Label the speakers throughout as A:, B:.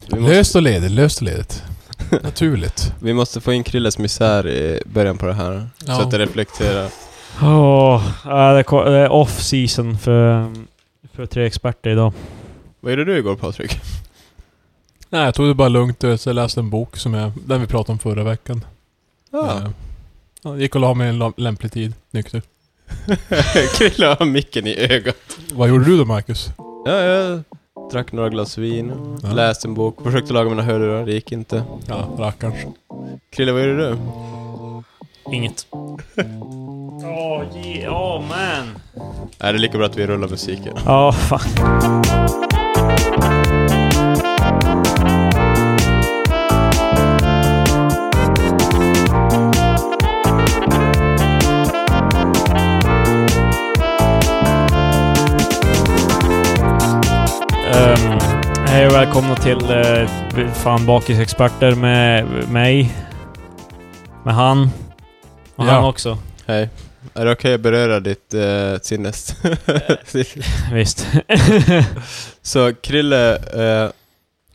A: Vi måste,
B: Löst och ledigt, löst och ledigt. Naturligt.
A: vi måste få in Krilles misär i början på det här.
B: Ja.
A: Så att det reflekterar.
C: Åh, ja, det ko- det är off season för, för tre experter idag.
A: Vad gjorde du igår Patrik?
B: Nej, jag tog det bara lugnt. och Jag läste en bok som jag, den vi pratade om förra veckan.
A: Ah.
B: Eh, ja, gick och la mig en la- lämplig tid, nykter.
A: Krille har micken i ögat.
B: Vad gjorde du då Marcus?
A: Ja, jag drack några glas vin,
B: Ja.
A: läste en bok, försökte laga mina hörlurar, det gick inte.
B: Ja, rackarns.
A: Krille, vad gjorde du?
C: Inget. Åh, yeah, oh man.
A: Är det är lika bra att vi rullar musiken?
C: Ja, fan. Ehm, Ehm, Hej och välkomna till uh, Fan Bakisexperter med mig. Med han. Och han
B: Ja.
C: också.
A: Hej. Är det okej att beröra ditt eh, sinnes?
C: Visst.
A: Så Krille, eh,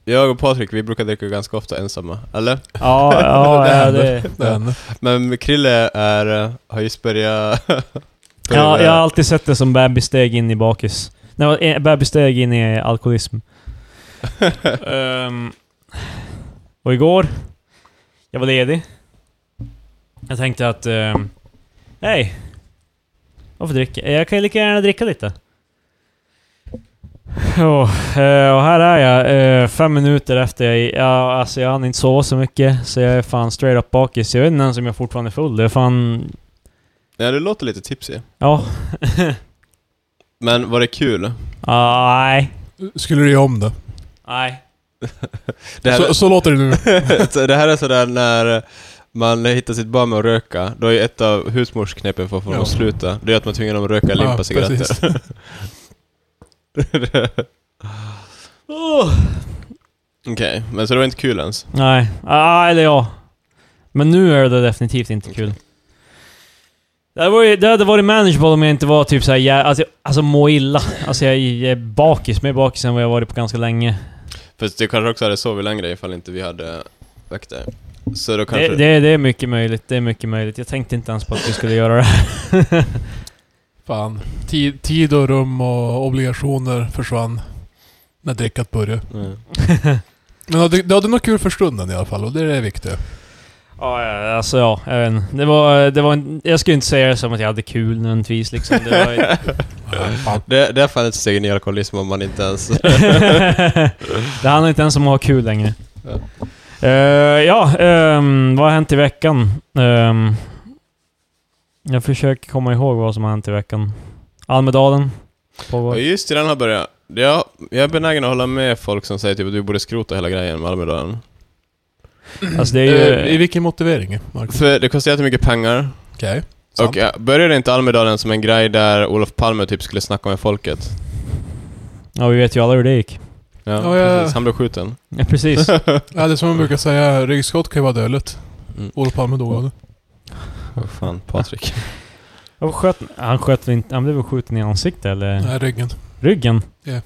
A: jag och Patrik, vi brukar dricka ganska ofta ensamma, eller?
C: ja, ja,
B: Det
C: ja,
B: händer.
C: det...
B: Det hände.
A: Men Krille är, eh, har just börjat... Typ,
C: Ja, jag har alltid sett det som bebissteg in i bakis. Nej, eh, bebissteg in i alkoholism. Ehm, och igår, jag var ledig. Jag tänkte att... ehm, Nej. Varför dricka? Jag kan ju lika gärna dricka lite. Åh, eh, och här är jag eh, fem minuter efter jag... Ja, alltså jag hann inte sova så mycket, så jag är fan straight up bakis. Jag vet inte ens om jag fortfarande är full. Det är fan...
A: Ja, du låter lite tipsig.
C: Ja.
A: Men var det kul?
C: Ah, nej.
B: Skulle du göra om det?
C: Nej.
A: Det här,
B: Så, så låter det nu.
A: så det här är sådär när man hittar sitt barn med att röka, då är ett av husmorsknepen för att få dem
B: Ja.
A: att sluta, det är att man tvingar dem att röka limpa
B: Ja,
A: cigaretter. Okej, men så det var inte kul ens?
C: Nej. Ah, eller ja. Men nu är det definitivt inte kul. Det hade varit, det hade varit manageable om jag inte var typ såhär jä- alltså, jag- alltså må illa. Alltså jag är bakis, mer bakis än vad jag varit på ganska länge.
A: Fast du kanske också hade sovit längre ifall inte vi hade väckt dig. Så då kanske...
C: Det, det, det är mycket möjligt, det är mycket möjligt. Jag tänkte inte ens på att vi skulle göra det här.
B: Fan. Tid, tid och rum och obligationer försvann. När drickat började.
A: Mm.
B: Men hade- du hade nog kul för stunden i alla fall och det är det viktiga.
C: Ja, ja, alltså ja, jag vet inte. Det var, det var en, Jag skulle inte säga det som att jag hade kul nödvändigtvis liksom. Det var,
B: Fan.
A: Det, det är fan ett steg in i alkoholism om man inte ens...
C: det handlar inte ens om att ha kul längre.
A: Ja.
C: Eh, ja, ehm, vad har hänt i veckan? Ehm, jag försöker komma ihåg vad som har hänt i veckan. Almedalen
A: Ja,
C: pågår.
A: just det, den har börjat. Jag, jag är benägen att hålla med folk som säger typ att du borde skrota hela grejen med Almedalen.
C: Alltså det är
B: Eh, I
C: ju...
B: vilken motivering, Marcus?
A: För det kostar jättemycket pengar.
B: Okej. Sant.
A: Och ja, började inte Almedalen som en grej där Olof Palme typ skulle snacka med folket?
C: Ja, vi vet ju alla hur det gick.
A: Ja,
B: Ja, ja.
A: precis. Han blev skjuten.
C: Ja, precis.
B: Ja, det är som man brukar säga, ryggskott kan ju vara dödligt.
A: Mm.
B: Olof Palme dog av det.
A: Vad fan, Patrik.
C: Han sköt, han sköt väl inte... Han blev väl skjuten i ansiktet eller
B: Nej, ryggen.
C: ryggen?
B: Ja.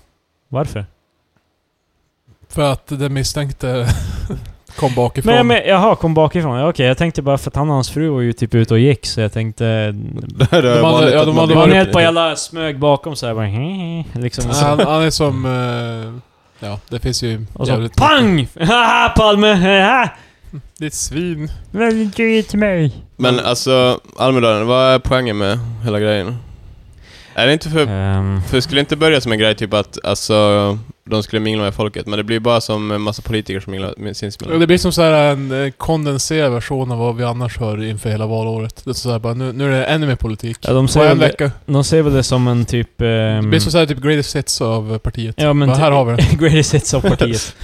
C: Varför?
B: För att den misstänkte kom bakifrån.
C: Nej men jaha, kom bakifrån. Ja, Okej, jag tänkte bara för att han och hans fru var ju typ ute och gick så jag tänkte...
A: Det här är
B: De hade-
A: vanligt
B: ja,
A: att
B: de
A: man
B: hade
A: blir-
C: Han
B: varit-
C: helt bara jävla smög bakom så här bara "Hehe", liksom.
B: Nej, han, han är som... eh, ja, det finns ju
C: Och så
B: jävligt...
C: PANG! Haha Palme! Haha!
B: Ditt svin.
C: Välj inte ge till mig.
A: Men alltså, Almedalen, vad är poängen med hela grejen? Är det inte för...
C: Ehm,
A: För det skulle inte börja som en grej typ att alltså, de skulle mingla med folket, men det blir bara som en massa politiker som minglar med-
B: Och
A: sinsemellan.
B: Det blir som så här en eh, kondenserad version av vad vi annars hör inför hela valåret. Det är så här bara, nu, nu är det ännu mer politik.
C: ja, de,
B: På
C: ser
B: en
C: väl det,
B: vecka.
C: de ser väl det som en typ...
B: Det
C: Um,
B: blir som så här typ greatest hits av eh, partiet.
C: ja, men typ
B: Bara, här har vi det.
C: Greatest hits av partiet.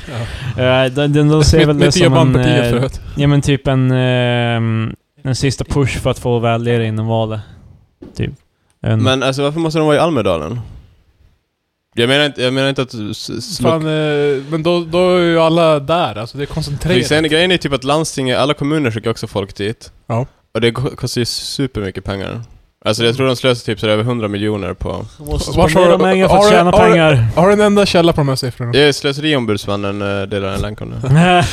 B: Ja.
C: Eh, de, de, de ser
B: Mitt-
C: väl det
B: mitt nya
C: som en...
B: bandpartiet för
C: eh,
B: övrigt.
C: ja men typ en... ehm, en sista push för att få väljare inom valet. Typ. Jag vet inte.
A: Men alltså varför måste de vara i Almedalen? Jag menar inte, jag menar inte att du s- s- slå...
B: Fan, eh, men då, då är ju alla där, alltså det är
A: För
B: koncentrerat.
A: Sen grejen är typ att landstinget, alla kommuner skickar också folk dit.
B: Ja.
A: Och det ko- kostar ju supermycket pengar. Alltså jag tror de slösar typ sådär över 100 miljoner på...
B: Vars
C: Måste
B: har
C: spendera
B: du-
C: pengar för
B: har
C: att
B: du-
C: tjäna
B: har du-
C: pengar.
B: Har du en enda källa på de här siffrorna?
A: Det är slöseriombudsmannen eh, delar en länk om det.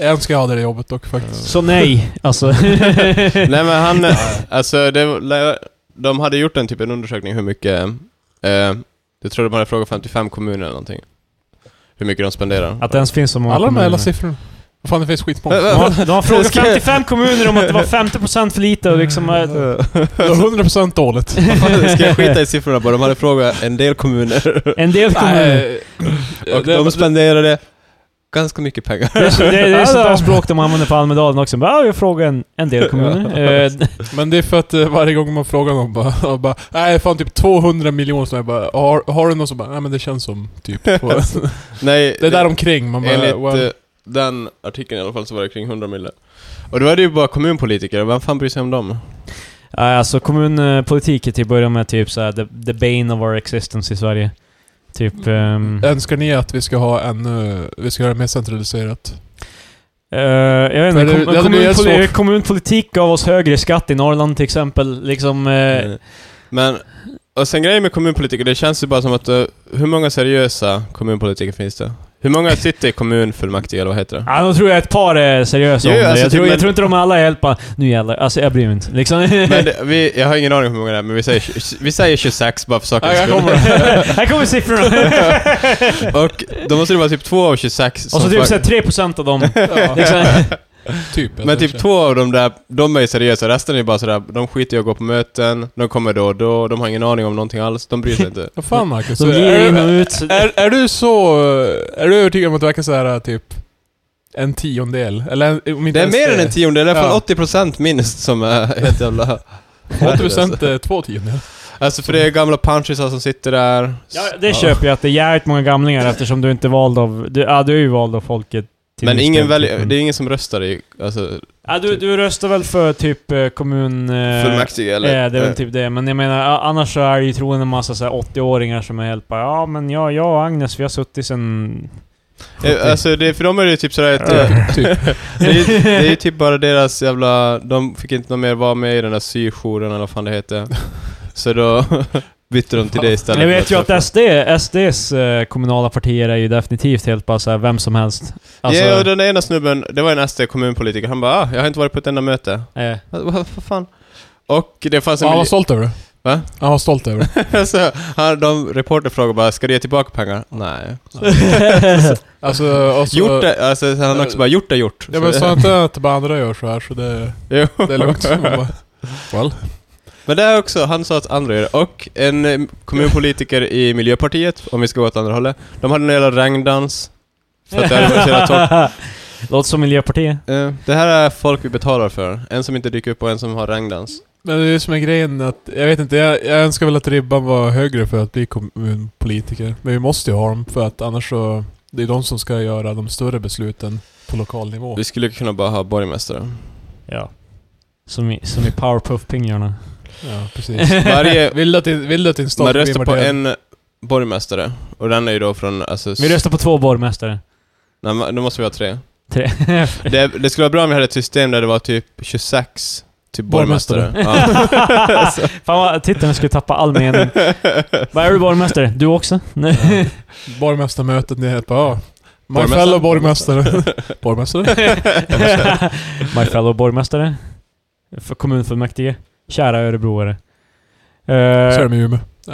B: Jag önskar jag hade det jobbet dock faktiskt.
C: Så nej, alltså.
A: Nej men han, eh, alltså det, var- de hade gjort en typ en undersökning hur mycket, eh, jag tror de hade frågat 55 kommuner eller någonting. Hur mycket de spenderar.
C: Att det ens finns så många
B: Alla de här
C: kommuner.
B: jävla siffrorna. Vad fan, det finns skitmånga.
A: Äh,
C: De
A: äh,
C: har, de har frågat
A: Ska-
C: 55 kommuner om att det var 50% för lite och liksom... eh,
B: Det var 100% dåligt.
A: Vad fan, Ska jag skita i siffrorna bara? De hade frågat en del kommuner.
C: En del kommuner.
B: Nej,
A: Och
B: det-
A: de spenderade ganska mycket pengar.
C: Det är, så- det, det är
B: Ja,
C: sånt där
B: det-
C: språk de använder på Almedalen också. Bara, "Ja, jag frågar en, en del kommuner. Eh,
B: Men det är för att eh, varje gång man frågar någon bara, och bara Nej fan typ 200 miljoner så jag bara har, har du någon som bara Nej men det känns som typ på,
A: Nej, eh,
B: Det är där omkring man bara
A: Enligt
B: well,
A: eh, den artikeln i alla fall så var det kring 100 mille. Och då är det ju bara kommunpolitiker, vem fan bryr sig om dem?
C: Nej, alltså kommunpolitik är till att börja med typ såhär the, the bane of our existence i Sverige. Typ... ehm,
B: Önskar ni att vi ska ha ännu, vi ska göra det mer centraliserat?
C: eh, jag vet
B: För
C: inte,
B: det-
C: kom,
B: det hade blivit
C: kommunpoli-
B: svårt.
C: kommunpolitik gav oss högre skatt i Norrland till exempel. Liksom... eh,
A: Eh, Men, och sen grejen med kommunpolitiker, det känns ju bara som att eh, hur många seriösa kommunpolitiker finns det? Hur många sitter i kommunfullmäktige eller vad heter det?
C: Ja, då tror jag ett par är seriösa
A: Jo,
C: om det.
A: alltså,
C: jag, tror,
A: typ,
C: jag
A: men-
C: tror inte de alla är helt bara, nu jävlar. Alltså jag bryr mig inte. Liksom.
A: Men det, vi, jag har ingen aning om hur många det är, men vi säger, tj- vi säger 26 bara för sakens
B: Ja, jag kommer.
C: Här kommer siffrorna!
A: Och då måste det vara typ två av 26
C: Och så
A: som
C: typ
A: fuck-
C: såhär 3% av dem.
B: Ja,
C: Liksom.
B: typ.
A: Men typ två av dem där, de är ju seriösa, resten är ju bara sådär, de skiter i att gå på möten, de kommer då och då, de har ingen aning om någonting alls, de bryr sig inte.
B: Vad fan Marcus?
C: De ger in och ut.
B: Är, är du så... Är du övertygad om att det verkar såhär typ... En tiondel? Eller en- om
A: Det
B: inte
A: är
B: ens
A: mer än en tiondel, det är fan
B: Ja.
A: 80% minst som är helt jävla...
B: 80% är eh, två tiondelar.
A: Alltså för det är gamla punchisar som sitter där.
C: Ja, det köper jag att det är jävligt många gamlingar eftersom du inte är vald av... Du, ja, du är ju vald av folket. till
A: Men
C: viss
A: ingen
C: del,
A: väljer,
C: typ.
A: det är ingen som röstar i, alltså,
C: Ja, du, du röstar väl för typ eh, kommun... eh,
A: fullmäktige
C: Ja,
A: eller?
C: det är väl
A: eh,
C: typ det. Men jag menar, a- annars så är det ju troligen en massa så här 80-åringar som är helt bara Ja, men jag, jag och Agnes, vi har suttit sen...
A: eh, Alltså det, för dem är det typ sådär att... eh,
B: Typ, typ.
A: det, är, ju- det är ju typ bara deras jävla... De fick inte någon mer vara med i den där syjouren eller vad fan det heter. Så då bytte de till det istället.
C: Jag
A: för
C: vet ju
A: träffa-
C: att SD, SDs eh, kommunala partier är ju definitivt helt bara så här, vem som helst. Alltså,
A: Ja, och den ena snubben, det var en SD-kommunpolitiker, han bara ah, jag har inte varit på ett enda möte.
C: eh,
A: Vad, vad, vad fan? Och det fanns en...
B: Han var stolt över det.
A: Va?
B: Han var stolt över det.
A: så, han, de reporter frågade bara, ska du ge tillbaka pengar? Nej.
B: Alltså, och så,
A: Gjort det, alltså så han också bara, gjort det gjort.
B: Ja men sa inte att bara andra gör så här så det,
A: Jo.
B: det är lugnt. Man bara, well.
A: Men det är också, han sa att andra gör det. Och en eh, kommunpolitiker i Miljöpartiet, om vi ska gå åt andra hållet, de hade en jävla regndans. För att det hade varit så jävla torrt.
C: Låter som Miljöpartiet.
A: Eh, Det här är folk vi betalar för. En som inte dyker upp och en som har regndans.
B: Men det är ju som är grejen att, jag vet inte, jag, jag önskar väl att ribban var högre för att bli kommunpolitiker. Men vi måste ju ha dem för att annars så, det är de som ska göra de större besluten på lokal nivå.
A: Vi skulle kunna bara ha borgmästare.
C: Ja. Som i, som i Powerpuff-pingarna.
B: Ja, precis.
A: Varje,
B: Vill du att din, vill du att din
A: man
B: stad
A: röstar på
B: martyr?
A: en borgmästare. Och den är ju då från, alltså... s-
C: Vi röstar på två borgmästare.
A: Nej, men då måste vi ha tre.
C: Tre.
A: Det, det skulle vara bra om vi hade ett system där det var typ 26 typ
B: Borgmästare.
A: borgmästare. Ja.
C: Fan vad titeln skulle tappa all mening. Vad är du borgmästare? Du också? Nej.
B: Borgmästarmötet ni heter på, ja. My
A: Borgmästare.
B: fellow borgmästare. borgmästare?
C: My fellow borgmästare. För kommunfullmäktige. Kära örebroare.
B: Så är
C: Eh,
B: det med Umeå. Ja.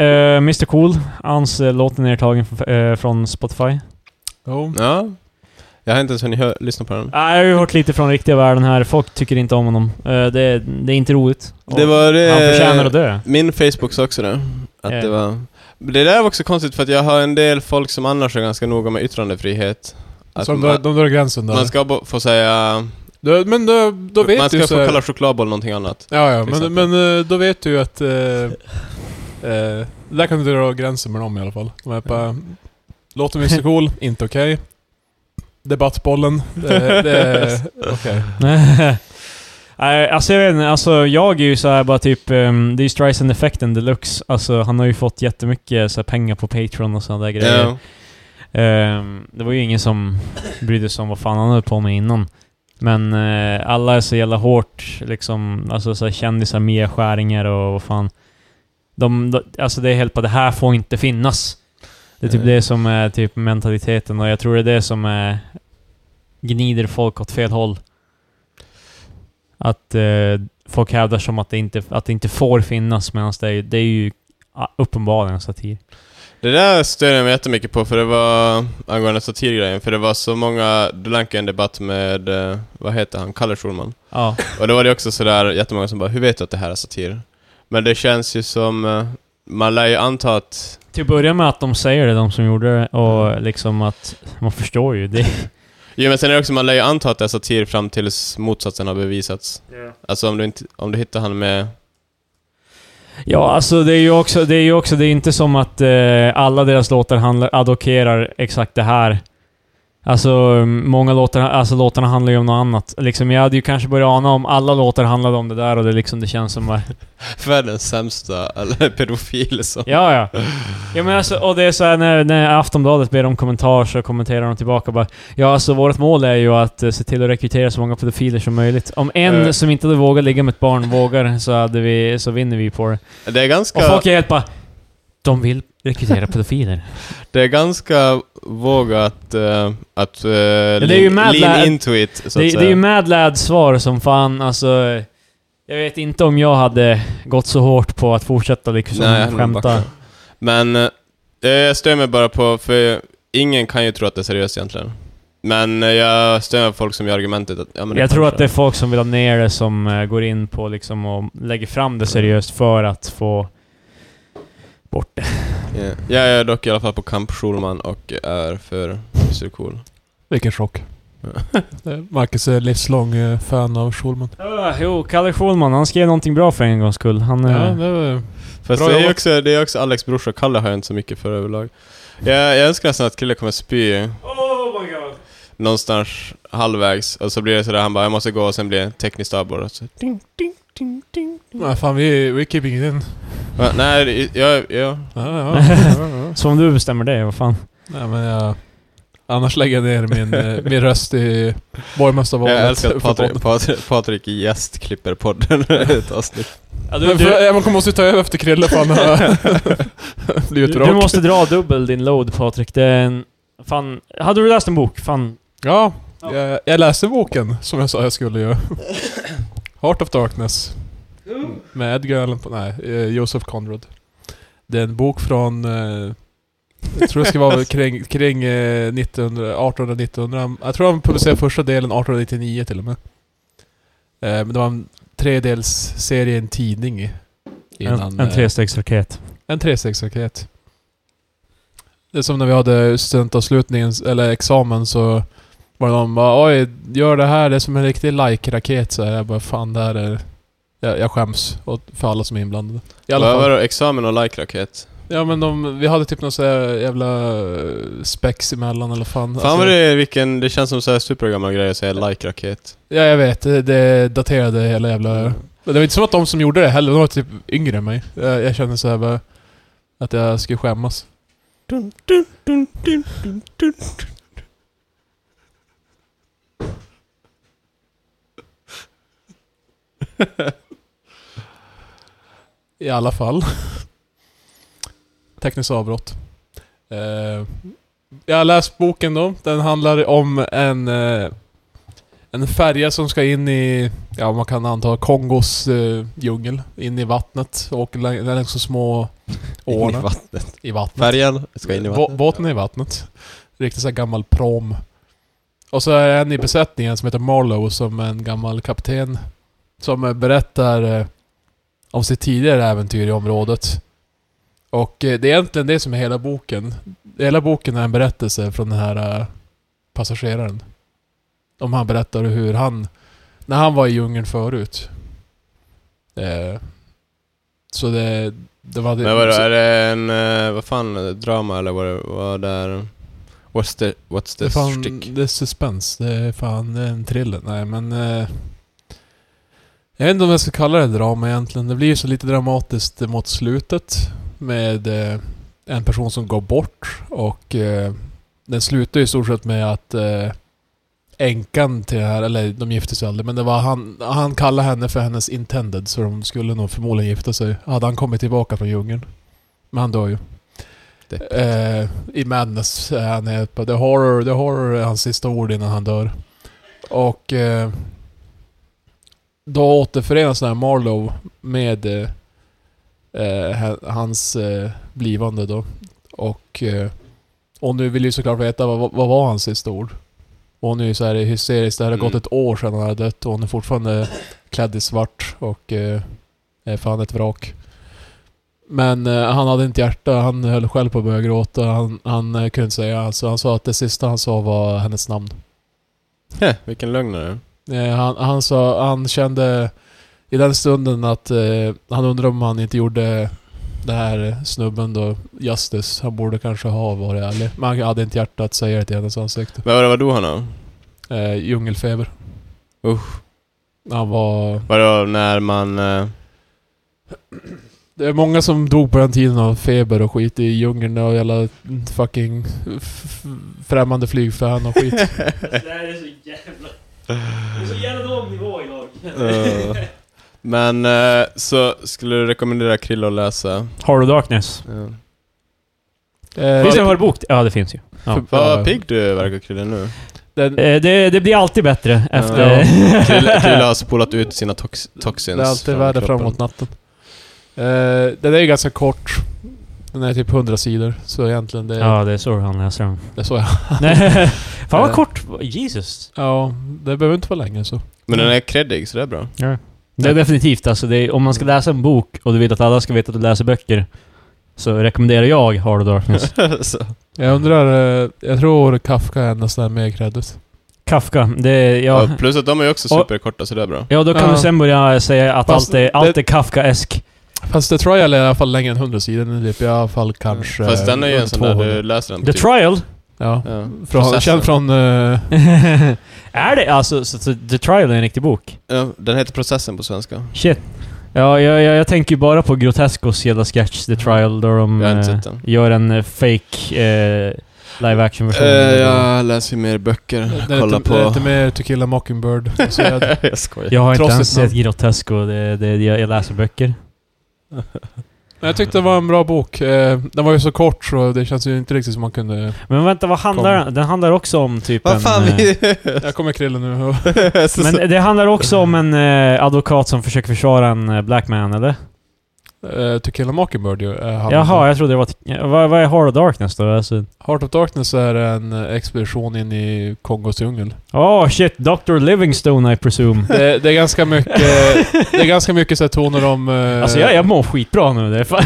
C: eh, Mr Cool, hans eh, låt är nedtagen från, eh, från Spotify.
B: Jo.
A: ja. Jag har inte ens hunnit hö- lyssna på den.
C: Nej, Ah, jag har hört lite från riktiga världen här. Folk tycker inte om honom. Eh, det, är- det är inte roligt. Och
A: Det var eh,
C: Han förtjänar att
A: det...
C: dö.
A: Min Facebook sa också det. Att
C: Eh.
A: det var... Det där var också konstigt för att jag har en del folk som annars är ganska noga med yttrandefrihet. Att
B: Så de, drar-
A: man,
B: de drar gränsen där.
A: man ska bo- få säga...
B: Då- men då, då vet
A: Man
B: du
A: ska
B: så
A: få
B: här-
A: kalla chokladboll någonting annat.
B: Ja, ja
A: till
B: men,
A: exempel.
B: men eh, då vet du ju att... Eh, eh, där kan du dra gränsen med dem i alla fall. De är bara... Låter Mr Cool, inte okej. Debattbollen, det, det är okej.
C: Nej, alltså jag vet inte, alltså jag är ju såhär bara typ, ehm, det är ju Streisand-effekten deluxe. Alltså han har ju fått jättemycket så här, pengar på Patreon och sådana där grejer.
A: Ja.
C: Ehm, det var ju ingen som brydde sig om vad fan han höll på med innan. Men eh, alla är så jävla hårt, liksom, alltså så här, kändisar, Mia Skäringer och vad fan. De, de, alltså det är helt på det här får inte finnas. Det är typ
A: Eh.
C: det som är typ mentaliteten och jag tror det är det som är, gnider folk åt fel håll. Att eh, folk hävdar som att det inte, att det inte får finnas medan det, är- det är ju ah, uppenbarligen satir.
A: Det där stör jag mig jättemycket på, för det var angående satirgrejen, för det var så många... Du länkade en debatt med, eh, vad heter han, Kalle Schulman.
C: Ja,
A: Och då var det också sådär jättemånga som bara, hur vet du att det här är satir? Men det känns ju som, eh, man lär ju anta att...
C: till att börja med att de säger det, de som gjorde det, och liksom att man förstår ju det.
A: Jo men sen är det också, man lär ju anta att det är satir fram tills motsatsen har bevisats. Alltså om du, inte, om du hittar han med...
C: Ja, alltså det är ju också, det är ju också, det är inte som att eh, alla deras låtar handlar, advokerar exakt det här. Alltså, mm, många låtar, alltså låtarna handlar ju om något annat. Liksom, jag hade ju kanske börjat ana om alla låtar handlade om det där och det liksom, det känns som att...
A: Världens sämsta, eller pedofil som...
C: Ja, ja. ja men alltså, och det är så här när, när Aftonbladet ber om kommentar så kommenterar de tillbaka bara Ja, alltså vårt mål är ju att eh, se till att rekrytera så många pedofiler som möjligt. Om en
A: Eh.
C: som inte hade vågat ligga med ett barn vågar så, hade vi, så vinner vi på det.
A: Det är
C: Och
A: ganska,
C: folk är helt bara... De vill rekrytera pedofiler.
A: det är ganska vågat eh, att uh,
C: är
A: lean,
C: ju mad
A: lean
C: lad-
A: into it, så att
C: det,
A: säga.
C: det är ju Mad Lads svar som fan, alltså... Jag vet inte om jag hade gått så hårt på att fortsätta liksom
A: Nej, jag hade nog
C: skämta.
A: backat. Men eh, jag stör mig bara på, för ingen kan ju tro att det är seriöst egentligen. Men eh, jag stör mig på folk som gör argumentet att... Ja, men
C: Jag tror
A: kanske-
C: att det är folk som vill ha ner det som eh, går in på liksom och lägger fram det seriöst för att få bort det.
A: Ja. Jag är dock i alla fall på Camp Schulman och är för surcool.
B: Vilken chock. Eh, Marcus är livslång eh, fan av Schulman.
C: Ah, jo, Kalle Schulman, han skrev någonting bra för en gångs skull. Han,
B: Ja,
C: eh,
B: det var...
A: Fast
B: Bra
A: det är ju
B: jobbat.
A: också, det är också Alex brorsa, Kalle har jag inte så mycket för överlag. Jag, jag önskar nästan att killen kommer spy
C: oh my god!
A: någonstans halvvägs, och så blir det sådär, han bara 'Jag måste gå' och sen blir det tekniskt avbrott. och så-
B: Nej, fan vi, we keeping it in.
A: Va, Nej, jag... jag
B: Ja, ja, ja, ja.
C: Så om du bestämmer det, vad fan?
B: Nej, men jag... Annars lägger jag ner min, eh, min röst i borgmästarvalet.
A: Jag älskar att
B: för podden.
A: Patrik, Patrik, Patrik gästklipper podden ett avsnitt.
B: Men för, jag kommer måste ta över efter Krille för han har
C: du,
B: blivit
C: du
B: rak.
C: måste dra dubbel din load Patrik. Det är en... Fan, hade du läst en bok? Fan.
B: Ja, jag, jag läste boken som jag sa jag skulle ju. Heart of Darkness. Med Edgar Allan Poe, nej, eh, Joseph Conrad. Det är en bok från, eh, jag tror det ska vara kring, kring eh, 1900, 1800-1900. Jag tror han publicerade första delen 1899 till och med. Eh, men det var en tredelsserie, i en tidning. i- Innan,
C: en en
B: eh,
C: trestegsraket.
B: en trestegsraket. Det är som när vi hade studentavslutningen, eller examen, så var det någon bara oj, gör det här, det är som en riktig like-raket så här. Jag bara fan det här är... Jag, jag skäms åt- för alla som är inblandade. I alla
A: Vad var
B: fall.
A: det? Examen och like-raket?
B: Ja men de, vi hade typ någon så här jävla eh, spex emellan eller fan. Alltså,
A: Fan vad det är vilken, det känns som så här supergammal grej att säga like-raket.
B: Ja jag vet, det, det daterade hela jävla... Men det var inte som att de som gjorde det heller, de var typ yngre än mig. Jag, jag kände så här bara, att jag skulle skämmas. I alla fall. Tekniskt avbrott. Eh, jag har läst boken då. Den handlar om en, eh, en färja som ska in i, ja man kan anta Kongos eh, djungel. In i vattnet och lä- längs så små
A: In i
B: åarna.
A: vattnet.
B: I vattnet.
A: Färjan ska in i
B: Bå-
A: vattnet.
B: Båten är i vattnet. Riktigt såhär gammal prom. Och så är det en i besättningen som heter Marlowe som är en gammal kapten. Som eh, berättar eh, om sitt tidigare äventyr i området. Och eh, det är egentligen det som är hela boken. Hela boken är en berättelse från den här eh, passageraren. Om han berättar hur han... När han var i djungeln förut. Eh, så det... Det var det...
A: Men vadå,
B: så-
A: är det en, eh, vad fan, eh, drama eller vad det vad det är? What's the, what's
B: Det är
A: the
B: fan,
A: stick?
B: det är suspens. Det är fan det är en thriller. Nej men... Eh, jag vet inte om jag ska kalla det drama egentligen. Det blir ju så lite dramatiskt mot slutet. Med eh, en person som går bort och eh, den slutar ju i stort sett med att eh, änkan till det här, eller de gifte sig aldrig, men det var han, han kallade henne för hennes intended, så de skulle nog förmodligen gifta sig. Hade han kommit tillbaka från djungeln. Men han dör ju.
A: Deppigt.
B: Eh, I Madness är han är på The Horror, The Horror är hans sista ord innan han dör. Och... Eh, då återförenas den här Marlow med eh, eh, he- hans eh, blivande då. Och... Eh, och nu vill ju såklart veta vad, vad- vad var hans sista ord. Och hon är ju såhär hysterisk. Det här har
A: Mm.
B: gått ett år sedan han har dött och hon är fortfarande klädd i svart och eh, är fan ett vrak. Men eh, han hade inte hjärta, han höll själv på att börja gråta. Han, han eh, kunde inte säga, så han sa att det sista han sa var hennes namn.
A: Heh, vilken lögnare.
B: Eh, han, han sa, han kände i den stunden att eh, han undrade om han inte gjorde den här snubben då, Justice. Han borde kanske ha varit ärlig. Men han hade inte hjärta att säga det till hennes ansikte.
A: Men vad var då han då?
B: Eh, djungelfeber.
A: Usch.
B: Han var...
A: Vadå när man... eh,
B: Det är många som dog på den tiden av feber och skit i djungeln och jävla fucking f- f- främmande flygfän och skit.
C: Det här är så jävla... Det är så jävla låg nivå idag.
A: eh, men eh, så skulle du rekommendera Krille att läsa?
C: Hard Darkness.
A: Ja.
B: Eh,
C: Finns det en hardbok? Ja, det finns ju. Ja.
B: för-
A: Vad pigg du verkar Krille nu.
B: Den,
C: Eh, Det, det blir alltid bättre efter...
A: Ja. Krille, Krille har spolat ut sina tox, toxins
B: Det är alltid
A: från
B: värre
A: kroppen.
B: framåt natten. Uh, den är ju ganska kort. Den är typ 100 sidor, så egentligen det,
C: Ja, det är så han läser dem.
B: det är så jag...
C: Nej, Fan vad
B: Eh.
C: kort. Jesus.
B: Ja, det behöver inte vara längre så.
A: Men den
C: Mm.
A: är creddig, så det är bra.
C: Det är definitivt alltså, det är, om man ska läsa en bok och du vill att alla ska veta att du läser böcker. Så rekommenderar jag Hard Darkness.
A: så.
B: Jag undrar, eh, jag tror Kafka är nästan mer credit.
C: Kafka, det är... Ja,
A: Ja, plus att de är ju också
C: Och-
A: superkorta, så det är bra.
C: ja då kan
B: Ja.
C: du sen börja säga att
B: Fast
C: allt är, allt
B: det-
C: är Kafkaesk.
B: Fast The Trial är i alla fall längre än 100 sidor, den är typ i alla fall kanske...
A: Fast den är ju en sån där eh,
B: 200.
A: du läser den typ-
C: The Trial?
B: Ja.
A: Ja.
B: Från,
A: Processen.
B: känd från... eh,
C: är det alltså... Så, så, The Trial är en riktig bok?
A: Ja, den heter Processen på svenska.
C: Shit. Ja, jag, jag, jag tänker ju bara på Grotescos jävla sketch, The Trial, där
A: Mm.
C: de
A: Jag har inte
C: eh,
A: sett den.
C: gör en eh, fake eh, live action version.
A: Eh, jag läser ju mer böcker.
B: den är
A: Kolla
B: lite, den är
A: på...
B: lite mer To kill a mockingbird. Så jag,
A: jag skojar.
C: Jag har inte
B: Trots
C: ens
B: sitt namn.
C: sett Grotesco, det, det, jag, jag läser böcker.
B: Men jag tyckte det var en bra bok. Eh, Den var ju så kort så det känns ju inte riktigt som man kunde...
C: Men vänta, vad handlar den? Den handlar också om typ en...
A: Vad fan,
C: eh,
A: vi...
B: Jag kommer krilla nu och
A: Så- så-
C: Men eh, det handlar också om en eh, advokat som försöker försvara en eh, black man, eller?
B: Uh, to kill a mockingbird ju. eh, handlar om.
C: Jaha, jag trodde det var... t- Vad, vad är Hard Darkness då? Alltså,
B: Heart of Darkness är en eh, expedition in i Kongos djungel.
C: oh shit, Dr. Livingstone I presume.
B: Det, det är ganska mycket... det är ganska mycket så här toner om... eh,
C: Alltså jag, jag mår skitbra nu. Det är fan...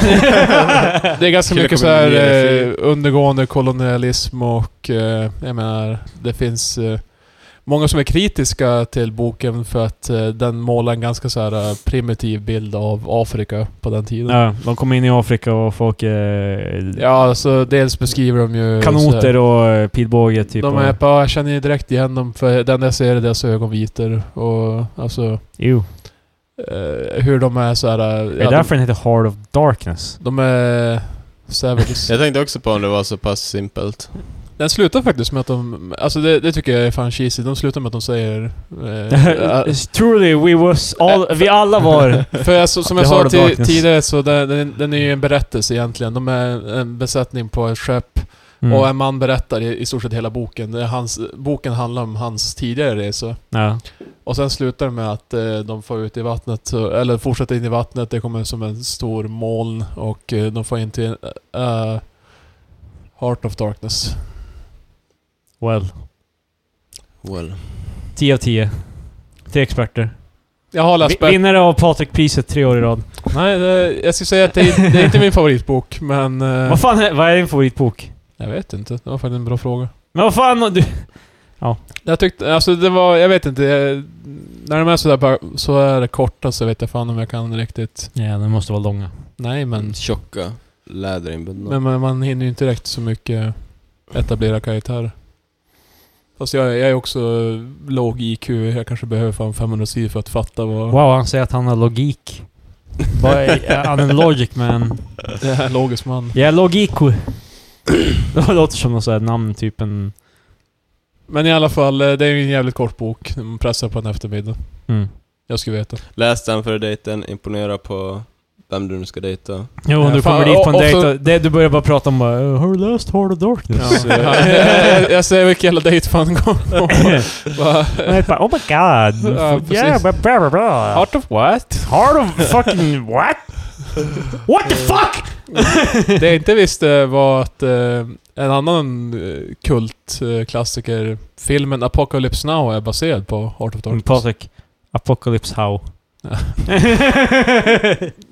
B: Det är ganska
A: Killar
B: mycket så
A: kommer
B: här
A: bli
B: eh, undergående kolonialism och... eh, jag menar, det finns... eh, Många som är kritiska till boken för att eh, den målar en ganska så här eh, primitiv bild av Afrika på den tiden.
C: Ja, de kommer in i Afrika och folk... Eh,
B: Ja, så dels beskriver de ju... så här-
C: Kanoter och eh, pilbåge typ.
B: de är på, jag känner ju direkt igen dem för den jag ser är deras ögonvitor och alltså
C: Jo.
B: eh, hur de är så här. eh,
C: Är det
B: ja,
C: därför den heter Heart of Darkness?
B: de, de är savages.
A: Jag tänkte också på om det var så pass simpelt.
B: den slutar faktiskt med att de, alltså det, det tycker jag är fan cheesy, de slutar med att de säger... Eh, eh,
C: It's Truly we was all... Vi alla var...
B: för jag, så- som jag
C: Det har
B: sa
C: du
B: ti-
C: darkness.
B: tidigare så den, den, den är ju en berättelse egentligen. De är en besättning på ett skepp
C: Mm.
B: och ehm, en man berättar i, i stort sett hela boken. Det är hans, boken handlar om hans tidigare resor.
C: Ja.
B: Och sen slutar det med att eh, de får ut i vattnet, så- eller fortsätter in i vattnet, det kommer som en stor moln och eh, de får in till eh, Heart of Darkness.
C: Well.
A: Well.
C: 10 av 10. Tre experter.
B: Jag har läst
C: Vi-
B: bättre.
C: Vinnare av Patrik-priset tre år i rad.
B: Nej, det, jag skulle säga att det, är- det är inte min favoritbok, men... eh,
C: Vad fan är, vad är din favoritbok?
B: jag vet inte, det var faktiskt en bra fråga.
C: Men vad fan... Du,
B: Jag tyckte, alltså det var, jag vet inte, jag, när de är sådär bara, så är det korta så vet jag fan om jag kan riktigt...
C: ja, den måste vara långa.
B: Nej men,
A: Men tjocka, läderinbundna.
B: men man, man hinner ju inte direkt så mycket etablera karaktärer. Fast jag, jag är också låg IQ, jag kanske behöver fan 500 sidor för att fatta vad...
C: Wow, han säger att han har logik. Vad är- är han en logic man?
B: Det är en logisk man.
C: Jag är logiku. Det låter som något sånt här namn, typ en...
B: Men i alla fall, eh, det är ju en jävligt kort bok. Man pressar på en eftermiddag.
C: Mm.
B: Jag skulle veta.
A: Läs den före dejten, imponera på vem du nu ska dejta.
C: Jo, om
B: Ja,
C: du
B: Eh, fan,
C: kommer dit på
B: och-
C: en
B: och
C: dejt
B: så-
C: och det, du börjar bara prata om bara, "Eh, “Har du läst Heart of Darkness?”
B: Så, jag, jag, jag ser vilken jävla dejt fan kommer. Bara,
C: Men jag bara, “Oh my god!”
B: Ja,
C: yeah,
B: precis.
C: blah, blah, blah, blah.
B: Heart of what?
C: Heart of fucking what? What the fuck?
B: Det jag inte visste var att eh, en annan eh, kultklassiker, filmen Apocalypse Now, är baserad på Heart of Darkness.
C: Patrik. Apocalypse How.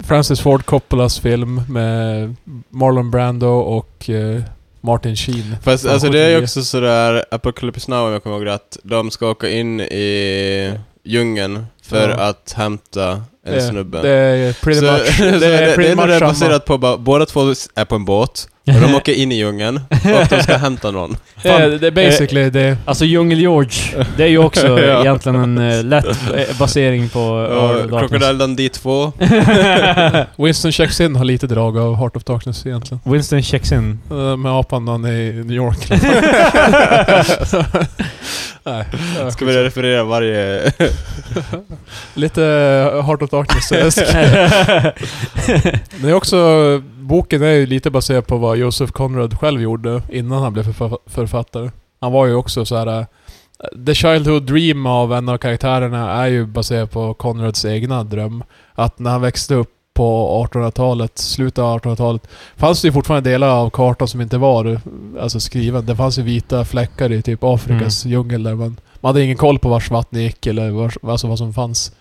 B: Francis Ford Coppolas film med Marlon Brando och eh, Martin Sheen.
A: Fast
B: Fan,
A: alltså det är ju
B: 79.
A: också sådär, Apocalypse Now om jag kommer ihåg rätt, de ska åka in i djungeln för
B: Ja.
A: att hämta en
B: Eh,
A: snubbe.
B: Det är pretty
A: så,
B: much,
A: så
B: det är pretty
A: nog
B: much
A: det
B: samma.
A: baserat på bara, båda två är på en båt, och de åker in i djungeln, och de ska hämta någon.
B: Ja, det är basically det.
C: Alltså Djungel George, det är ju också
A: Ja.
C: egentligen en eh, lätt eh, basering på Heart
A: Och
C: of Darkness.
A: Crocodilen D2,
B: Winston checks in har lite drag av Heart of Darkness egentligen.
C: Winston checks in.
B: Eh, Med apan när han är i New York. Nej, ja,
A: ska vi referera varje...
B: Lite eh, Heart of Darkness. Det är också, boken är ju lite baserad på vad Joseph Conrad själv gjorde innan han blev förfa- författare. Han var ju också så här. eh, The Childhood Dream av en av karaktärerna är ju baserad på Conrads egna dröm. Att när han växte upp på 1800-talet, slutet av 1800-talet, fanns det ju fortfarande delar av kartan som inte var eh, alltså skriven. Det fanns ju vita fläckar i typ Afrikas djungel där man, man hade ingen koll på vars vattnet gick eller vars, alltså vad som fanns.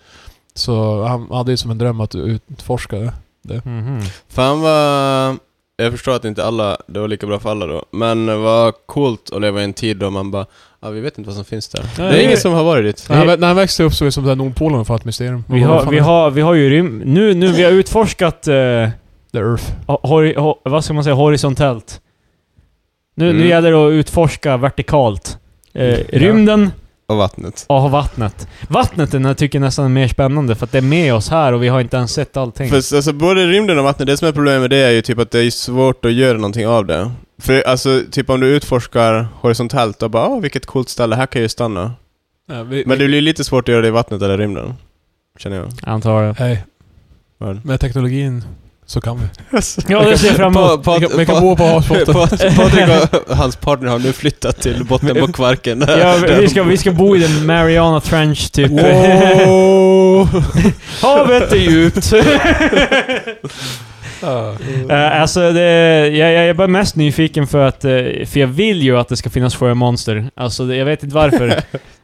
B: Så han hade ju som en dröm att utforska det.
C: Mhm.
A: Fan vad... Jag förstår att inte alla, det var lika bra för alla då, men vad coolt att leva i en tid då man bara, ja vi vet inte vad som finns där. det
C: vi-
A: är ingen som har varit dit.
B: När han, vä- när han växte upp så var det som att Nordpolen var ett mysterium.
C: Vi
B: Vad
C: har,
B: fan
C: vi,
B: är
C: har, vi har ju rym... Nu, nu vi har utforskat... eh,
B: The Earth.
C: ho- hori, ho, vad ska man säga? Horisontellt. Nu, nu
A: Mm.
C: gäller det att utforska vertikalt. Eh, rymden
A: Och vattnet.
C: och vattnet. Vattnet är, jag tycker jag nästan är mer spännande för att det är med oss här och vi har inte ens sett allting.
A: För alltså både rymden och vattnet, det som är problemet med det är ju typ att det är svårt att göra någonting av det. För alltså, typ om du utforskar horisontellt och bara, åh vilket coolt ställe, här kan jag ju stanna.
B: Ja, vi,
A: Men det blir lite svårt att göra det i vattnet eller rymden. Känner jag.
C: Antar jag.
B: Hej,
A: Värld.
B: med teknologin så kan vi.
C: Ja, det ser jag fram emot.
A: Pa-
B: Vi kan, vi
A: pa-
B: kan bo på havsbotten.
A: Pa- Patrik och hans partner har nu flyttat till botten på Kvarken.
C: Ja, vi- vi, ska, vi ska bo i den Mariana Trench typ.
B: Wow!
C: Havet är djupt.
B: Ja.
C: Eh, alltså, det, jag, jag är bara mest nyfiken för att... eh, för jag vill ju att det ska finnas sjömonster. Alltså, det, jag vet inte varför.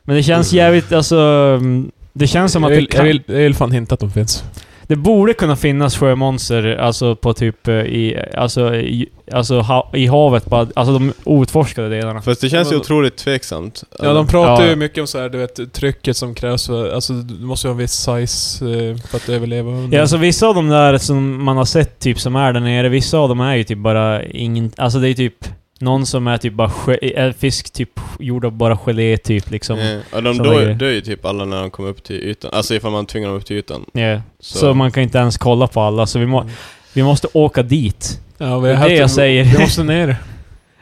C: Men det känns jävligt... Alltså... mm, Det känns som
B: jag,
C: att
B: vill,
C: det,
B: jag,
C: kan,
B: vill, jag vill fan hinta att de finns.
C: det borde kunna finnas sjömonster alltså på typ eh, i, alltså, i, alltså ha, i havet. Bara, alltså de outforskade delarna.
A: Fast det känns ju otroligt tveksamt.
B: Ja, de pratar
C: Ja.
B: ju mycket om så här, du vet, trycket som krävs för... Alltså, du måste ju ha en viss size eh, för att överleva.
C: Ja, alltså vissa av de där som man har sett typ som är där nere, vissa av dem är ju typ bara ingen... Alltså det är typ någon som är typ bara ge, är fisk typ gjord av bara gelé typ liksom.
A: Eh, Ja, och de
C: sådana
A: dör,
C: grejer.
A: dör ju typ alla när de kommer upp till ytan. Alltså ifall man tvingar dem upp till ytan.
C: Yeah.
A: Så-
C: Så. Mm. man kan inte ens kolla på alla, så vi, må, vi måste åka dit.
B: ja,
C: Det
B: vi
C: är
B: har
C: det jag
B: haft- Vi
C: säger.
B: måste ner.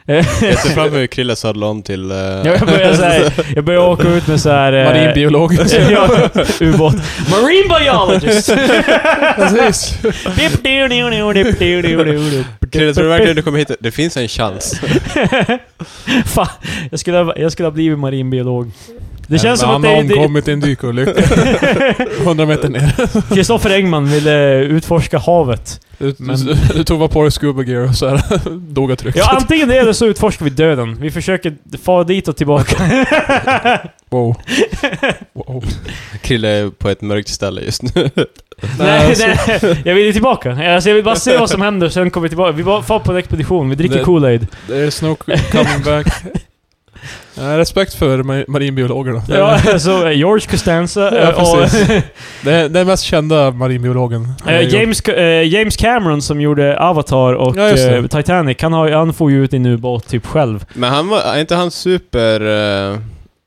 A: Jag ser framför mig hur Krille sadlar om till... eh,
C: Ja, jag, börjar så här, jag börjar åka ut med så här... eh,
B: Marinbiolog.
C: ja, ubåt. Marine biologist!
B: Precis.
C: Dip, do, do, do, dip, do, do, do, dip,
A: Krille,
C: dip,
A: tror du
C: dip.
A: verkligen du kommer hit? Det finns en chans.
C: Fan, jag skulle, ha, jag skulle ha blivit marinbiolog. Det
B: Men
C: känns som att
B: han
C: det,
B: har
C: det,
B: omkommit i en dykolycka. 100 meter ner.
C: Kristoffer Engman ville utforska havet.
B: Du,
C: Men-
B: du, du tog bara på dig scuba gear och så här, dog av trycket.
C: Ja, antingen det eller så utforskar vi döden. Vi försöker fara dit och tillbaka.
B: Wow. wow.
A: Krille är på ett mörkt ställe just nu.
C: nej,
B: alltså,
C: nej, jag vill ju tillbaka. Alltså, jag vill bara se vad som händer, sen kommer vi tillbaka. Vi bara far på en expedition, vi dricker
B: Det-
C: Kool-Aid.
B: There's no coming back. Nej, respekt för ma- marinbiologerna. Det är-
C: Ja, så eh, George Costanza
B: Ja,
C: eh, och
B: precis. Det är den mest kända marinbiologen.
C: eh, James, Ca- eh, James Cameron som gjorde Avatar och
B: Ja, just det.
C: eh, Titanic, han, har, ju- han får ju ut i en ubåt typ själv.
A: Men han var, är inte han super... eh,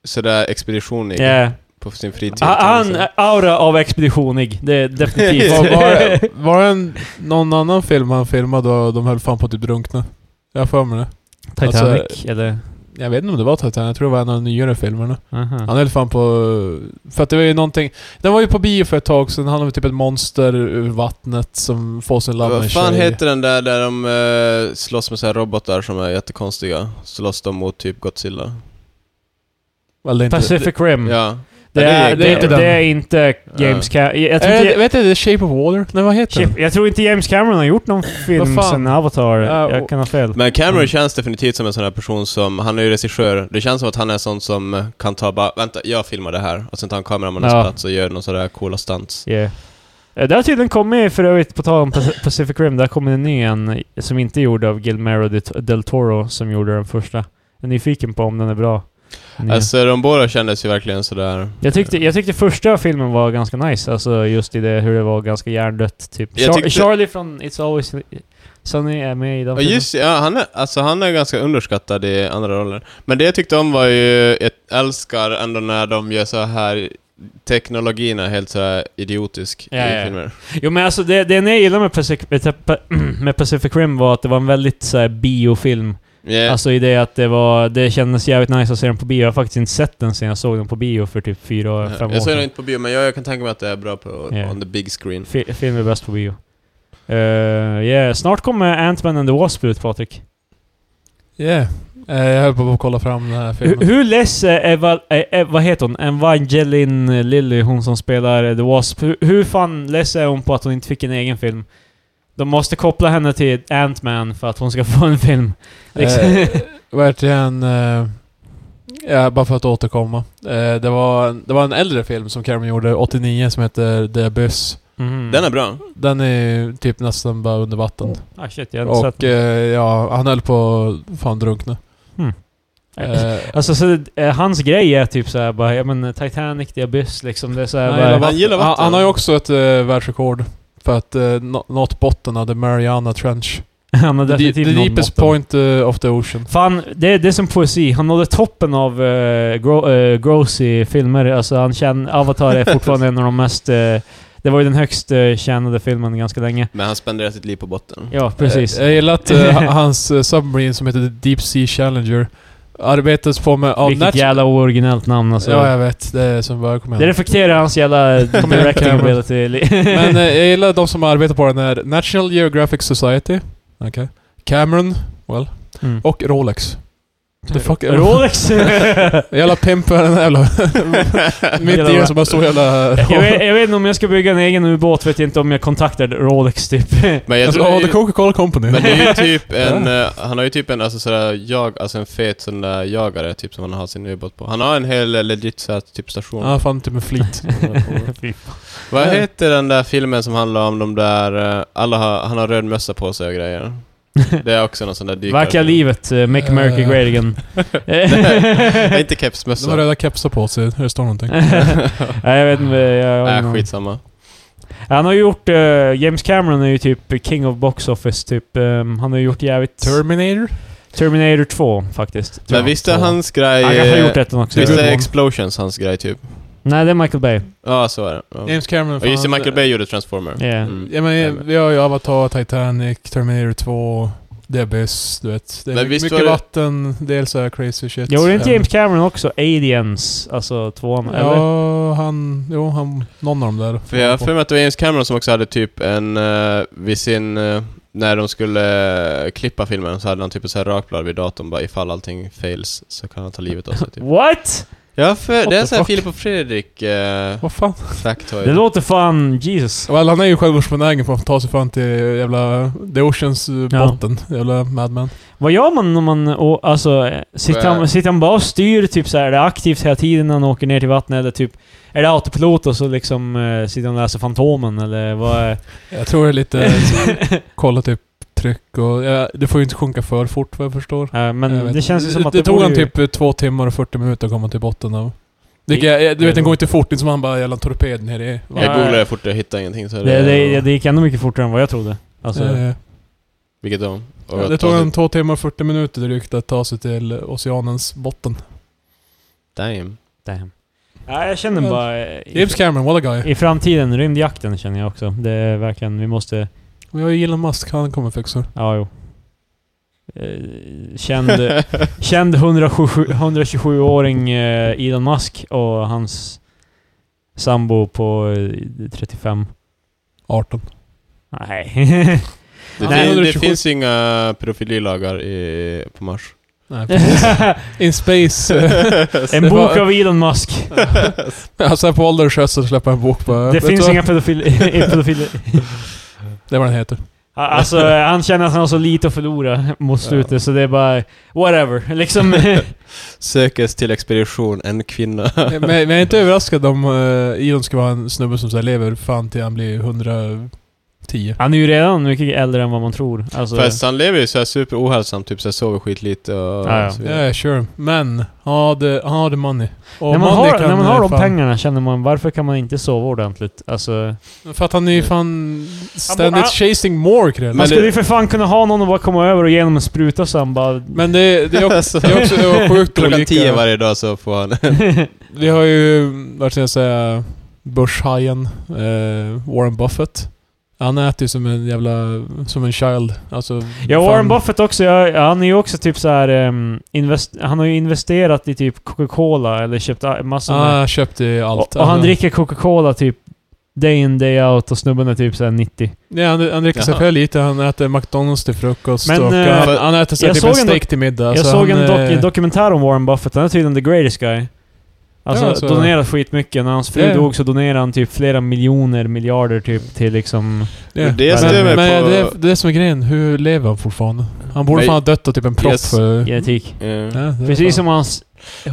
A: sådär expeditionig
C: Yeah.
A: på sin fritid?
C: Ah, Eh, Han,
A: Alltså.
C: eh, aura av expeditionig, det är definitivt.
B: Var, var, var det en, någon annan film han filmade och de höll fan på att typ drunkna? Jag har för mig det.
C: Titanic,
B: Alltså,
C: eller?
B: Jag vet inte om det var Titanic, jag tror det var en av de nyare filmerna.
C: Aha.
B: Han höll fan på... För att det var ju någonting... Den var ju på bio för ett tag sedan, handlade om typ ett monster ur vattnet som får sin lamm
A: Vad fan heter den där där de eh, slåss med så här robotar som är jättekonstiga? Slåss de mot typ Godzilla?
B: Pacific...
C: Pacific Rim.
A: Ja.
C: Det, är, det, är
A: inte
C: inte
B: den.
C: det är inte James Cameron. Jag, tror
B: Äh,
C: inte-
B: vet du, The Shape of Water? Nej, vad heter den?
C: Chip- jag tror inte James Cameron har gjort någon film
B: Vad fan?
C: sen Avatar.
B: Ja,
C: jag
B: och-
C: kan ha fel.
A: Men Cameron
C: Mm.
A: känns definitivt som en sån här person som, han är ju regissör, det känns som att han är sån som eh, kan ta bara, vänta, jag filmar det här, och sen tar han kameramannens
C: Ja.
A: plats och gör någon sån där coola stunts.
C: Yeah. Eh, Det har tydligen kommit, för övrigt på tal om Paci- Pacific Rim, där kommer en ny en som inte är gjord av Guillermo de- del Toro som gjorde den första. Jag är nyfiken på om den är bra. Ny.
A: Alltså de båda kändes ju verkligen sådär...
C: jag, tyckte, jag tyckte första filmen var ganska nice, alltså just i det hur det var ganska hjärndött. Typ.
A: Jag
C: Char-
A: tyckte-
C: Charlie från It's Always Sunny är med i den
A: Ja just ja, han är, alltså, han är ganska underskattad i andra roller. Men det jag tyckte om var ju, jag älskar ändå när de gör så här teknologin är helt så här idiotisk
C: Ja,
A: i
C: ja.
A: filmer.
C: Jo men alltså det, det jag gillade med Pacific, med Pacific Rim var att det var en väldigt så här, biofilm.
A: Yeah.
C: Alltså i det att det var... Det kändes jävligt nice att se den på bio. Jag har faktiskt inte sett den sen jag såg den på bio för typ fyra,
A: Ja,
C: fem år
A: jag såg den
C: sedan. Mm.
A: inte på bio, men jag, jag kan tänka mig att det är bra på
C: Ja.
A: on the big screen.
C: Fi- Film är bäst på bio. Eh, yeah. Snart kommer Ant-Man and the Wasp ut Patrik.
B: Yeah. Eh, Jag höll på att kolla fram den här
C: Hur,
B: filmen.
C: hur less är Eva, eh, eh, vad heter hon? Evangeline Lilly, hon som spelar eh, The Wasp. Hur, hur fan less är hon på att hon inte fick en egen film? De måste koppla henne till Ant-Man för att hon ska få en film. Liksom.
B: Eh, verkligen... Eh, ja, bara för att återkomma. Eh, det, var, det var en äldre film som Cameron gjorde, 89, som heter The Abyss.
C: Mhm.
A: Den är bra.
B: Den är ju typ nästan bara under vatten.
C: Ah shit, jag har inte sett
B: Och
C: den.
B: eh, ja, han höll på att fan drunkna.
C: Hmm.
B: Eh,
C: Alltså så, eh, hans grej är typ såhär bara, ja men Titanic, The Abyss liksom. Det är såhär
B: han,
C: bara,
B: gillar
A: vad-
B: vatten.
A: gillar
B: eh, han,
A: vatten.
B: han har ju också ett eh, världsrekord. För att eh, nå- nått botten av the Mariana Trench.
C: han har
B: The, the
C: definitivt någon
B: deepest
C: botten.
B: point eh, of the ocean.
C: Fan, det, det är som poesi. Han nådde toppen av uh, gro, eh, grossy filmer. Alltså han känner, Avatar är fortfarande en av de mest... eh, det var ju den högst uh, tjänade filmen ganska länge.
A: Men han spenderar sitt liv på botten.
C: Ja, precis.
B: Eh, jag gillar att eh, ha- hans eh, submarine som heter the Deep Sea Challenger arbetades på med... av
C: Vilket
B: nat-
C: jävla originellt namn alltså.
B: Ja, jag vet. Det är som bara kom
C: Det
B: igen.
C: reflekterar hans jävla
B: Kom igen,
C: directing
B: Cameron.
C: ability.
B: Men eh, jag gillar de som arbetar på den här. National Geographic Society. Okej. Cameron. Well.
C: Mm.
B: Och Rolex. The fuck
C: Rolex!
B: Jävla pimp för den här jävla... Mitt i en som bara står jävla...
C: jag, vet, jag vet inte om jag ska bygga en egen ubåt, vet jag inte om jag kontaktar Rolex typ.
A: Men jag
B: Alltså,
A: tror...
B: oh, the Coca-Cola Company.
A: Men det är ju typ en, eh, han har ju typ en, alltså sådär, jag, alltså en fet sån där jagare typ som han har sin ubåt på. Han har en hel eh, legit såhär typ station.
B: Ja, fan typ med flit.
C: Fy
A: Vad heter den där filmen som handlar om de där, eh, alla har, han har röd mössa på sig och grejer? Det är också någon sån där dykare.
C: Verkar livet, eh, make America
B: Eh.
C: great again.
A: Nej, inte
B: De har
A: kepsmössa.
B: röda kepsar på sig. Här står någonting.
C: Nej, jag vet inte. Jag, jag,
A: Nej, skitsamma.
C: han har ju gjort... eh, James Cameron är ju typ king of box office, typ. Ehm, han har ju gjort jävligt...
B: Terminator?
C: Terminator 2, faktiskt.
A: Men visst är
C: Så-
A: hans
C: Han
A: grej...
C: kanske har gjort
A: eh,
C: ettan också.
A: Visst
B: Good
A: är
B: one.
A: Explosions hans grej typ?
C: Nej, det är Michael Bay.
A: Ja, så är det. Ja.
B: James Cameron.
A: Och just det, Michael Bay gjorde Transformer.
C: Yeah.
A: Mm.
B: eh, Ja, men, eh, vi har ju Avatar, Titanic, Terminator 2, The Abyss, du vet. Det är
A: Men
B: my-
A: visst
B: mycket
A: var det-
B: vatten, dels är crazy shit.
C: Gjorde inte
B: Ja.
C: James Cameron också Aliens, alltså tvåan? Eller?
B: Ja, han... Jo, han... Någon av dem där.
A: För jag har för mig att det var James Cameron som också hade typ en, uh, vid sin, eh, när de skulle eh, klippa filmen så hade han typ ett så här rakblad vid datorn bara ifall allting fails så kan han ta livet av sig typ.
C: What?
A: Ja, för
B: What
A: det är
B: the
A: så här
B: fuck?
A: Filip och Fredrik uh,
B: Vad fan?
A: factoid.
C: Det låter fan Jesus.
B: Well, han är ju självmordsbenägen för att ta sig fram till jävla The Oceans eh,
C: Ja.
B: botten. Jävla madman.
C: Vad gör man när man... Och, alltså, eh, sitter han, sitter han bara och styr typ så här, är det aktivt hela tiden när han åker ner till vattnet eller typ... Är det autopilot och så liksom eh, sitter han och läser Fantomen eller vad är...
B: Jag tror det är lite... kolla typ tryck och... Ja, det får ju inte sjunka för fort vad jag förstår.
C: Eh,
B: jag
C: men
B: vet
C: det känns ju
B: inte.
C: som att
B: det, det tog
C: borde
B: han
C: ju-
B: typ eh, två timmar och 40 minuter att komma till botten av. Det,
C: Det-
B: jag, du
C: det är
B: vet, den
C: nog-
B: går inte fort. Det är som han bara jävla torped ner i...
A: Jag googlade fort, jag hittade ingenting så
C: Det, det, det gick ändå mycket fortare än vad jag trodde. Alltså,
B: Eh,
A: Vilket då? Och
B: ja, det
A: att
B: tog
A: ta
B: han
A: sig-
B: två timmar och 40 minuter drygt att ta sig till oceanens botten.
A: Damn.
C: damn. Nej, jag känner bara... eh, I,
B: James Cameron, what a guy.
C: I framtiden, rymdjakten känner jag också. Det är verkligen, vi måste...
B: Vi har ju Elon Musk, han kommer fixa det.
C: Ja, jo. eh, känd, känd 127 127-åring eh, Elon Musk och hans sambo på eh, 35.
B: 18.
C: Nej.
A: Det,
C: Nej,
A: fin, det
C: 127.
A: finns inga pedofililagar i, på Mars.
B: Nej, precis. In space.
C: en
B: Det
C: bok
B: var-
C: av Elon Musk.
B: alltså här på ålderns höst så släpper jag en bok bara.
C: Det
B: vet du
C: finns
B: vad?
C: inga pedofiler. pedofiler.
B: Det är vad den heter.
C: Ja, Alltså, eh, han känner att han har så lite att förlora mot slutet, så det är bara... Whatever. Liksom...
A: Sökes till expedition en kvinna.
B: Men, men jag är inte överraskad om uh, Elon ska vara en snubbe som så här lever fan till han blir 110.
C: han är ju redan mycket äldre än vad man tror. Alltså,
A: Fast han lever ju såhär superohälsam, typ såhär sover skitlite och,
C: Ja, ja.
A: och så
B: Ja,
A: vidare.
B: yeah, sure. Men, han hade, han hade money. Och
C: när man,
B: money
C: har,
B: kan,
C: när man
B: eh,
C: har de
B: fan-
C: pengarna känner man, varför kan man inte sova ordentligt? Alltså,
B: För att han är ju fan ständigt
C: Han-
B: chasing more kräll.
A: ah. Men
C: man
B: Men,
A: det-
C: skulle ju för fan kunna ha någon och bara komma över och ge honom en spruta sen bara...
B: det, det, är också, det är också det var sjukt
A: Klockan tio
B: olika.
A: varje dag så får han...
B: Vi har ju, vad ska jag säga, börshajen eh, Warren Buffett. Han äter ju som en jävla, som en child. Alltså,
C: Ja,
B: fan.
C: Warren Buffett också. Jag, han är ju också typ så här, ehm, invest, Han har ju investerat i typ Coca-Cola eller köpt a- massor
B: Ah,
C: med...
B: han köpte ju allt.
C: och, och han
B: Alltså,
C: dricker Coca-Cola typ day in day out och snubben är typ såhär 90.
B: Nej, han, han dricker sig
A: Jaha.
B: själv lite, han äter McDonalds till frukost
C: Men,
B: och
C: eh,
B: han, han äter sig
C: jag
B: typ
C: såg
B: en
C: en
B: steak
C: dok-
B: till middag.
C: jag
A: Alltså
B: så
C: såg
B: han,
C: en dok
B: eh,
C: dokumentär om Warren Buffett, han är tydligen the greatest guy. Alltså
B: Ja, så-
C: donerat skitmycket. När hans fru
B: Ja.
C: dog så donerade han typ flera miljoner, miljarder typ till liksom...
B: ja.
A: Det stämmer
B: men, men
A: på-
B: det, är- det är som är grejen, hur lever han fortfarande? Han borde
A: Men-
B: fan ha dött av typ en propp.
A: Yes.
B: för-
C: genetik.
A: Ja.
B: Ja, det är
C: Precis
B: fan.
C: som hans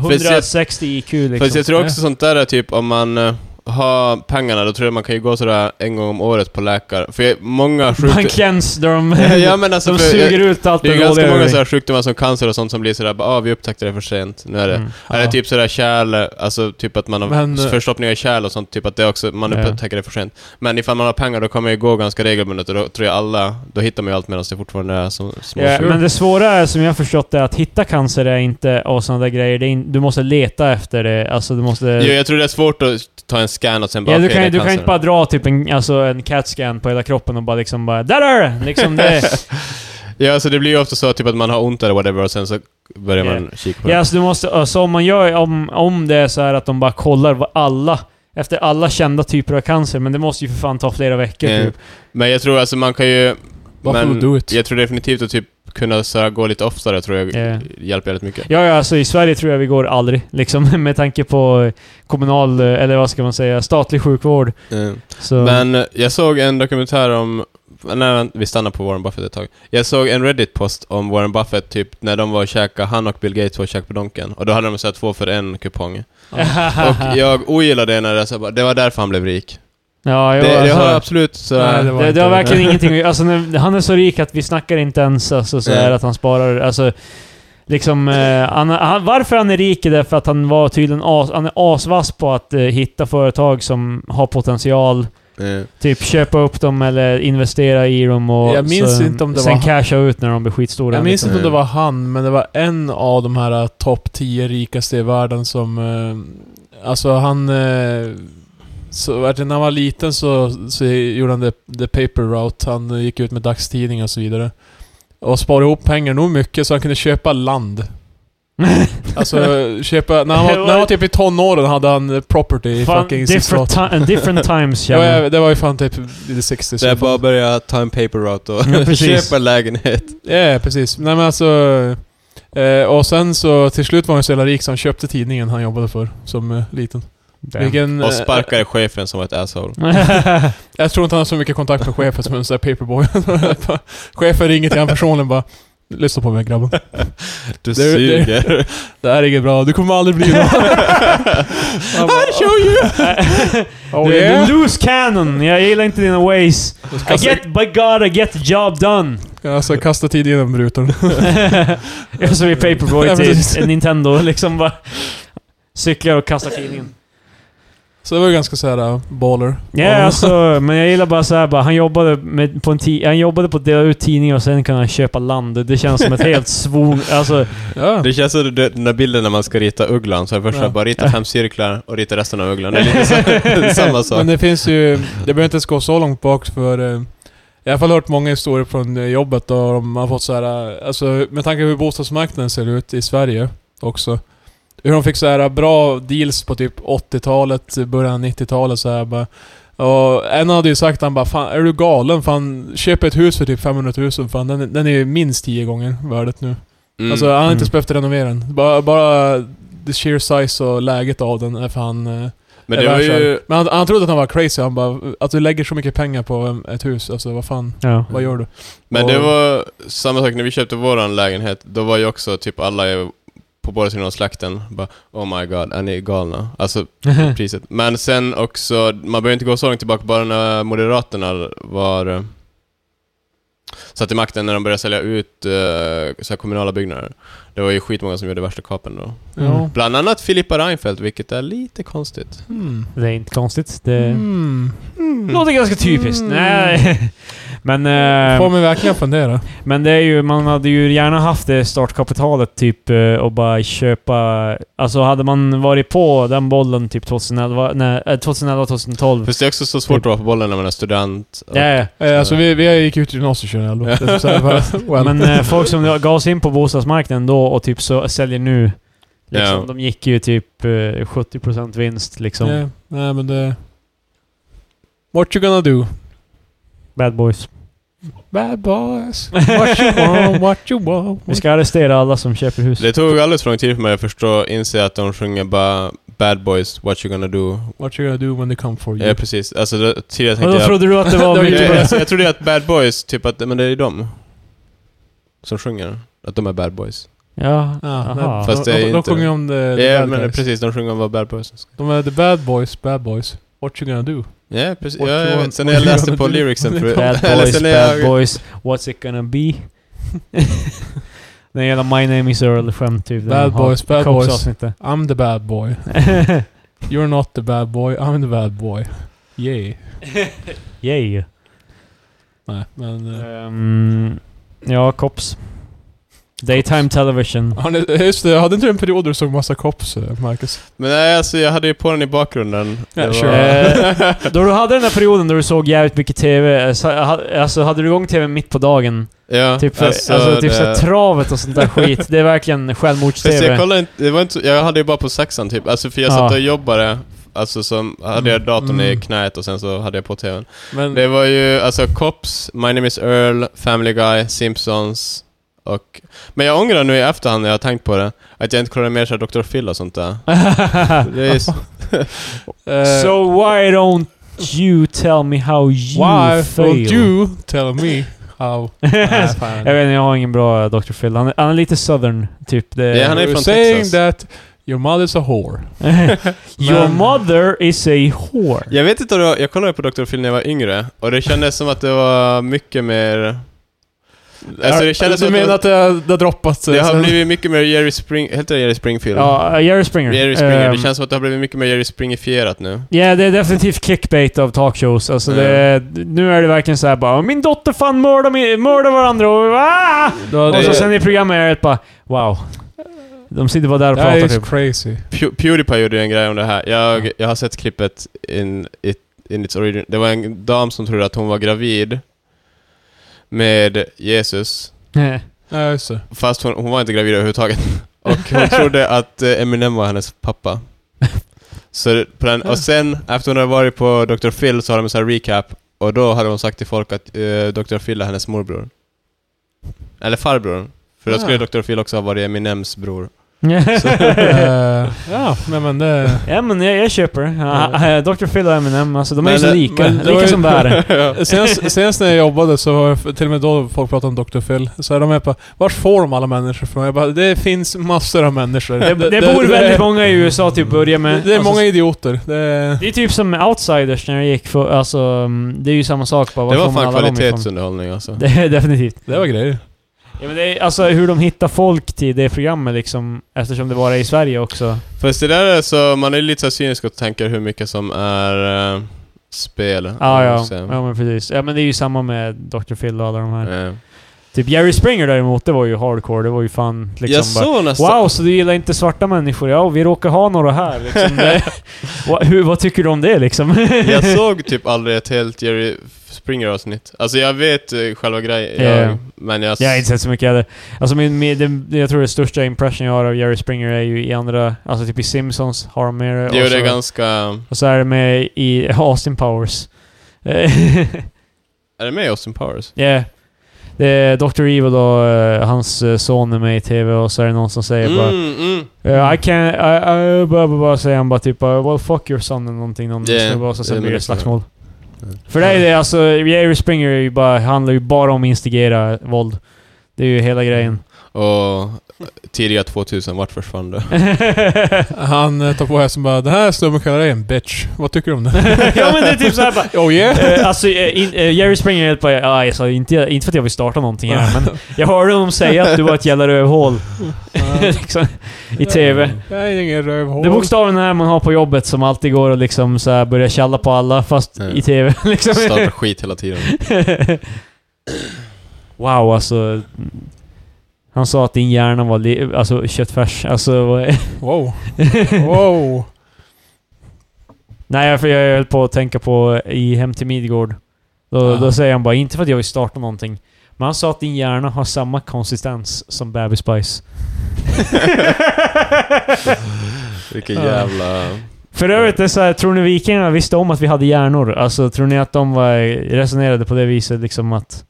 C: 160 IQ
A: Fast
C: liksom.
A: jag tror också sånt där är typ om man eh, har pengarna, då tror jag man kan ju gå sådär en gång om året på läkare. För jag- många sjukdomar...
C: Bankens där de...
A: ja men alltså,
C: de
A: för, jag-
C: suger ut allt
A: det är ju
C: det
A: ganska
C: dåliga ur
A: många
C: dig.
A: sådär sjukdomar som cancer och sånt som blir sådär bara ah, vi upptäckte det för sent, nu är det.
C: Mm.
A: Eller
B: Ja.
A: typ sådär kärl, alltså typ att man har
B: Men, eh,
A: förstoppningar i kärl och sånt, typ att det också, man
C: Ja.
A: upptäcker det för sent. Men ifall man har pengar då kommer jag ju gå ganska regelbundet och då tror jag alla, då hittar man ju allt medan det fortfarande är som små
C: Ja,
A: sjuka.
C: men det svåra är, som jag har förstått det, att hitta cancer är inte och sådana där grejer. Det är in, du måste leta efter det. Alltså du måste...
A: Jo, jag tror det är svårt att ta en scan och sen bara
C: ja, du
A: okej,
C: kan,
A: det
C: ju-
A: är
C: du kan
A: cancer.
C: inte bara dra typ en, alltså, en CAT-scan på hela kroppen och bara liksom bara Där är det! Liksom det.
A: Ja, alltså det blir ju ofta så typ att man har ont eller whatever och sen så börjar man kika på det.
C: ja, alltså, du måste, alltså, om man gör, om, om det är så här att de bara kollar vad alla, efter alla kända typer av cancer, men det måste ju för fan ta flera veckor
A: Ja.
C: typ.
A: Eh, Men jag tror alltså man kan ju...
B: Varför
A: men
B: do it?
A: Jag tror definitivt att typ kunna så här, gå lite oftare tror jag
C: Ja.
A: hjälper jävligt mycket.
C: Ja, ja, alltså i Sverige tror jag vi går aldrig, liksom, med tanke på kommunal, eller vad ska man säga, statlig sjukvård.
A: Mm.
C: Så,
A: Men eh, jag såg en dokumentär om... Nej, vänta, vi stannar på Warren Buffett ett tag. Jag såg en Reddit-post om Warren Buffett, typ när de var och käkade, han och Bill Gates var och käkade på Donken. Och då hade de så här två för en kupong. och jag ogillade det när det, så här, bara, det var därför han blev rik.
C: ja, jo,
A: det, det
C: alltså,
A: har absolut så här,
B: Nej, det var
C: det, det
B: inte-
C: har verkligen ingenting att- alltså, när, Han är så rik att vi snackar inte ens alltså, så här
A: Nej.
C: att han sparar. Alltså, liksom, eh, han, han, varför han är rik är därför att han var tydligen as, han är asvass på att eh, hitta företag som har potential.
A: eh,
C: Typ köpa upp dem eller investera i dem och
B: Jag minns
C: så,
B: inte om det
C: sen
B: var-
C: casha ut när de blir skitstora.
B: Jag minns
C: liksom.
B: inte om det
A: Mm.
B: var han, men det var en av de här eh, topp 10 rikaste i världen som... Eh, alltså han... Eh, så, verkligen, när han var liten så, så gjorde han the, the paper route. Han eh, gick ut med dagstidningar och så vidare. Och sparade ihop pengar nog mycket så han kunde köpa land. Alltså köpa... När han var, när han var typ i tonåren hade han eh, property i
C: Fan,
B: fucking sitt
C: different,
B: slott.
C: ti- different times
B: Ja,
C: känner
B: ja, det var ju fan typ i the 60s.
A: det är bara att börja ta en paper route och
C: Ja, precis.
A: köpa en lägenhet.
B: Ja, precis. Nej men alltså... Eh, och sen så till slut var han så jävla rik så han köpte tidningen han jobbade för som eh, liten.
C: Damn.
B: Vilken,
A: Och
B: Eh,
A: sparkade chefen som var ett asshole.
B: jag tror inte han har så mycket kontakt med chefen som en sån där paperboy. chefen ringer till han personligen bara Lyssna på mig grabben.
A: Du
B: Det- det-
A: suger.
B: Det här är inget bra, du kommer aldrig bli bra. Han bara, oh,
C: Du är
B: yeah.
C: en loose cannon! Jag gillar inte dina ways. I get, by God, I get the job done!
B: Alltså kasta tid genom rutan.
C: jag som i Paperboy
B: Ja, precis.
C: till Nintendo, liksom bara... Cyklar och kastar tidningen.
B: Så det var ju ganska såhär uh, baller.
C: Ja, alltså, men jag gillar bara så här, bara, han jobbade med, på en ti- han jobbade på att dela ut tidningar och sen kan han köpa land. Det känns som ett helt svung... Alltså,
B: Ja.
A: Det känns som det- den där bilden när man ska rita ugglan, så är det först
B: Ja.
A: bara rita fem cirklar och rita resten av ugglan. Det är lite så, samma sak.
B: Men det finns ju, det behöver inte ens gå så långt bak för eh, Jag har i alla fall hört många historier från eh, jobbet och de har fått så här, eh, alltså med tanke på hur bostadsmarknaden ser ut i Sverige också. Hur de fick så här bra deals på typ 80-talet, början av 90-talet så här bara. Och en hade ju sagt han bara fan, är du galen? Fan, köp ett hus för typ 500 000 fan, den, den är ju minst 10 gånger värdet nu.
A: Mm.
B: Alltså han har inte
C: Mm.
B: ens behövt renovera den. Bara, bara the sheer size och läget av den är fan... eh,
A: men
B: är
A: det var
B: värd
A: ju...
B: det. Men han, han trodde att han var crazy, han bara att du lägger så mycket pengar på em, ett hus, alltså vad fan,
C: Ja.
B: vad gör du?
A: Men
B: Och-
A: det var samma sak när vi köpte våran lägenhet, då var ju också typ alla i- på båda sidorna av släkten bara Oh my god, är ni galna? Alltså
C: Mm.
A: priset. Men sen också, man behöver inte gå så långt tillbaka, bara när Moderaterna var... eh, Satt i makten när de började sälja ut eh, så här kommunala byggnader. Det var ju skitmånga som gjorde värsta kapen då.
B: Ja.
A: Bland annat Filippa Reinfeldt, vilket är lite konstigt.
B: Mm.
C: Det är inte konstigt. Det
B: Mm.
C: låter ganska typiskt.
B: Mm.
C: Nej. Men, eh,
B: Får mig verkligen att fundera.
C: men det är ju, man hade ju gärna haft det startkapitalet typ eh, och bara köpa... Alltså hade man varit på den bollen typ 2011, nej, eh, 2011 2012.
A: Fast det är också så svårt att vara på bollen när man är student.
C: Ja,
B: Eh, alltså vi, vi gick ut gymnasiet 2011. Det är så här bara, well.
C: Men eh, folk som gav sig in på bostadsmarknaden då och typ så säljer nu, liksom,
A: Ja.
C: de gick ju typ eh, 70% vinst liksom.
B: Nej, nej men det... What you gonna do?
C: Bad boys.
B: Bad boys. What you want, what you want.
C: Vi ska arrestera alla som köper hus.
A: Det tog alldeles för lång tid för mig att förstå, inse att de sjunger bara Bad boys, what you gonna
C: Oh,
A: do?
B: What you gonna do when they come for you.
A: Ja, precis. Alltså, då, tidigare
C: Och då
A: tänkte jag...
C: trodde du att det var
B: Det var
A: Jag,
C: mycket
B: ju-
A: jag, jag trodde att Bad boys, typ att, men det är ju de. Som sjunger. Att de är Bad boys.
C: Ja,
B: Ah,
C: aha.
B: nej,
A: Fast
B: de,
A: det är
B: de, de
A: inte-
B: sjunger om the, the
A: Ja,
B: bad
A: men
B: guys.
A: precis. De sjunger om vad Bad boys
B: De är the bad boys, bad boys. What you gonna do?
A: Ja, precis.
B: What
A: Ja,
B: you
A: jag
B: want-
A: vet. Sen när
B: what
A: jag
B: you
A: läste
B: wanna
A: på
B: do.
A: lyricsen förut.
C: Bad
A: eller
C: boys,
A: sen när
C: bad
A: jag-
C: boys. What's it gonna be? Den jävla My name is Earl-skämt typ. den
B: Bad
C: har
B: boys, bad
C: Cops
B: boys.
C: avsnittet.
B: I'm the bad boy. You're not the bad boy, I'm the bad boy. Yay.
C: Yay.
B: Nej, men... eh,
C: Ehm, ja, Cops. Daytime television.
A: Eh.
B: Har ni, eh, just det, jag hade inte du en period där du såg massa cops, eh, Marcus?
A: Men nej, alltså jag hade ju på den i bakgrunden.
B: Ja,
A: Det
B: sure.
C: Eh, då du hade den där perioden då du såg jävligt mycket TV, eh, så- ha- alltså hade du igång TV mitt på dagen?
A: ja,
C: Typ, för, alltså, typ såhär travet och sånt där skit. Det är verkligen
A: Fast jag
C: självmords-TV.
A: kollade inte, det var inte, så- jag hade ju bara på sexan typ. Alltså för jag
C: Ja.
A: satt och jobbade, alltså som, hade jag datorn
B: Mm.
A: i knät och sen så hade jag på tvn.
B: Men...
A: Det var ju alltså Cops, My Name Is Earl, Family Guy, Simpsons och... Men jag ångrar nu i efterhand när jag har tänkt på det, att jag inte kollade mer såhär Dr. Phil och sånt där. Det är s-
B: eh,
C: so why don't you tell me how you
B: why
C: feel?
B: won't you tell me how... Nej, fan.
C: jag vet inte, jag har ingen bra Dr. Phil. Han är, han är lite southern, typ. Det,
A: Ja, han är
B: You're
A: från
B: saying
A: Texas.
B: that your mother's a whore.
C: Your
B: Men-
C: mother is a whore.
A: Jag vet inte om det var, jag kollade på Dr. Phil när jag var yngre och det kändes som att det var mycket mer... Alltså det kändes
B: du
A: som att det
B: menar
A: var-
B: att det, har- det har droppat?
A: Det har eh, blivit mycket mer Jerry Spring... Heter det Jerry Springfield?
C: Ja, Jerry Springer.
A: Jerry Springer.
C: Ehm,
A: det känns som att det har blivit mycket mer Jerry Springifierat nu.
C: Ja, det är definitivt clickbait av talkshows. Alltså det, Nu är det verkligen så här bara “Min dotter fan mördar, min, mördar varandra” och ah!
B: då,
C: Och så
A: Det-
C: sen i programmet är det bara “Wow”. De sitter bara där och
B: det här
C: pratar
B: är
C: typ.
B: crazy.
A: Pew- Pewdiepie gjorde ju en grej om det här. Jag, jag har sett klippet in, it, in its origin. Det var en dam som trodde att hon var gravid med Jesus.
C: Nej.
B: Ja, just det.
A: Fast hon, hon var inte gravid överhuvudtaget. Och hon trodde att eh, Eminem var hennes pappa. Så det- på den, och sen, efter hon hade varit på Dr. Phil så har de en sån här recap. Och då hade hon sagt till folk att eh, Dr. Phil är hennes morbror. Eller farbror. För då skulle
B: Ah.
A: Dr. Phil också ha varit Eminems bror.
B: Eh, ja, nej men eh, det...
C: ja men jag, jag köper det. Ja, eh, Dr. Phil och Eminem, alltså de är ju
A: Men
C: så
A: det-
C: lika.
B: men det var
C: Lika
B: ju-
C: som bär.
A: Ja.
B: Senast, senast när jag jobbade så var jag, till och med då folk pratade om Dr. Phil, så är de med på vart får de alla människor från? Jag bara, det finns massor av människor.
C: Det, det bor väldigt många i USA till att börja med.
B: Det är
C: Alltså,
B: många idioter. Det är,
C: det är typ som outsiders när jag gick för, alltså, mm, det är ju samma sak bara. Var
A: Det var
C: får man
A: fan
C: alla dem ifrån?
A: kvalitetsunderhållning alltså.
C: Det är definitivt.
B: det var grejer.
C: Ja, men det är, alltså hur de hittar folk till det programmet liksom, eftersom det bara är i Sverige också.
A: Fast det där är så, man är lite så här cynisk och tänker hur mycket som är eh, spel.
C: Ah, ja,
A: Så,
C: ja, men precis. Ja, men det är ju samma med Dr. Phil och alla de här.
A: eh,
C: Typ Jerry Springer däremot, det var ju hardcore. Det var ju fan liksom
A: jag
C: bara...
A: såg nästan...
C: Wow, så du gillar inte svarta människor? Ja, vi råkar ha några här liksom. det, vad, hur, vad tycker du om det liksom?
A: jag såg typ aldrig ett helt Jerry Springer-avsnitt. Alltså jag vet eh, själva grejen,
C: Ja,
A: jag-
C: ja.
A: men jag...
C: Jag har inte sett så mycket heller. Alltså min, min, den- jag tror det största impression jag har av Jerry Springer är ju i andra, alltså typ i Simpsons har de med det.
A: Jo,
C: och
A: det är
C: så-
A: ganska...
C: Och så är det med i Austin Powers. Eh,
A: Är det med i Austin Powers?
C: yeah. Det är Dr. Evil och eh, hans eh, son är med i TV och så är det någon som säger bara
A: Mm, mm.
C: Uh, I can't... I, I, bara, bara, bara säger han bara typ uh, Well fuck your son eller någonting. Någon
A: Det-
C: snubbe och så
A: det
C: sen blir det
A: minns jag.
C: slagsmål.
A: Mm.
C: För dig är det alltså, Jerry Springer är ju bara, handlar ju bara om att instigera våld. Det är ju hela grejen.
A: Och eh, tidiga 2000, vart försvann det?
B: Han eh, tar på här som bara Den här snubben kallar dig en bitch. Vad tycker du om det?
C: ja men det är typ såhär bara...
B: oh yeah?
C: eh, alltså eh, in, eh, Jerry Springer är helt bara, "Ja, alltså, inte, inte för att jag vill starta någonting här men jag hörde honom säga att du var ett jävla rövhål. liksom, I TV.
B: Jag är ingen rövhål.
C: Det är bokstaven här man har på jobbet som alltid går och liksom så här börjar tjalla på alla fast
A: Ja.
C: i TV. Liksom.
A: Startar skit hela tiden.
C: wow, alltså... Han sa att din hjärna var li- alltså, köttfärs. Alltså, vad-
B: Wow. Wow.
C: nej, för jag höll på att tänka på eh, i Hem till Midgård. Då,
B: Ah.
C: då säger han bara, inte för att jag vill starta någonting. Men han sa att din hjärna har samma konsistens som Baby Spice.
A: Vilken jävla...
C: För övrigt, det är så här, tror ni vikingarna visste om att vi hade hjärnor? Alltså, tror ni att de var, resonerade på det viset liksom att...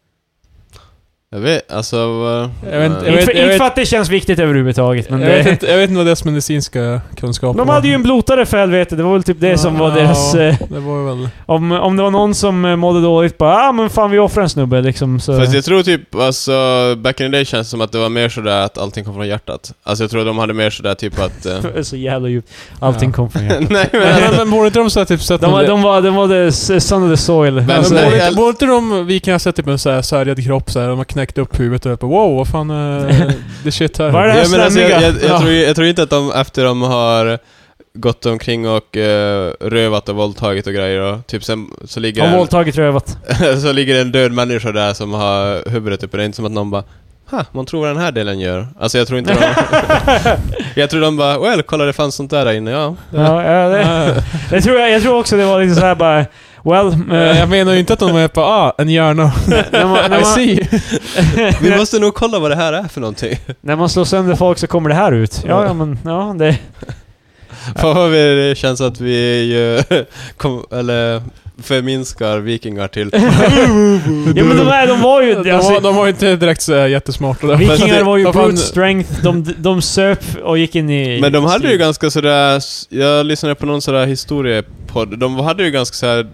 A: Jag vet, alltså... vad-
B: Jag vet inte- jag
C: inte
B: vet-
C: för, inte
B: vet-
C: för att det känns viktigt överhuvudtaget, men
B: Jag vet,
C: det...
B: inte, jag vet inte vad deras medicinska kunskap
C: De hade ju en blotare för helvete, det var väl typ det som var
B: Ja,
C: deras... Eh,
B: Det var väl...
C: om, om det var någon som eh, mådde dåligt, bara ah men fan vi offrar en snubbe liksom så...
A: Fast jag tror typ, alltså, back in the day känns det som att det var mer sådär att allting kom från hjärtat. Alltså jag tror de hade mer sådär typ att... eh,
C: Det är så jävla djupt. Allting
B: Ja.
C: kom från hjärtat.
A: nej men... alltså,
B: Men, men borde inte de så här, typ sätta...
C: De, var- de var, de var the s- son of the soil.
A: Men-
B: Alltså,
A: men-
B: borde,
A: jag-
B: inte, borde inte de vikingarna sett typ en så här sargad kropp så här, de har knäckt upp huvudet och bara wow, vad fan är det shit här?
C: Vad är det här
A: Ja, men alltså, jag, jag, jag,
C: Ja.
A: tror, jag tror inte att de efter de har gått omkring och eh, rövat och våldtagit och grejer och typ sen så ligger,
C: har
A: en,
C: våldtagit rövat.
A: så ligger det en död människa där som har huvudet uppe. Det är inte som att någon bara Ha, man tror vad den här delen gör. Alltså jag tror inte de... jag tror de bara Well, kolla det fanns sånt där där inne, ja.
C: Ja, ja, det, det tror jag, jag tror också det var lite såhär bara... Well...
B: Eh,
C: eh,
B: Jag menar ju inte att de är på ah, en hjärna.
C: när man, när
B: I
C: man,
B: see.
A: Vi måste nog kolla vad det här är för någonting.
C: när man slår sönder folk så kommer det här ut. Ja, ja men... Ja, det...
A: Fan vad vi- det känns att vi ju, kom, eller förminskar vikingar till...
C: Ja men de, här, de var ju...
B: De,
C: alltså-
B: var, de var ju inte direkt så här jättesmarta. där. Fast
C: Vikingar
B: det-
C: var ju
B: vad fan-
C: brute strength, de, de söp och gick in i...
A: Men de hade ju ganska sådär, jag lyssnade på någon sådär historiepodd, de hade ju ganska sådär,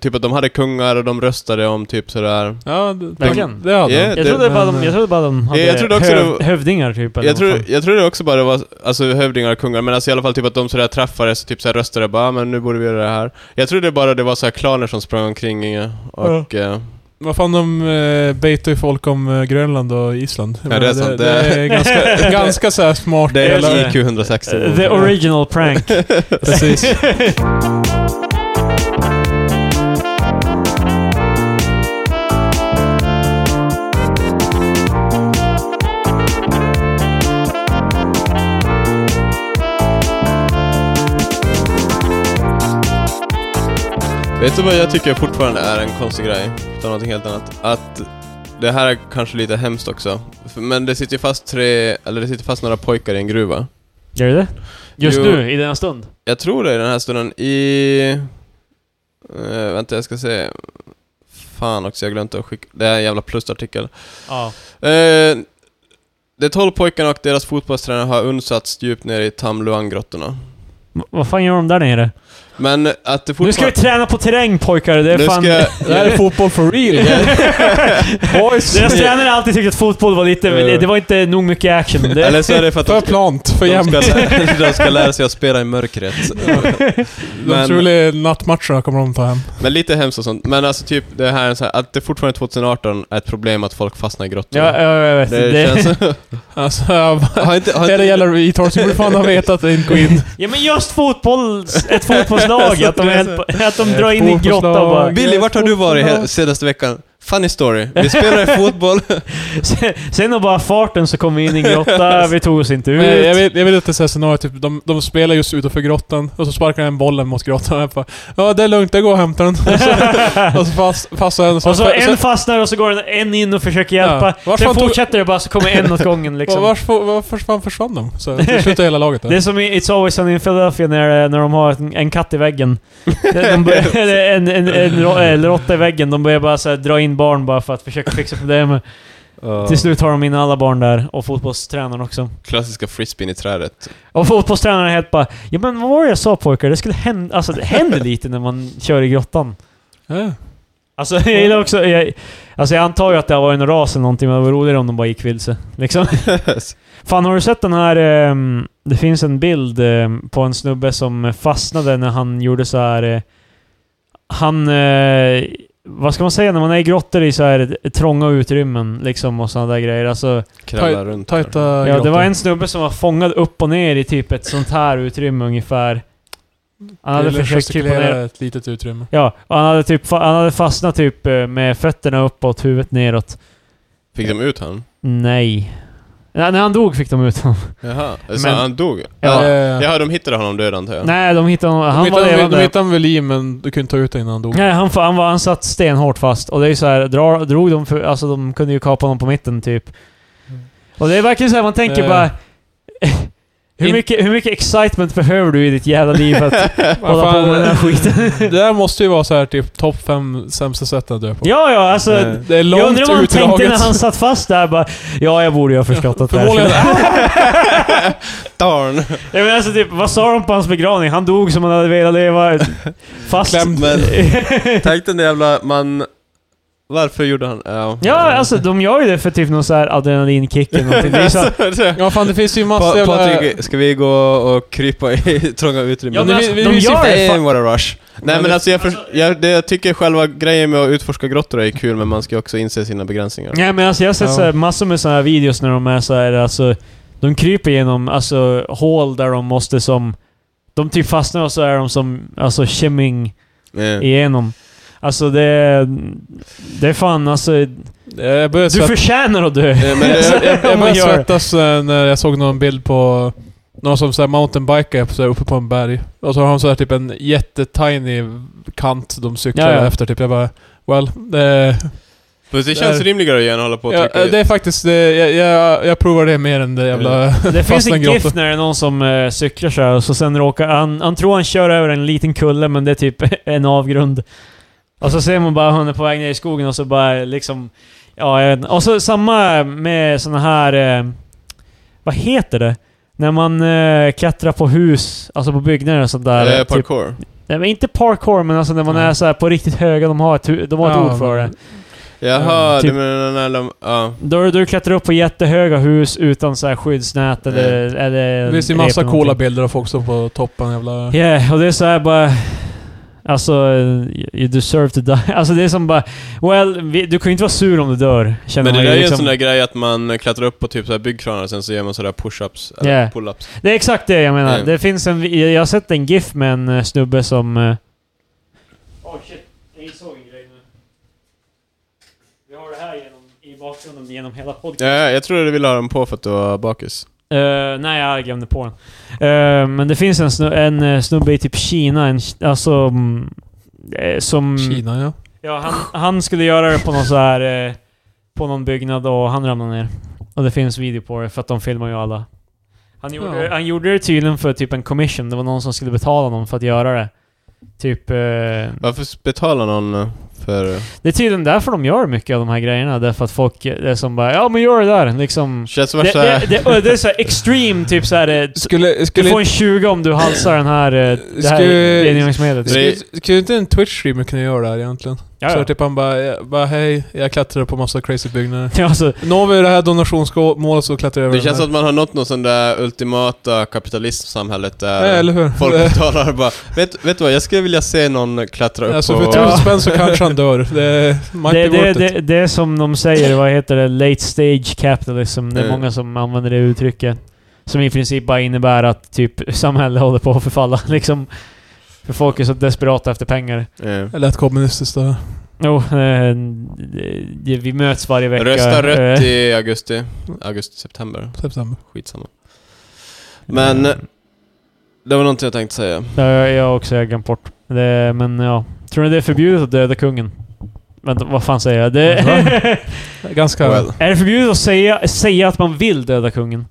A: typ att de hade kungar och de röstade om typ sådär.
B: Ja, det,
C: Verkligen.
B: de, det hade
A: Ja,
B: de.
C: Jag trodde, bara de, jag trodde bara de hade
A: Jag trodde också det var-
C: hövdingar typ. eller
A: Jag
C: vad
A: tror,
C: fan.
A: jag tror det också bara var, alltså hövdingar och kungar, men alltså i alla fall typ att de sådär träffades och typ såhär röstade bara "Ah, men nu borde vi göra det här. Jag trodde bara det var såhär klaner som sprang omkring eh, och... eh,
B: Vad fan, de eh, baitar ju folk om eh, Grönland och Island. Jag
A: Ja, det är
B: menar,
A: sant.
B: Det, det är ganska, ganska så här smart.
A: Det
C: Eller-
A: är IQ 160.
C: Eh, The original prank.
B: Precis.
A: Vet du vad jag tycker fortfarande är en konstig grej? Utan någonting helt annat. Att det här är kanske lite hemskt också. För- Men det sitter ju fast tre, eller det sitter fast några pojkar i en gruva.
C: Gör det det Just
A: Jo.
C: nu, i denna stund?
A: Jag tror det i den här stunden i... eh, vänta, jag ska se. Fan också, jag glömde att skicka... Det är en jävla plusartikel.
C: Ja.
A: Eh, de tolv pojkarna och deras fotbollstränare har undsatts djupt ner i Tamluang-grottorna.
C: V- Vad fan gör de där nere?
A: Men att det fortfarande...
C: Nu ska vi träna på terräng pojkar, det är
A: Nu
C: fan...
A: ska jag-
B: Det här är fotboll for real. Boys.
C: Deras tränare har alltid tyckt att fotboll var lite... men det- Det var inte nog mycket action. Det,
A: Eller så är det för att de
B: För
A: ska,
B: plant, för
A: de,
B: jämnt.
A: ska lära, de ska lära sig att spela i mörkret.
B: De
A: Men-
B: troliga nattmatcherna kommer de ta hem.
A: Men lite hemskt och sånt. Men alltså typ det här är så här, att det fortfarande 2018 är ett problem att folk fastnar i grottor.
C: ja, ja, jag vet.
A: det,
C: Det,
A: känns...
B: Alltså, jag bara-
A: har inte, har
B: det
A: inte,
B: gäller retards. Hur fan har vetat att inte gå in?
C: Ja men just fotboll, ett fotbollslag, att de, är helt- att de drar in i en
B: Fotbollslag.
C: grotta och bara...
A: Billy, vart har du varit he- senaste veckan? Funny story. Vi spelade fotboll.
C: Sen- Sen av bara farten så kom vi in i en grotta, vi tog oss inte ut.
B: Men jag, vill, jag vill inte säga scenario, typ de, de spelar just utanför grottan och så sparkar en bollen mot grottan och jag bara Ja det är lugnt, jag går och hämtar den. Och så, och så fast, fastnar den.
C: och så en fastnar och så går en- en in och försöker hjälpa.
B: Ja. Varför
C: Sen
B: tog-
C: fortsätter det bara, så kommer en åt gången
B: liksom.
C: liksom.
B: Varför var, försvann, försvann de? Så till slut är hela laget
C: Det
B: där.
C: är som i It's Always Sunny in Philadelphia när, när de har en, en katt i väggen. De, de, en, en, en, rå- eller råtta i väggen. De börjar bara så här, dra in barn bara för att försöka fixa problemet. Till slut har de in alla barn där, och fotbollstränaren också.
A: Klassiska frisbeen i trädet.
C: Och fotbollstränaren är helt bara Ja men vad var det jag sa pojkar? Det skulle hända... Alltså det händer lite när man kör i grottan.
B: Ja.
C: Alltså jag gillar också... Jag, alltså jag antar ju att det har varit en ras eller någonting, men det var roligare om de bara gick vilse. Liksom. Fan har du sett den här... ehm, det finns en bild ehm, på en snubbe som fastnade när han gjorde så här. eh, han... eh, vad ska man säga? När man är i grottor i så här trånga utrymmen liksom och sådana där grejer. Alltså,
A: Kravlar runt.
B: Tajta
A: där.
C: Ja, det
B: grottor.
C: var en snubbe som var fångad upp och ner i typ ett sånt här utrymme ungefär. Han hade
B: Eller
C: försökt typ krypa
B: gestikulera
C: ner.
B: ett litet utrymme.
C: Ja, och han hade, typ, fa- han hade fastnat typ eh, med fötterna uppåt, huvudet neråt.
A: Fick de ut han?
C: Nej. Nej, när han dog fick de ut honom.
A: Jaha. Så
C: Men-
A: han dog?
C: Ja.
A: Ja.
B: Eh,
A: ja, de hittade honom död antar jag.
C: Nej, de hittade honom.
B: de
C: Han var
B: hittade, de,
C: levande.
B: hittade han väl i, men du kunde ta ut det innan han dog.
C: Nej, han, fa- han, var, han satt stenhårt fast. Och det är ju så här, drar, drog de för, Alltså de kunde ju kapa honom på mitten typ. Och det är verkligen så här, man tänker
B: Mm. Eh.
C: bara... hur,
B: In-
C: mycket, hur mycket excitement behöver du i ditt jävla liv för att
B: Vad
C: hålla på
B: fan, eh,
C: med den här skiten?
B: Det där måste ju vara så här typ topp fem sämsta sätten att dö på.
C: Ja, ja, alltså...
A: Nej.
B: Det är
C: Jag
B: Eh. långt
C: undrar vad han tänkte när
B: utdraget.
C: han satt fast där bara Ja, jag borde ju ha förstått att det här
B: Förmodligen.
C: skulle...
A: Darn!
C: Jag menar alltså typ, vad sa de på hans begravning? Han dog som han hade velat leva. Fast...
A: Klämd. Men- Tänk den där jävla man... Varför gjorde han... Ja,
C: ja, alltså de gör ju det för typ någon så här adrenalinkick eller någonting. Det är ju så...
B: Ja fan det finns ju massa
A: Pa-
B: jävla...
A: Patrik, ska vi gå och krypa i trånga utrymmen?
C: Ja, men
B: vi-
C: alltså,
B: vi-
C: de
B: vi
C: gör det
A: Det är
C: för...
A: en våra rush. Nej
B: Men
A: men
B: det-
A: alltså jag, för, jag, det, jag tycker själva grejen med att utforska grottor är kul, men man ska också inse sina begränsningar.
C: Nej men alltså jag har sett
B: Ja.
C: så här, massor med såna här videos när de är så här, alltså... De kryper genom alltså, hål där de måste som... De typ fastnar och så är de som alltså shimming
A: Eh.
C: igenom. Alltså det... Det är fan alltså...
B: Eh, Jag började
C: Du
B: svett...
C: förtjänar att dö.
A: Eh, Men
C: Alltså,
A: det,
B: jag, jag
C: om man
B: började
C: gör-
B: svettas eh, när jag såg någon bild på någon som såhär mountainbikar upp, så här uppe på en berg. Och så har de såhär typ en jättetiny kant de cyklar
C: Ja, ja.
B: efter typ. Jag bara... Well, det,
A: Fast det känns
B: Där.
A: rimligare än att hålla på och
B: ja,
A: trycka i.
B: det är faktiskt... Det, jag, jag, jag provar det mer än det jävla...
C: Det finns
B: fastna
C: en
B: i
C: GIF
B: grottan.
C: när det är någon som eh, cyklar så här och så sen råkar han... Han tror han kör över en liten kulle men det är typ en avgrund. Och så ser man bara han är på väg ner i skogen och så bara liksom... Ja, jag vet inte. Och så samma med såna här... Eh, vad heter det? När man eh, klättrar på hus, alltså på byggnader och sånt där.
A: Eh,
C: typ-
A: parkour.
C: nej, men inte parkour, men alltså när man
B: Mm.
C: är så här på riktigt höga, de har ett, hu- de har ett
B: Ja,
C: ord för det.
A: Jaha,
C: typ-
A: du menar när de... Ja.
C: Då du klättrar upp på jättehöga hus utan så här skyddsnät eller... eller
B: Det finns ju
C: rep
B: massa
C: eller
B: coola
C: någonting.
B: bilder av folk som på toppen jävla...
C: Ja, och det är så här bara... Alltså, you deserve to die. Alltså det är som bara... Well, vi, du kan ju inte vara sur om du dör,
A: Men
C: känner
A: det
C: man
A: där är ju en
C: liksom.
A: sån där grej att man klättrar upp på typ så här byggkranar och sen så gör man sådär push-ups, eller
C: Yeah.
A: pull-ups.
C: Det är exakt det jag menar.
A: Mm.
C: Det finns en... vi- Jag har sett en GIF med en eh, snubbe som... eh, Åh shit, jag insåg en grej nu. Vi har det här genom, i bakgrunden genom hela podcasten.
A: Ja, ja, jag tror du ville ha dem på för att du var bakis.
C: Eh, nej, jag glömde på den. Eh, men det finns en, snu, en eh, snubbe i typ Kina, en, ki- alltså... mm, eh, som...
B: Kina ja.
C: Ja, han, han skulle göra det på någon så här... eh, på någon byggnad och han ramlade ner. Och det finns video på det, för att de filmar ju alla. Han gjorde,
B: Ja.
C: han gjorde det tydligen för typ en commission, det var någon som skulle betala honom för att göra det. Typ... eh,
A: Varför betalar någon eh, för...
C: det är tydligen därför de gör mycket av de här grejerna, därför att folk eh, det är som bara ja men gör det där, liksom.
A: Känns som
C: Det,
A: värsta...
C: det, det, och det är så här extreme, typ så här, eh,
B: Skulle...
C: Du
B: Skulle...
C: får en 20 om du halsar den här, eh, det här
B: Skulle-
C: rengöringsmedlet.
A: Skulle-
B: Skulle, skulle inte en Twitch-streamer kunna göra det här egentligen?
C: Ja,
B: Så
C: ja.
B: typ han bara, jag, bara hej, jag klättrar på massa crazy byggnader.
C: Ja, alltså,
B: Når vi det här donationsmålet så klättrar jag över
A: Det känns
B: den
A: som att man har nått någon sån där ultimata kapitalistsamhället
B: här.
A: där
B: Nej, eller hur?
A: folk
B: Eh,
A: betalar bara vet, vet du vad, jag skulle vilja se någon klättra upp på...
B: alltså för tusen
C: Ja.
B: spänn så kanske han dör. Det might
C: det,
B: be
C: det,
B: worth it.
C: det, det är som de säger, vad heter det? Late stage capitalism. Det är
A: Mm.
C: många som använder det uttrycket. Som i princip bara innebär att typ samhället håller på att förfalla. Liksom, för folk är så desperata efter pengar.
A: Eh,
B: Det lät kommunistiskt det här.
C: Jo, eh, det- vi möts varje vecka.
A: Rösta rött
C: Eh,
A: i augusti. Augusti, september.
B: September.
A: Skitsamma. Men
C: eh,
A: det var någonting jag tänkte säga. Eh,
C: Det har jag också jag har glömt bort. Det, men ja. Tror ni det är förbjudet att döda kungen? Vänta, vad fan säger jag? Det,
B: Ganska...
A: Well,
C: är det förbjudet att säga, säga att man vill döda kungen?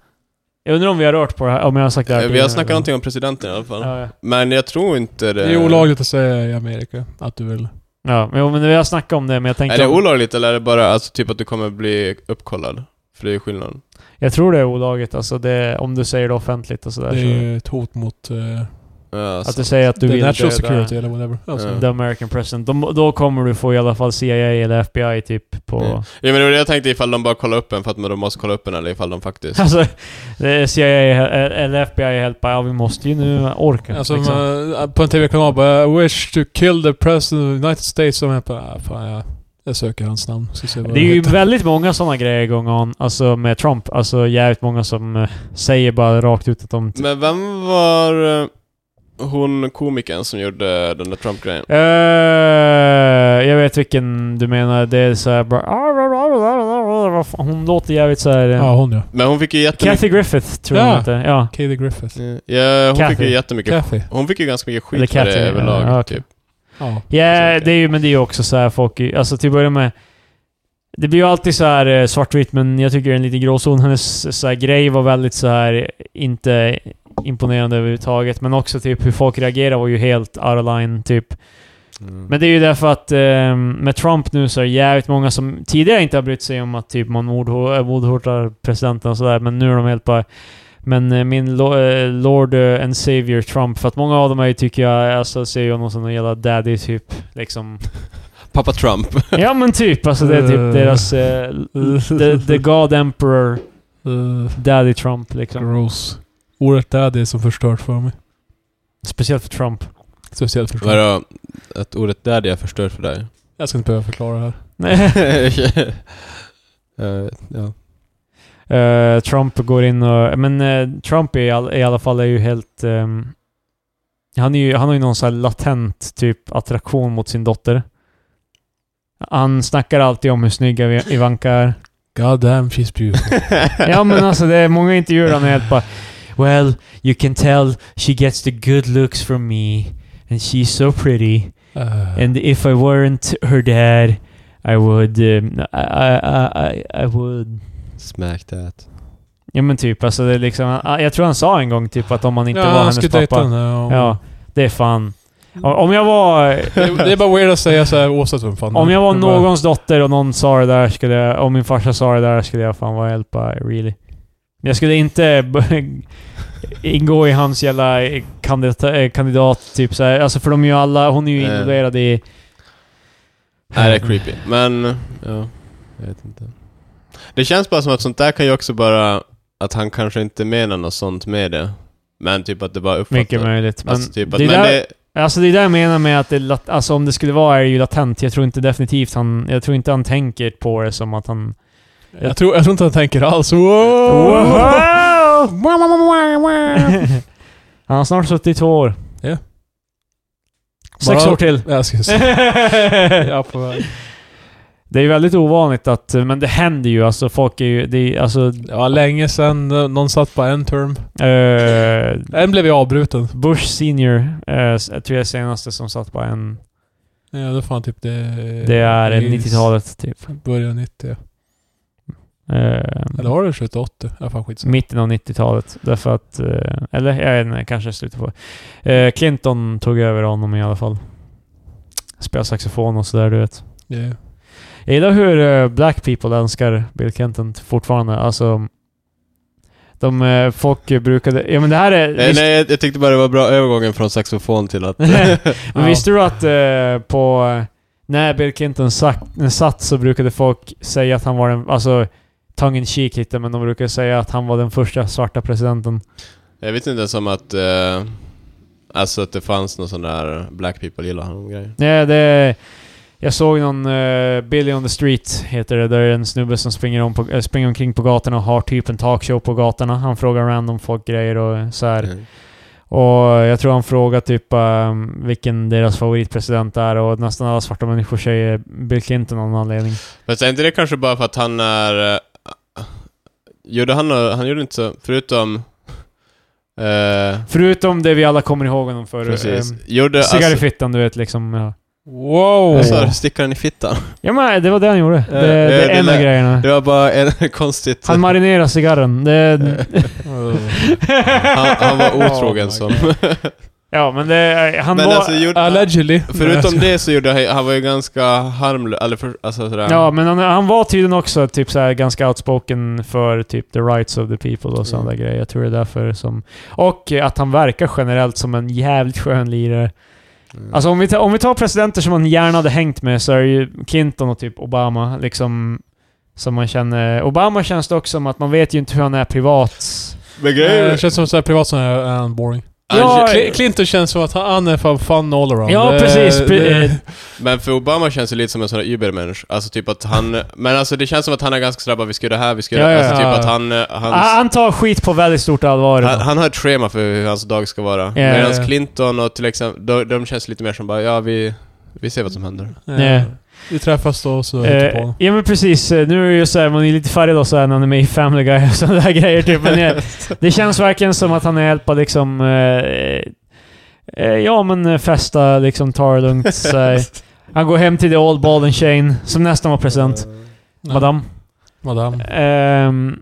C: Jag undrar om vi har rört på det här, om jag har sagt det här
A: eh, vi har
C: tidigare.
A: snackat någonting om presidenten i alla fall.
C: Ja, ja.
A: Men jag tror inte det...
B: Det är olagligt att säga i Amerika att du vill...
C: ja, men- jo, men vi har snackat om det, men jag tänkte...
A: Är det
C: om-
A: olagligt eller är det bara alltså, typ att du kommer bli uppkollad? För det är skillnaden.
C: Jag tror det är olagligt, alltså det, om du säger det offentligt och sådär.
B: Det är
C: så,
B: ju ett hot mot uh,
A: Ja,
C: att du säger att du
B: the
C: vill
B: national
C: döda
B: security eller whatever. Alltså,
A: Ja.
C: the American president. Då, då kommer du få i alla fall CIA eller FBI typ på...
A: Mm. Ja, men det var det jag tänkte ifall de bara kollar upp en för att de måste kolla upp en eller ifall de faktiskt...
C: Alltså, det är CIA eller FBI helt bara, ja vi måste ju nu orka.
B: Alltså
C: liksom.
B: man, på en TV-kanal bara I wish to kill the president of the United States. Och man bara ah, fan jag, jag söker hans namn. Ska se vad
C: Det är ju
B: heter.
C: väldigt många sådana grejer igång on, alltså med Trump. Alltså jävligt många som eh, säger bara rakt ut att de...
A: Men vem var eh, hon komikern som gjorde den där Trump-grejen?
C: Eh, jag vet vilken du menar. Det är såhär bara... Vad fan, Hon låter jävligt såhär...
B: Ja
C: Ja.
B: hon ja.
A: Men hon fick ju jättemycket...
C: Kathy Griffith tror jag
B: Ja.
C: hon heter. Ja.
B: Katie Griffith.
A: Ja, hon fick
C: Kathy.
A: ju jättemycket...
B: Kathy.
A: Hon fick ju ganska mycket
C: Eller
A: skit för det
C: Kathy, ja,
A: överlag,
C: ja, okej.
A: typ.
B: Ja.
C: Ja,
A: Precis,
C: det är ju, men det är ju också så här folk... är- Alltså till att börja med... Det blir ju alltid så här eh, svartvitt, men jag tycker det är en liten gråzon. Hennes så här, grej var väldigt så här inte imponerande överhuvudtaget. Men också typ hur folk reagerar var ju helt out of line, typ.
A: Mm.
C: Men det är ju därför att eh, med Trump nu så är det jävligt många som tidigare inte har brytt sig om att typ man mordho- eh, mordhotar presidenten och sådär, men nu är de helt bara... Men eh, min lo- eh, Lord eh, and Savior Trump, för att många av dem är ju, tycker jag, alltså ser ju honom som en jävla daddy typ. Liksom.
A: Pappa Trump.
C: Ja men typ, alltså det är typ deras... Eh, the, the God Emperor
B: Uh,
C: Daddy Trump liksom.
B: gross. Eh, Ordet daddy är som förstört för mig.
C: Speciellt för Trump.
B: Speciellt förstört.
A: Vadå? Att ordet daddy är förstört för dig?
B: Jag ska inte behöva förklara det här.
A: Eh, ja.
C: Eh, Trump går in och... Men eh, Trump är i, all, i alla fall är ju helt... ehm, han, är ju, han har ju någon sån här latent typ attraktion mot sin dotter. Han snackar alltid om hur snygg Ev- Ivanka är.
B: God damn she's beautiful.
C: Ja men alltså det är många intervjuer han är helt bara... Well, you can tell she gets the good looks from me. And she's so pretty.
B: Uh,
C: And if I weren't her dad, I would... Um, I, I, I, I would...
A: Smack that.
C: Ja men typ, alltså det är liksom... Jag tror han sa en gång typ att om man inte
B: ja,
C: var
B: han
C: hennes
B: skulle dejta
C: pappa...
B: henne. Ja.
C: Ja, det är fan... Om- Om jag
A: Mm.
C: var...
B: Det, det är bara weird att säga såhär oavsett vem fan
C: Om jag var
B: Det är bara-
C: någons dotter och någon sa det där skulle jag... Om min farsa sa det där skulle jag fan vara helt bara really. Jag skulle inte b- ingå i hans jävla eh, kandidat, eh, kandidat typ så här. Alltså för de är ju alla... Hon är ju
A: Eh.
C: involverad i...
A: Nej, det är creepy. Men, ja. Jag vet inte. Det känns bara som att sånt där kan ju också bara... Att han kanske inte menar något sånt med det. Men typ att det bara uppfattas.
C: Mycket möjligt. Men,
A: Alltså, typ att,
C: det,
A: men
C: där,
A: det,
C: alltså det är det jag menar med att det, är lat- alltså om det skulle vara är det ju latent. Jag tror inte definitivt han... Jag tror inte han tänker på det som att han...
B: Jag tror, jag tror inte han tänker alls. Wow!
C: Han har snart suttit i två år.
B: Ja.
C: Sex
B: Bara-
C: år till.
B: Jag ska se. Ja, på väg.
C: det är ju väldigt ovanligt att... Men det händer ju. Alltså folk är ju... Det är, alltså...
B: Det var länge sedan eh, någon satt på en term.
C: eh,
B: En blev ju avbruten.
C: Bush senior, eh, s- tror jag är senaste som satt på en...
B: Ja, det var fan typ det...
C: Det är Mm.
B: i
C: 90-talet typ.
B: Början 90.
C: Eh,
B: Eller var det 78? Ja, fan skitsamma.
C: mitten av 90-talet. Därför att... eh, Eller jag vet inte, kanske slutet på... Eh, Clinton tog över honom i alla fall. Spelade saxofon och sådär, du vet.
B: Yeah.
C: Jag gillar hur eh, black people älskar Bill Clinton fortfarande. Alltså... De... eh, Folk brukade... Ja men det här är...
A: eh, nej, jag, jag tyckte bara det var bra övergången från saxofon till att...
C: Men
B: Ja.
C: visste du att eh, på... eh, När Bill Clinton sack- satt så brukade folk säga att han var den... Alltså... Tongue in cheek lite, men de brukade säga att han var den första svarta presidenten.
A: jag vet inte ens om att... Eh, alltså att det fanns någon sån där Black People gillar honom-grej.
C: Nej, det... Jag såg någon... eh, Billy on the street heter det. Där är en snubbe som springer, om på, eh, springer omkring på gatorna och har typ en talkshow på gatorna. Han frågar random folk grejer och så här.
A: Mm.
C: Och jag tror han frågar typ ehm, vilken deras favoritpresident är och nästan alla svarta människor säger Bill Clinton av någon anledning.
A: Fast är inte det kanske bara för att han är... eh, Gjorde han nå- Han gjorde inte så, förutom... eh,
C: Förutom det vi alla kommer ihåg honom för.
A: precis.
C: ehm,
A: Gjorde...
C: Cigarr i
A: Alltså,
C: fittan, du vet liksom. Ja.
B: Wow!
A: alltså, stickade han i fittan?
C: ja men det var det han gjorde. Det, det
A: ja,
C: är
A: det
C: en av
A: lär-
C: grejerna.
A: Det var bara en konstigt...
C: Han
A: Han,
C: marinerar cigarren. Det,
A: han, var otrogen
B: Oh my
A: som...
C: ja men det, eh, han
A: Men
C: var...
A: alltså, gjorde,
B: Allegedly.
A: förutom det så gjorde han... Han var ju ganska harmlös, eller för, alltså sådär...
C: Ja, men han, han var tydligen också typ så här ganska outspoken för typ the rights of the people och sådana
A: Mm.
C: där grejer. Jag tror det är därför som... Och att han verkar generellt som en jävligt skön lirare.
A: Mm.
C: Alltså om vi, tar, om vi tar presidenter som man gärna hade hängt med så är det ju Clinton och typ Obama liksom... Som man känner... Obama känns dock som att man vet ju inte hur han är privat.
A: Men grejen
B: Det
A: är-
B: känns som såhär privat som är är han boring.
C: Eh, Ja,
A: han,
B: Cl- Clinton känns som att han han är fan fun all around.
C: Ja,
B: Det-
C: precis. Pre-
B: det-
C: eh,
A: Men för Obama känns det lite som en sån där Ubermensch. Alltså typ att han... Men alltså det känns som att han är ganska sådär bara, vi ska göra det här, vi ska göra
C: Ja, ja,
A: Alltså typ
B: ja.
A: att han... eh, Hans,
C: han, Ah, han tar skit på väldigt stort allvar.
A: han, han har ett schema för hur hans dag ska vara.
C: Ja,
A: Medan
B: ja.
A: Clinton och till exempel, de, de känns lite mer som bara, ja vi... Vi ser vad som händer.
B: eh, Vi träffas då så hittar på
C: Eh,
B: honom.
C: ja men precis, Eh, nu är det ju såhär, man är lite färgad av såhär när han är med i Family Guy och sådana där grejer typ. Men eh, det känns verkligen som att han är hjälpa liksom... Eh, eh, ja men eh, festa, liksom ta det lugnt. så här. Han går hem till the old ball and chain, som nästan var president. Madame.
B: Madame.
A: Eh.
C: Ehm,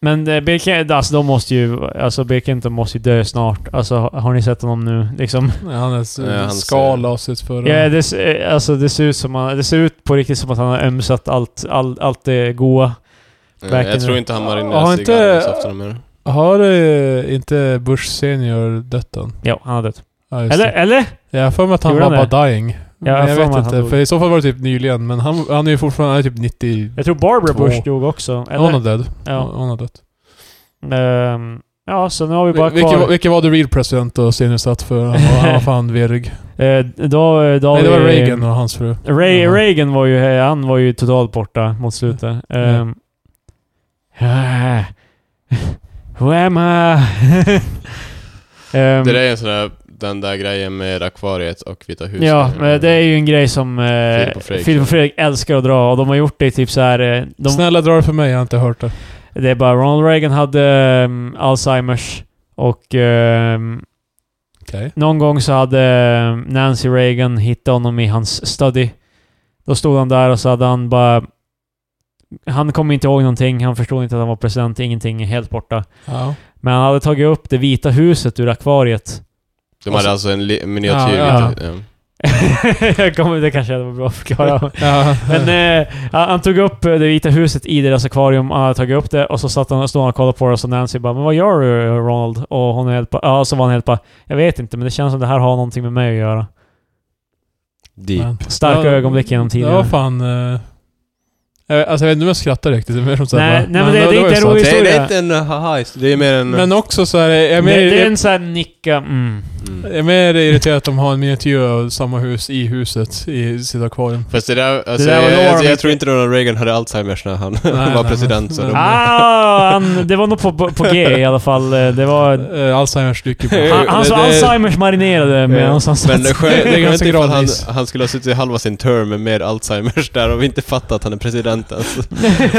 C: men eh, Bill Clinton, alltså de måste ju... Alltså Bill Clinton måste ju dö snart. Alltså har- har ni sett honom nu liksom?
B: Ja, Han är så-
A: Ja, han ser-
B: skal av sitt förra...
C: Ja, det, ser- eh, alltså, det ser ut som han, det ser ut på riktigt som att han har ömsat allt, all, allt det goa.
A: Eh,
C: Verkligen.
A: Jag tror inte han marinerar
B: Har
A: sig
B: inte- Mm.
A: inte... så ofta mer.
B: Har eh, inte Bush senior dött än?
C: Ja, han har dött.
B: Ja, just
C: Eller?
B: det.
C: eller?
B: Jag har för mig att han
C: Gjorde
B: var
C: han
B: bara dying. Men
C: jag har
B: jag,
C: för mig
B: vet
C: att han
B: inte,
C: dog.
B: för i så fall var det typ nyligen. Men han, han är ju fortfarande, han är typ 90...
C: Jag tror Barbara
B: Två.
C: Bush dog också.
B: Hon är
C: Eller?
B: död.
C: Ja.
B: Hon har dött.
C: Ehm, ja, så nu har vi bara
B: Vil- Vilken, var-
C: kvar...
B: vilken var the real president då senior satt för? Han var, han var fan virrig.
C: Eh, då, eh, då har
B: Nej, det var
C: vi-
B: Reagan och hans fru.
C: Ray,
B: Ja.
C: Reagan var ju, eh, han var ju totalt borta mot slutet. Ehm, ah, Who am I? Ehm,
A: Det där är en sån där, den där grejen med akvariet och Vita huset.
C: Ja, men det är ju en grej som eh,
A: Filip och Fredrik.
C: Filip och Fredrik älskar att dra och de har gjort det typ så här. eh, De,
B: Snälla dra det för mig, jag har inte hört det.
C: Det är bara Ronald Reagan hade ehm, Alzheimers och ehm,
B: Okej.
C: någon gång så hade ehm, Nancy Reagan hittat honom i hans study. Då stod han där och så hade han bara... Han kom inte ihåg någonting, han förstod inte att han var president, ingenting, helt borta.
B: Ja.
C: Men han hade tagit upp det vita huset ur akvariet.
A: De hade alltså en li- miniatyr.
B: Ja,
A: Vita, ja.
C: Jag kommer- det kanske var bra att förklara.
B: ja.
C: Men eh, han han tog upp eh, det vita huset i deras akvarium, han hade tagit upp det och så satt han, stod han och kollade på det och så Nancy bara ”Men vad gör du Ronald?” och hon är helt bara, ja, så var han helt bara ”Jag vet inte, men det känns som det här har någonting med mig att göra”.
A: Deep.
B: Men-
C: Starka
B: Ja,
C: ögonblick genom tiden.
B: Det var fan... eh, jag vet- alltså jag vet inte om jag skrattar riktigt. Det är mer som så här
C: Nej,
B: bara,
C: nej, men det- det är
B: var
C: inte
B: ju sant.
C: roligt.
A: Det är, det
C: historia.
A: är inte en haha, det är mer en...
B: Men också så här, jag är
C: det,
B: mer,
C: det är en sån här nicka, mm.
A: Mm.
B: jag är mer irriterad att de har en miniatyr av samma hus i huset, i sitt akvarium.
A: Fast det där, alltså,
C: Det där var
A: jag, jag,
C: Norm.
A: jag tror inte Ronald Reagan hade Alzheimers när han
B: nej,
A: var
B: nej.
A: president. Så
B: Nej.
A: de,
C: Ah, han, det var nog på, på G i alla fall. Eh, Det var...
B: Eh, Alzheimers dyker på.
C: Han, hans
A: Det- det-
C: Alzheimers marinerade medan han
A: men
C: satt.
A: skönt,
B: det är ganska
A: skönt ifall han,
B: gradvis.
A: han skulle ha suttit halva sin term med Alzheimers där och vi inte fattat att han är president alltså. ens.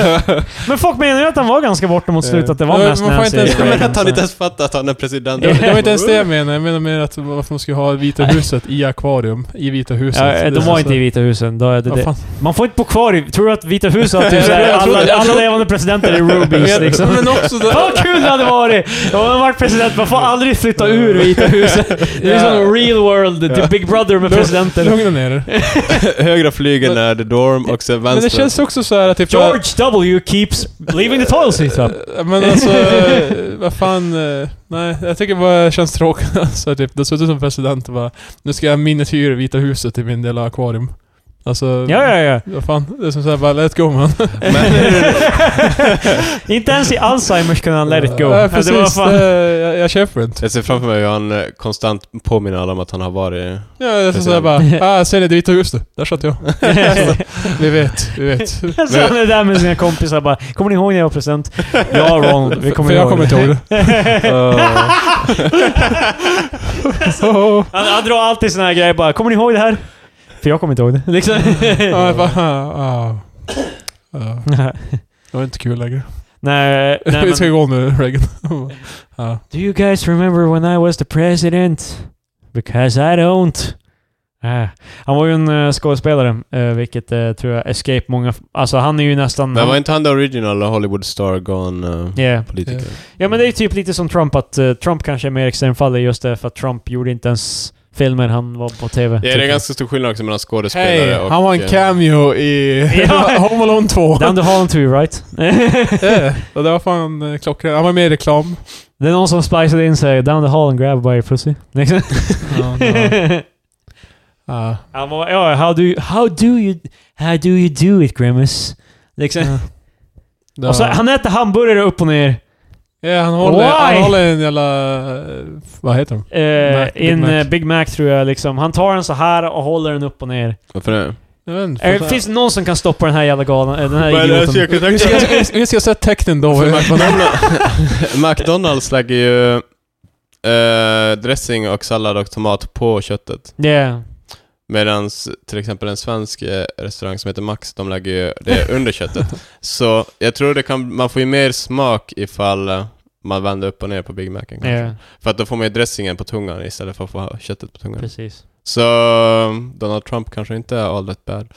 C: Men folk menar ju att han var ganska borta mot slutet, att det var
B: Eh,
C: mest
B: man får
C: Nancy.
B: inte ens-
C: Reagan,
A: Men att han
C: så.
A: inte ens fattat att han är president.
B: Det var, det var inte ens det jag menade. Jag menar mer att varför man skulle ha Vita huset i akvarium. I Vita huset.
C: Ja, de var inte i Vita husen. Då är det, det.
B: huset.
C: Man får inte bo kvar i... Tror du att Vita huset har typ
B: Jag
C: såhär,
B: tror- jag tror-
C: alla,
B: jag
C: alla
B: tror-
C: levande presidenter är rubies liksom?
B: Men också... Det,
C: Fan vad kul det hade varit! Om man varit president, man får aldrig flytta ur Vita huset. Det är
B: Ja.
C: som real world, typ Big Brother med presidenten.
B: Lugna ner er.
A: Högra flygeln är the dorm och sen
B: Men det
A: vänster.
B: känns också så här att typ...
C: George W keeps leaving the toilet seat up.
B: Eh, Men alltså, eh, vad fan... eh, Nej, jag tycker bara det känns Alltså, tråkigt. Så här typ, du har suttit som president och bara... Nu ska jag ha miniatyr i Vita huset i min del av akvarium. Alltså...
C: Ja, ja, ja.
B: Vad fan, det är som såhär bara let go man.
C: Inte ens i Alzheimers kunde han let it go.
B: Ja,
C: Ja,
B: precis.
C: det var fan...
B: det- jag, jag köper inte.
A: Jag ser framför mig hur han eh, konstant påminner alla om att han har varit...
B: Ja, det är som såhär bara, ah, ser ni, det vita augusti. Där satt jag. Vi vet, vi vet.
C: Så han är där med sina kompisar bara Kommer ni ihåg när jag var present? Ja Ronald, vi kommer
B: För jag
C: ihåg
B: kommer inte ihåg det.
C: han, han drar alltid såna här grejer bara Kommer ni ihåg det här? För jag kommer inte ihåg det. Liksom.
B: Ja, jag bara, ah, ah. Ah. Det var inte kul längre.
C: nej, nej,
B: Vi ska
C: men,
B: gå nu, Reagan. ja.
C: Do you guys remember when I was the president? Because I don't. Ah. Han var ju en eh, skådespelare, eh, vilket eh, tror jag escape många... Alltså han är ju nästan...
A: Men
C: han,
A: var inte han the original Hollywood star gone eh,
C: yeah.
A: politiker?
C: Ja men det är typ lite som Trump, att eh, Trump kanske är mer extremfallet just därför att Trump gjorde inte ens filmer, han var på TV.
A: Ja,
C: typ.
A: det är ganska stor skillnad också mellan skådespelare
B: Hej,
A: och...
B: han var en
A: eh,
B: cameo i
C: Ja.
B: Home Alone 2.
C: Down the Holland 2, right?
B: Ja, det var fan eh, klockrent. Han var med i reklam.
C: det är någon som spicade in sig Down the Holland grab by your pussy. Liksom.
B: Ja, ja. Ja.
C: Han var, ja, how do you, how do you, how do you do it Grimace? Liksom.
B: Det
C: Och så,
B: var-
C: han äter hamburgare upp och ner.
B: Ja, han håller, han
C: Why?
B: håller en jävla... eh, Vad heter de?
C: eh,
B: Mac- Big
C: in
B: Mac.
C: eh, Big Mac tror jag liksom. Han tar den så här och håller den upp och ner.
A: Varför det?
B: Jag vet inte.
C: Eh, finns det någon som kan stoppa den här jävla galan, eh, den här
A: Men, alltså,
C: idioten?
A: jag kan
B: Vi ska-
A: tänka
B: vi ska- Oh, Vi ska se tecknen då.
A: För McDonald's- McDonalds lägger ju eh, dressing och sallad och tomat på köttet.
C: Yeah.
A: Medan till exempel en svensk eh, restaurang som heter Max, de lägger ju det under köttet. Så jag tror det kan, man får ju mer smak ifall eh, man vänder upp och ner på Big Macen. kanske.
C: Yeah,
A: För att då får man ju dressingen på tungan istället för att få ha köttet på tungan.
C: precis.
A: Så Donald Trump kanske inte är all that bad.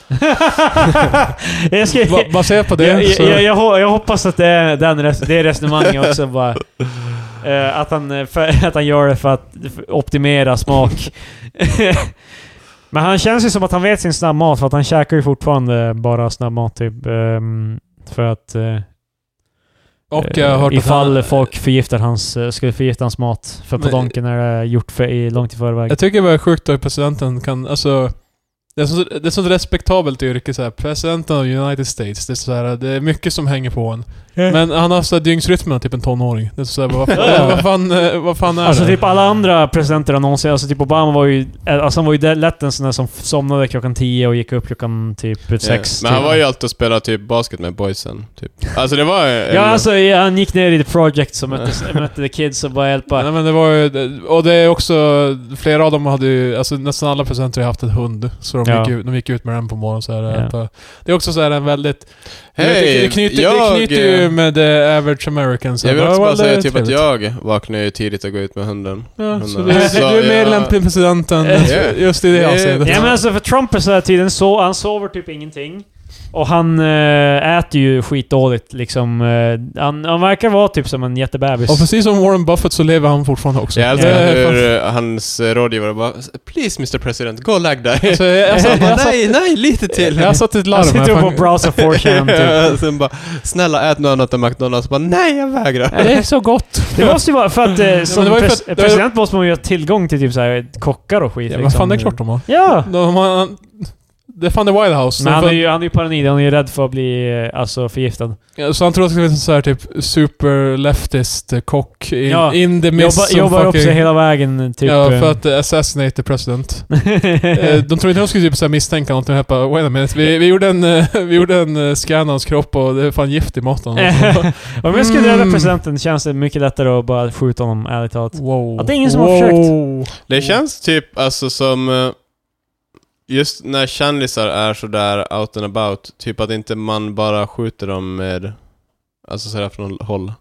C: jag, ska,
B: Ba- Baserat på
C: jag,
B: det
C: jag,
B: så...
C: jag, jag, ho- jag hoppas att det är den res det resonemanget också bara. Eh, att, han, eh, för, att han gör det för att för- optimera smak. Men han känns ju som att han vet sin snabbmat för att han käkar ju fortfarande bara snabbmat typ. ehm, för att... eh,
B: Och jag har hört
C: eh,
B: att
C: ifall
B: han-
C: folk förgiftar hans, eh, skulle förgifta hans mat. För på
B: Men-
C: Donken är det gjort för, i, långt i förväg.
B: Jag tycker det är sjukt att presidenten kan, alltså... Det är, så, det är så respektabelt yrke såhär, presidenten av United States. Det är, så här, det är mycket som hänger på en.
C: Eh, Mm.
B: Men han har såhär dygnsrytmen, typ en tonåring. Det är så här, vad, fan, vad, fan, eh, vad fan är
C: Alltså
B: det?
C: typ alla andra presidenter har någonsin, alltså typ Obama var ju, eh, alltså han var ju där- lätt en sån där som f- somnade klockan 10 och gick upp klockan typ 6.
A: Ja. Eh, Men han
C: typ.
A: var ju alltid och spelade typ basket med boysen. Typ. Alltså det var en,
C: Ja alltså ja, han gick ner i The Project som mötte, mötte The Kids och bara hjälpa.
B: Nej men det var ju, och det är också, flera av dem hade ju, alltså nästan alla presenter har haft en hund. Så de,
C: Ja.
B: gick, ut, de gick ut med den på morgonen så här,
C: Ja.
B: på, Det är också så här en väldigt...
A: Hej,
B: det, det, knyter,
A: jag- eh,
B: det knyter ju med the average American. så
A: Jag vill
B: här,
A: också
B: "Well,
A: bara
B: det är
A: säga typ att
B: trevligt."
A: jag vaknar ju tidigt och går ut med hunden.
B: Ja, så
A: Men,
B: du,
A: alltså,
B: du är mer
A: jag-
B: lämplig presidenten
A: Ja.
B: just i det
A: Ja.
B: avseendet.
C: Ja men alltså för Trump är så här tiden så, han sover typ ingenting. Och han eh, äter ju skitdåligt liksom. Eh, han, han verkar vara typ som en jättebebis.
B: Och precis som Warren Buffett så lever han fortfarande också.
A: Jag älskar
B: Det är fan-
A: hur eh, hans eh, rådgivare bara “Please Mr President, gå och lägg dig”.
B: Alltså, jag, jag, satt, jag, satt,
A: nej, nej, lite till.
B: jag satt ett larm
C: han sitter
B: här,
C: och bara
B: fan. alltså.
C: browsar 4chan typ.
A: Ja, Sen bara “Snälla ät något annat än McDonalds”. Bara “Nej, jag vägrar”.
B: Det är så gott.
C: Det måste ju vara för att eh, som
B: det var ju
C: pres-
B: för att-
C: president måste man ju ha tillgång till typ så här, kockar och skit.
B: Ja,
C: liksom.
B: men fan, det är klart de har.
C: Ja!
B: De har det är fan the White House.
C: Men
B: De
C: han
B: får-
C: är ju, han är ju paranoid, han är ju rädd för att bli eh, alltså, förgiftad.
B: Ja, Så han tror att det ska bli en sån här typ super leftist eh, kock in,
C: Ja.
B: in the midst
C: Jobba,
B: som
C: jobbar upp
B: fucking-
C: sig hela vägen typ.
B: Ja,
C: eh,
B: för att eh, assassinate the president. Eh, de tror inte de skulle typ så här misstänka någonting. Här, bara, Wait a minute. Vi, vi gjorde en, eh, vi gjorde en eh, scan av hans kropp och det är fan gift i maten.
C: Om jag skulle döda
B: Mm.
C: presidenten känns det mycket lättare att bara skjuta honom, ärligt talat.
B: wow.
C: Att det är ingen som har
B: försökt.
C: Mm.
A: Det känns typ alltså som... eh, Just när kändisar är sådär out and about, typ att inte man bara skjuter dem med... Alltså sådär från håll.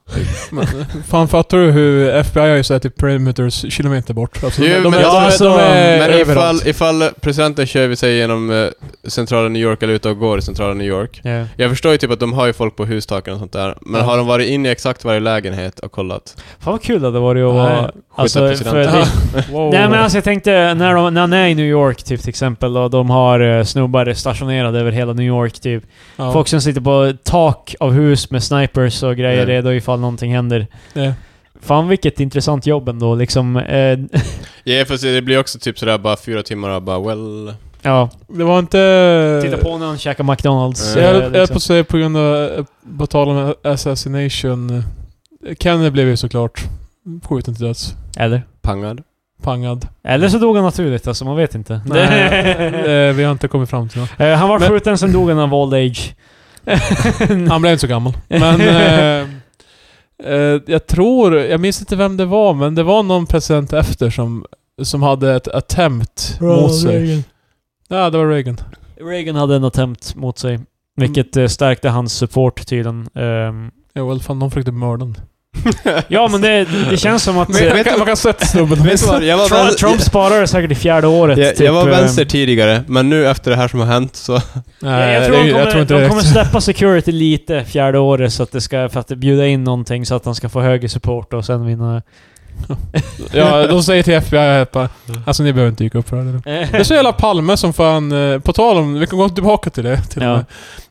B: Fan fattar du hur FBI är ju såhär typ perimeters kilometer bort. Alltså,
A: Jo,
B: de, de,
A: men
B: är-
A: alltså,
B: de, är- de
C: Eh,
B: är
A: Men ifall,
B: överallt.
A: ifall presidenten kör vi sig genom eh, centrala New York eller ut och går i centrala New York.
C: Yeah.
A: Jag förstår ju typ att de har ju folk på hustaken och sånt där. Men
B: Ja.
A: har de varit inne i exakt varje lägenhet och kollat?
C: Fan vad kul det hade varit att
B: Nej,
C: vara...
B: skjuta
C: Alltså, för
A: presidenten.
C: det,
B: Wow.
C: Nej men alltså jag tänkte, när, de, när han är i New York typ till exempel och de har eh, snubbar stationerade över hela New York typ.
B: Ja.
C: Folk som sitter på tak av hus med snipers och grejer
A: Mm.
C: redo ifall någonting händer.
B: Ja.
C: Fan vilket intressant jobb ändå liksom. Eh,
A: Ja, fast det blir också typ sådär bara fyra timmar och bara well...
C: Ja.
B: Det var inte...
C: Titta på när han käkar McDonalds.
B: Jag
A: Mm.
B: höll jag
C: eh,
B: höll på
C: liksom.
B: att säga på grund av, eh, på tal om eh, assassination. eh, Kennedy blev ju såklart skjuten till döds.
C: Eller?
A: Pangad.
B: Pangad.
C: Eller så dog han naturligt alltså, man vet inte. Det-
B: Nej, eh, vi har inte kommit fram till något.
C: Eh, han var
B: Men-
C: skjuten, sen dog han av old age.
B: Han blev inte så gammal. Men... Eh, eh, jag tror, jag minns inte vem det var, men det var någon president efter som, som hade ett attempt mot sig. Ja, det var Reagan.
C: Reagan hade en attempt mot sig. Vilket
B: Mm.
C: eh, stärkte hans support tydligen. Ehm,
B: Ja, well, fan, de försökte mörda honom.
C: ja men det, det känns som att... eh,
A: Men-
B: Man kan- man kan sätta snubben.
A: Vet du vad? Jag var
C: Trump,
A: vän-
C: Trump sparar säkert i fjärde året.
A: jag, jag var
B: eh,
C: typ, ehm,
A: vänster tidigare, men nu efter det här som har hänt så...
B: Alltså, Nej,
C: jag, jag, tror
B: det-
C: de kommer,
B: jag tror inte
C: de
B: det
C: kommer
B: räcker.
C: släppa security lite fjärde året så att det ska, för att bjuda in någonting så att han ska få högre support och sen
B: Eh,
C: vinna...
B: Ja, de säger till FBI att bara, alltså ni behöver inte dyka upp för det här. Det är så jävla Palme som fan, eh, på tal om, vi kan gå tillbaka till det till och
C: Ja.
B: med.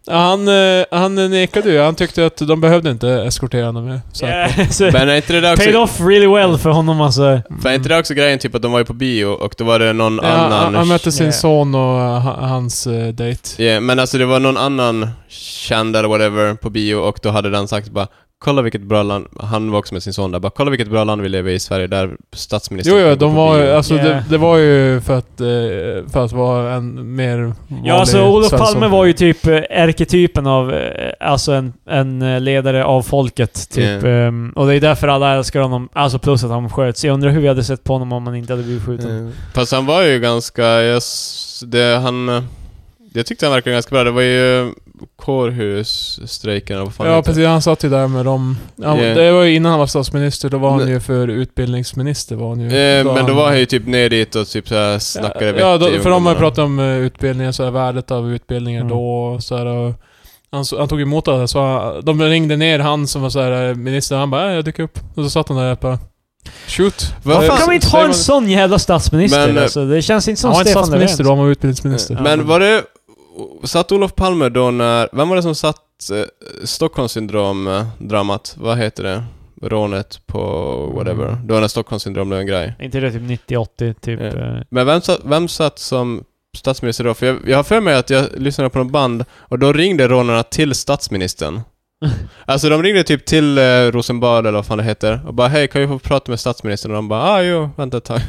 B: Han, eh, han nekade ju, han tyckte att de behövde inte eskortera honom eh, med säpo.
C: Yeah, så
A: Men alltså- är inte det där
C: Paid
A: också,
C: off really well för honom alltså.
A: för är inte det också grejen typ att de var ju på bio och då var det någon
B: Ja,
A: annan...
B: han, han mötte sin
C: Ja.
B: son och eh, ha- hans eh, dejt.
A: Ja, men alltså det var någon annan känd eller whatever på bio och då hade den sagt bara Kolla vilket bra land, han var också med sin son där, bara kolla vilket bra land vi lever i i Sverige där statsministern
B: Jo, jo,
A: kan gå
B: de
A: på
B: var ju,
A: bio."
B: alltså
C: Ja.
B: det, det var ju för att, eh, för att vara en mer
C: Ja, alltså
B: vanlig
C: Olof
B: Svensson.
C: Palme var ju typ eh, ärketypen av, eh, alltså en, en eh, ledare av folket typ.
A: Ja.
C: ehm, och det är därför alla älskar honom. Alltså plus att han sköts. Jag undrar hur vi hade sett på honom om han inte hade blivit skjuten.
A: Eh, Fast han var ju ganska, jag, s- det, han, eh, jag tyckte han verkade ganska bra, det var ju kårhusstrejken eller vad fan det
B: Ja,
A: heter.
B: precis. Han satt ju där med dem. Han,
A: Ja.
B: Det var ju innan han var statsminister, då var han
A: Men-
B: ju för utbildningsminister var Mm. han ju.
A: Eh, men då var han
B: ju
A: ju typ ner dit och typ såhär snackade
B: Ja,
A: vett i
B: då, för de har
A: ungdomarna.
B: ju pratat om eh, utbildningar, så här, värdet av utbildningar
C: Mm.
B: då och så här, och han, så- han tog emot det här, så han, de ringde ner han som var så här eh, minister, han bara äh, jag dyker upp. Och så satt han där och bara Shoot.
A: Vad
B: Eh,
A: fan-
C: Varför kan vi inte ha en
B: Stefan-
C: sån jävla statsminister?
A: Men, eh,
C: alltså, det känns inte som
B: Han var inte
C: Stefan
B: statsminister då,
C: Löfven.
B: han var utbildningsminister.
C: Ja.
A: Men var det... Satt Olof Palme då när... Vem var det som satt eh, Stockholmssyndrom-dramat? Vad heter det? Rånet på whatever.
B: Mm.
A: Då när Stockholmssyndrom blev en grej.
C: Inte det typ 90-80 typ?
A: Ja.
C: eh,
A: Men vem satt, vem satt som statsminister då? För jag, jag har för mig att jag lyssnade på något band och då ringde rånarna till statsministern. Alltså de ringde typ till eh, Rosenbad eller vad fan det heter och bara hej kan vi få prata med statsministern? Och de bara ah jo, vänta ett tag.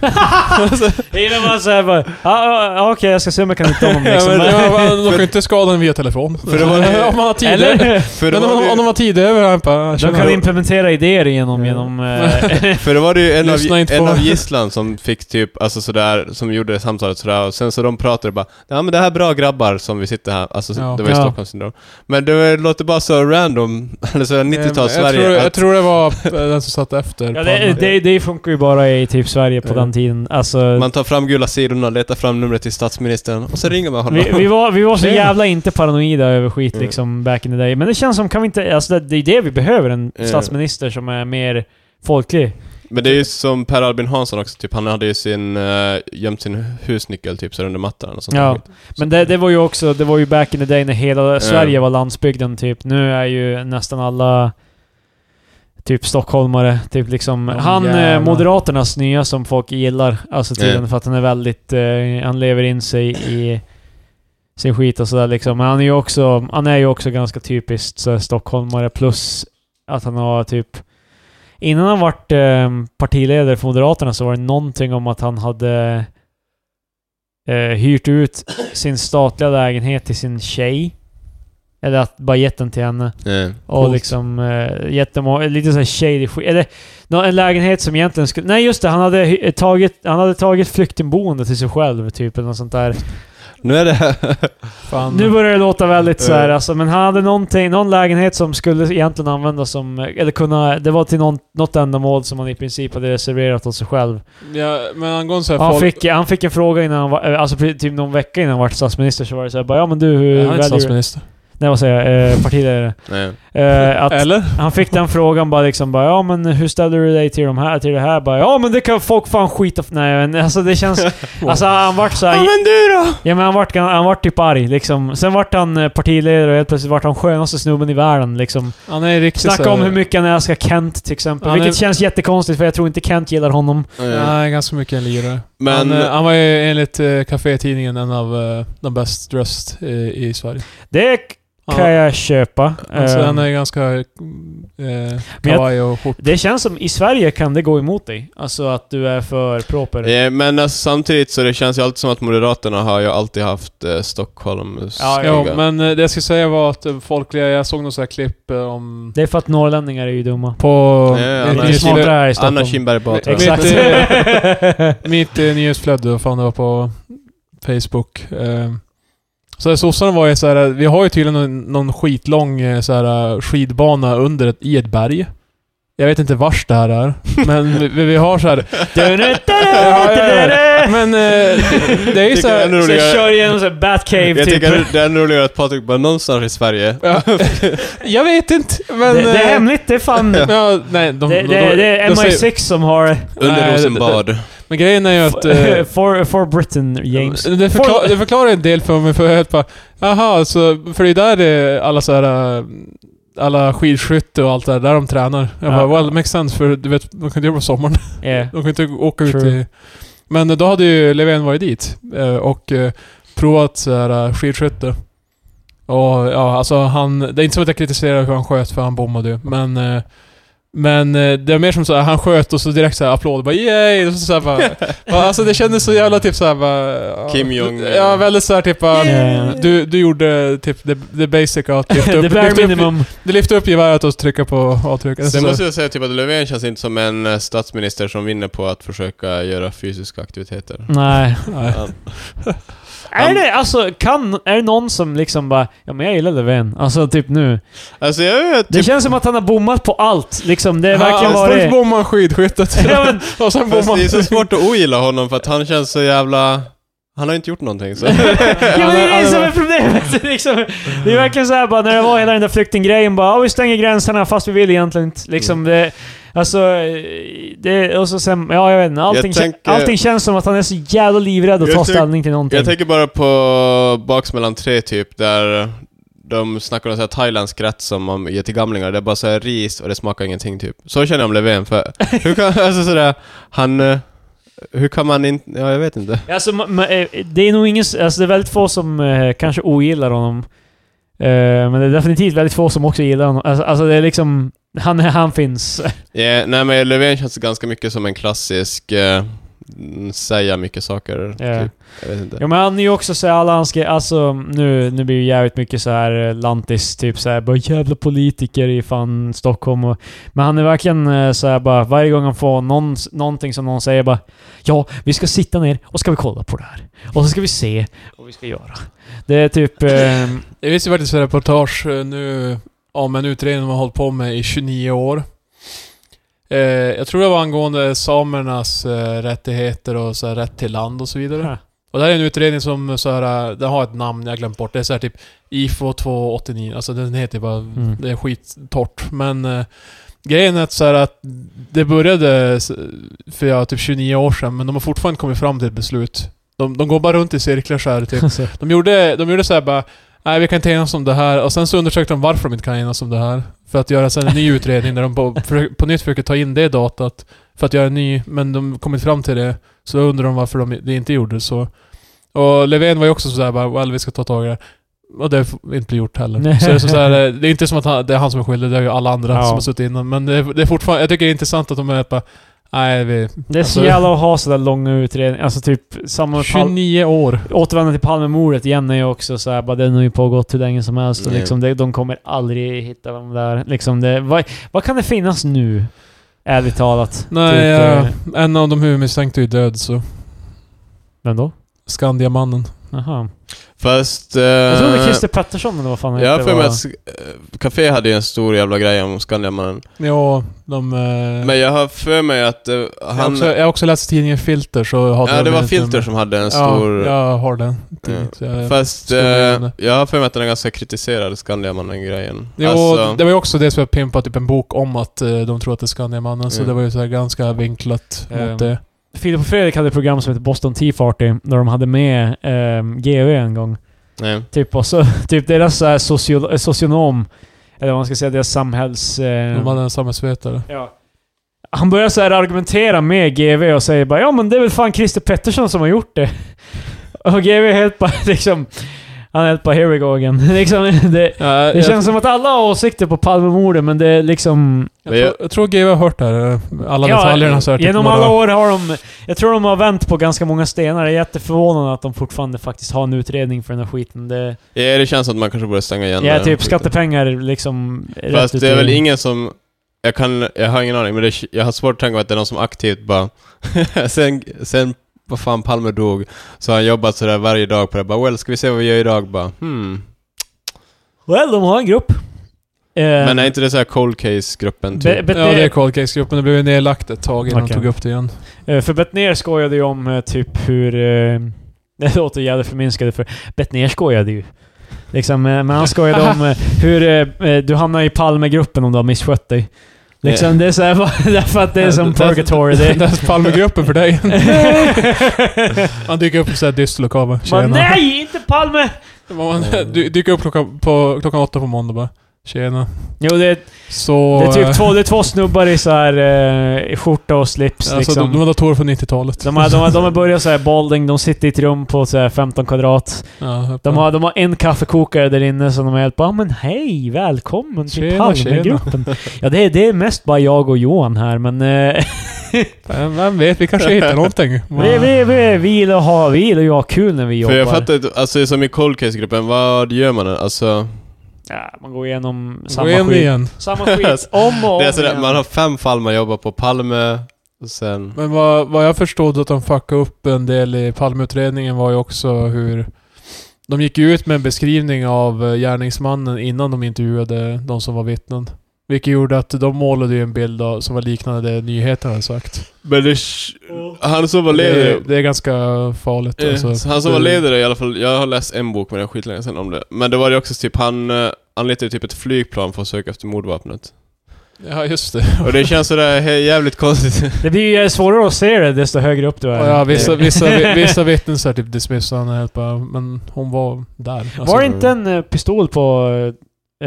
C: Jag gillar bara såhär bara, ah, ah, ah, okej jag ska se om jag kan hitta honom
B: Ja,
C: liksom.
B: men, det var- de kan ju inte skada en via telefon.
A: För det var-
B: om man har tid över.
C: Eller?
A: För då
B: Men om,
A: var det
B: om
A: ju-
B: de har tid över, han bara...
C: De
B: "Tjena."
C: kan implementera idéer genom...
B: Ja.
C: genom eh,
A: För det var det ju en,
B: Lyssna
A: av,
B: inte
A: en
B: på-
A: av gisslan som fick typ, alltså sådär, som gjorde samtalet sådär och sen så de pratade bara Ja men det här är bra grabbar som vi sitter här, alltså
B: Ja.
A: det var ju
C: Ja.
A: Stockholmssyndrom. Men det var- låter bara så random, eller sådär 90-tals
B: jag,
A: Sverige.
B: tror, jag
A: att-
B: tror det var eh, den som satt efter.
C: ja, det,
B: Palme.
C: det, det funkar ju bara i typ Sverige på
B: Ja.
C: den tiden. Alltså,
A: Man tar fram gula sidorna, letar fram numret till statsministern och så ringer man honom.
C: vi, vi, var, vi var så
B: Tjena.
C: jävla inte paranoida över skit
A: Mm.
C: liksom back in the day. Men det känns som, kan vi inte... Alltså det, det är det vi behöver, en
A: Ja.
C: statsminister som är mer folklig.
A: Men det är ju som Per Albin Hansson också, typ han hade ju sin, uh, gömt sin husnyckel typ så här under mattan och sånt
C: Ja.
A: där skit.
C: Men det, det var ju också, det var ju back in the day när hela Sverige var landsbygden typ. Nu är ju nästan alla typ stockholmare, typ liksom.
B: Åh,
C: han, eh,
B: jävlar.
C: Moderaternas nya som folk gillar, alltså tydligen
A: Mm.
C: för att han är väldigt, eh, han lever in sig i sin skit och sådär liksom. Men han är ju också, han är ju också ganska typiskt så här, stockholmare plus att han har typ Innan han vart eh, partiledare för Moderaterna så var det någonting om att han hade eh, hyrt ut sin statliga lägenhet till sin tjej. Eller att bara gett den till henne.
A: Eh.
C: Och
B: Coolt.
C: liksom eh, gett dem och- lite såhär shady skit. Eller nå- en lägenhet som egentligen skulle... Nej just det, han hade hy- eh, tagit, han hade tagit flyktingboende till sig själv typ eller något sånt där.
A: Nu är det...
B: Fan.
C: Nu börjar det låta väldigt så här,
A: Eh.
C: alltså, men han hade någonting, någon lägenhet som skulle egentligen användas som, eller kunna, det var till någon, något ändamål som han i princip hade reserverat åt sig själv.
B: Ja, men angående så här
C: Han
B: folk...
C: fick, han fick en fråga innan han var, eh, alltså pre- typ någon vecka innan han var statsminister så var det såhär bara ja men du,
B: Nej, han
C: hur
B: är inte
C: väljer du?
B: statsminister.
C: Nej, vad säger jag? Eh, partiledare.
A: Nej.
C: Eh, att
B: Eller?
C: han fick den frågan bara liksom bara, ja men hur ställer du dig till, de här, till det här? Bara, ja men det kan folk fan skita för. Nej men alltså det känns... alltså han vart så här,
A: men du då?
C: Ja men han vart, han vart typ arg liksom. Sen vart han eh, partiledare och helt plötsligt vart han skönaste snubben i världen liksom.
B: Han är riktigt så
C: Snacka
B: här-
C: om hur mycket han älskar Kent till exempel.
B: Han är-
C: vilket känns jättekonstigt för jag tror inte Kent gillar honom.
A: Ja.
B: Nej, ganska mycket en lirare.
A: Men-
B: han, eh, han var ju enligt eh, Café-tidningen en av eh, de bäst dressed i, i Sverige.
C: Det
B: Ja.
C: kan jag köpa.
B: Alltså,
C: Eh,
B: han är ganska eh,
C: jag-
B: kavaj och skjort.
C: Det känns som, i Sverige kan det gå emot dig. Alltså att du är för proper.
A: Eh, Men alltså, samtidigt så det känns ju alltid som att Moderaterna har ju alltid haft eh, Stockholm
C: Ja,
B: Jo, men eh, det jag skulle säga var att eh, folkliga, jag såg några så här klipp eh, om...
C: Det är för att norrlänningar är ju dumma.
B: På...
A: Ja, ja,
C: Det är
A: Anna-
C: inte
B: mitt,
C: smartare
B: nyhetsflöde,
C: här i
A: Anna
C: Stockholm.
A: Kinberg Batra.
B: Exakt.
C: Exakt.
B: mitt eh, nyhetsflöde, vad fan det var på Facebook. Eh, så här, sossarna var ju så här, vi har ju tydligen någon, någon skitlång eh, så här, skidbana under ett, i ett berg. Jag vet inte vars det här är, men vi, vi har så här Men eh, det är ju
A: Tycker jag är
B: såhär...
A: roligt.
C: Så jag kör igenom så här Batcave
A: Jag
C: typ.
A: tycker det är ännu roligare att Patrik bara någonstans i Sverige.
B: Ja, jag vet inte, men...
C: det, det
B: eh,
C: är hemligt, det är fan... Det,
B: Ja, nej, de,
C: det,
B: de,
C: det, är
B: de säger-
C: MI6 som har...
A: Under
B: Nej,
A: Rosenbad.
B: Men grejen är ju att... eh,
C: for, for Britain, James.
B: Det, förklar, det förklarar en del för mig, för jag helt bara... Jaha, så, för det är där det är alla så här... eh, Alla skidskytte och allt det där, där de tränar. Jag
C: Ja.
B: bara, well, makes sense, för du vet, de kan inte jobba på sommaren.
C: Yeah.
B: eh, De kan inte åka ut
C: True.
B: i... Men då hade ju Löfven varit dit eh, och eh, provat så här eh, skidskytte. Och ja, alltså han... Det är inte som att jag kritiserar hur han sköt för han bommade ju, men... eh, Men eh, det är mer som så här, han sköt och så direkt så här applåd bara yay! Och så, så här, bara, bara, alltså det kändes så jävla typ så här, bara, ja,
A: Kim Jong-
B: Ja, väldigt så här typ bara,
C: Yeah.
B: du, du gjorde typ the, the basic att lyfta upp,
C: The bare
B: lyfta upp,
C: minimum.
B: du lyfte upp geväret och trycka på avtrycket.
A: Sen
B: Så-
A: måste jag säga typ att Löfven känns inte som en eh, statsminister som vinner på att försöka göra fysiska aktiviteter.
C: Nej.
B: Nej.
A: Han-
C: Är det, alltså, kan, är det någon som liksom bara Ja men jag gillar Löfven. Alltså typ nu.
A: Alltså jag vet
C: Det känns som att han har bommat på allt. Liksom, det är verkligen
B: ja, alltså, Först
C: varit...
B: bommar han skidskyttet,
C: Ja, men-
B: och sen bommar
A: Fast
B: han...
A: det är så svårt att ogilla honom för att han känns så jävla... Han har inte gjort någonting så.
C: Ja, men det är det som
B: Han
C: är
B: är-
C: problemet. Det är liksom, det är verkligen så här bara, när det var hela den där flyktinggrejen bara, ja vi stänger gränserna fast vi vill egentligen inte. Liksom
A: Mm.
C: det, alltså, det, och så sen, ja jag vet inte. Allting,
A: Jag tänker-
C: kän, allting känns som att han är så jävla livrädd att
A: Jag
C: ta
A: tänk-
C: ställning till någonting.
A: Jag tänker bara på Baksmällan 3 typ, där de snackar om så här thailändsk rätt som man ger till gamlingar. Det är bara så här ris och det smakar ingenting typ. Så känner jag om Löfven för... Hur kan, alltså sådär, han... eh, Hur kan man inte... Ja, jag vet inte.
C: Alltså, ma- ma- eh, det är nog ingen, s- alltså det är väldigt få som eh, kanske ogillar honom. Eh, men det är definitivt väldigt få som också gillar honom. Alltså, alltså det är liksom, han, han finns.
A: Ja, nej men Löfven känns ganska mycket som en klassisk... eh, mm, säga mycket saker,
C: Ja.
A: typ. Jag vet inte.
C: Ja men han är ju också såhär, alla hans gre- alltså nu, nu blir ju jävligt mycket så här eh, lantis, typ såhär bara jävla politiker i fan Stockholm och, Men han är verkligen eh, såhär bara, varje gång han får någon, någonting som någon säger bara Ja, vi ska sitta ner och ska vi kolla på det här. Och så ska vi se vad vi ska göra. Det är typ... Eh,
B: Det finns ju faktiskt ett reportage eh, nu om en utredning de har hållit på med i 29 år. Eh, jag tror det var angående samernas eh, rättigheter och så här, rätt till land och så vidare.
C: Ja.
B: Och det här är en utredning som så här, eh, den har ett namn, jag har glömt bort. Det är så här typ IFO 289, alltså den heter bara...
C: mm.
B: Det är skittorrt. Men eh, grejen är att så här att det började s- för ja, typ 29 år sedan, men de har fortfarande inte kommit fram till ett beslut. De, de går bara runt i cirklar så här, typ.
C: Alltså,
B: De gjorde, de gjorde så här bara Nej, vi kan inte enas om det här. Och sen så undersökte de varför de inte kan enas om det här. För att göra sen en ny utredning där de på, för, på nytt försöker ta in det datat. För att göra en ny, men de kom inte fram till det. Så då undrar de varför de det inte gjorde så. Och Löfven var ju också sådär bara, well, vi ska ta tag i det. Och det har inte blivit gjort heller.
C: Nej.
B: Så det, är så här, det är inte som att han, det är han som är skyldig, det är ju alla andra
C: Ja.
B: som har suttit innan. Men det är, det är fortfarande, jag tycker det är intressant att de är bara, nej vi...
C: det är så
B: Alltså-
C: jävla att ha sådär långa utredningar, alltså typ samma... med Pal-
B: 29 år.
C: Återvända till Palmemordet igen är ju också så här, bara den har ju pågått hur länge som helst och
A: Nej.
C: liksom det, de kommer aldrig hitta dem där. Liksom det, vad, vad kan det finnas nu? Ärligt talat.
B: Nej,
C: Typ,
B: ja,
C: eh,
B: en av de huvudmisstänkta är ju död så.
C: Vem då?
B: Skandiamannen.
C: Jaha.
A: Fast... eh,
C: Jag tror det
B: Eh,
C: var Christer Pettersson eller vad fan han
A: Jag har
C: hette
A: för mig
C: var-
A: att eh, Café hade ju en stor jävla grej om Skandiamannen.
B: Ja, de... eh,
A: Men jag har för mig att eh,
B: jag, har
A: han...
B: också, jag har också läst tidningen Filter, så hade
A: Ja,
B: de
A: det var
B: en liten-
A: Filter som hade en
B: Ja,
A: stor...
B: jag har den. tidningen,
A: Ja.
B: så jag-
A: Fast eh,
B: stor grej.
A: jag har för mig att den är ganska kritiserad, Skandiamannen-grejen.
B: Jo,
A: Alltså,
B: det var ju också det som jag pimpade typ en bok om att eh, de tror att det är Skandiamannen, så
A: Mm.
B: det var ju så här ganska vinklat
C: Ehm,
B: mot det.
C: Filip och Fredrik hade ett program som hette Boston Tea Party, där de hade med um, GÖ en gång.
A: nej.
C: Typ, och så, typ deras så här socio, eh, socionom, eller vad man ska säga, deras samhälls... eh,
B: De hade en samhällsvetare.
C: ja. Han börjar så här argumentera med GV och säger bara ja men det är väl fan Christer Pettersson som har gjort det. Och GV är helt bara liksom... Han är helt bara here we go again. liksom, det,
B: Ja,
C: det känns som att alla har åsikter på Palmemordet men det är liksom...
B: jag, tror- jag tror GW har hört det här. eh, Alla detaljerna så här, typ
C: Genom
B: några-
C: alla år har de... Jag tror de har vänt på ganska många stenar. Jag är jätteförvånad att de fortfarande faktiskt har en utredning för den här skiten. Det,
A: Ja, det känns som att man kanske borde stänga igen
C: jag är
A: den
C: typ
A: skiten.
C: skattepengar liksom... rätt
A: Fast
C: ut
A: det är
C: i-
A: väl ingen som... Jag, kan, jag har ingen aning, men det, jag har svårt att tänka mig att det är någon som aktivt bara... sen, sen vad fan Palme dog, så har han jobbat sådär varje dag på det. Bara, well, ska vi se vad vi gör idag? Bara, hmm.
C: Well, de har en grupp. Eh,
A: Men är inte det så här cold case-gruppen typ?
C: Be- be-
B: Ja, det är Cold Case-gruppen. Det blev ju nedlagt ett tag innan
C: Okej.
B: de tog upp det igen.
C: Eh, För Bettner skojade ju om eh, typ hur... eh, Det låter jävligt förminskande för Bettner skojade ju. Liksom, eh, men han skojade om eh, hur eh, eh, du hamnar i Palmegruppen om du har misskött dig. Liksom, det är såhär bara därför att det är som
B: Det- det-
C: purgatory.
B: Det
C: Det
B: är Palmegruppen för dig. Man dyker upp på såhär dyster lokal.
C: Man,
B: Tjena.
C: nej! Inte Palme!
B: Man dy- dyker upp klockan, på, klockan åtta på måndag bara. Tjena.
C: Jo, det,
B: Så...
C: det är
B: eh,
C: typ två, det är två snubbar i så här, eh, i skjorta och slips
B: Alltså,
C: liksom.
B: de, de var datorer från 90-talet.
C: de har, de har, de har börjat såhär balding, de sitter i ett rum på så här 15 kvadrat.
B: Ja,
C: De har, de har en kaffekokare där inne som de är helt bara "Ah, men hej, välkommen till
B: Tjena,
C: Palmegruppen. Ja, det är, det är mest bara jag och Johan här, men eh,
B: Vem, vem vet, vi kanske hittar någonting.
C: vi, vi, vi, vi gillar att ha, vi gillar ju att ha kul när vi jobbar.
A: För jag fattar inte, alltså som i cold case-gruppen, vad gör man? Alltså,
C: ja, man går igenom
B: Gå
C: samma
B: in
C: skit.
B: igen.
C: Samma skit om och om
A: det är sådär,
C: igen.
A: man har fem fall man jobbar på, Palme, och sen...
B: Men vad, vad jag förstod att de fuckade upp en del i Palmeutredningen var ju också hur... De gick ju ut med en beskrivning av eh, gärningsmannen innan de intervjuade de som var vittnen. Vilket gjorde att de målade ju en bild av, som var liknande det nyheterna hade sagt.
A: Men det... Han som var
B: Det,
A: ledare...
B: det är ganska farligt
A: Eh,
B: alltså.
A: han som var
B: Det-
A: ledare i alla fall, jag har läst en bok men det är skitlänge sedan om det. Men det var ju också typ, han eh, anlitade ju typ ett flygplan för att söka efter mordvapnet.
B: Ja, just det.
A: Och det känns sådär he- jävligt konstigt.
C: Det blir ju svårare att se det desto högre upp du är.
B: Och ja, vissa, vissa, vi- vissa vittnen så här typ dismissade han helt bara, men hon var där. Alltså,
C: Var det inte en eh, pistol på eh,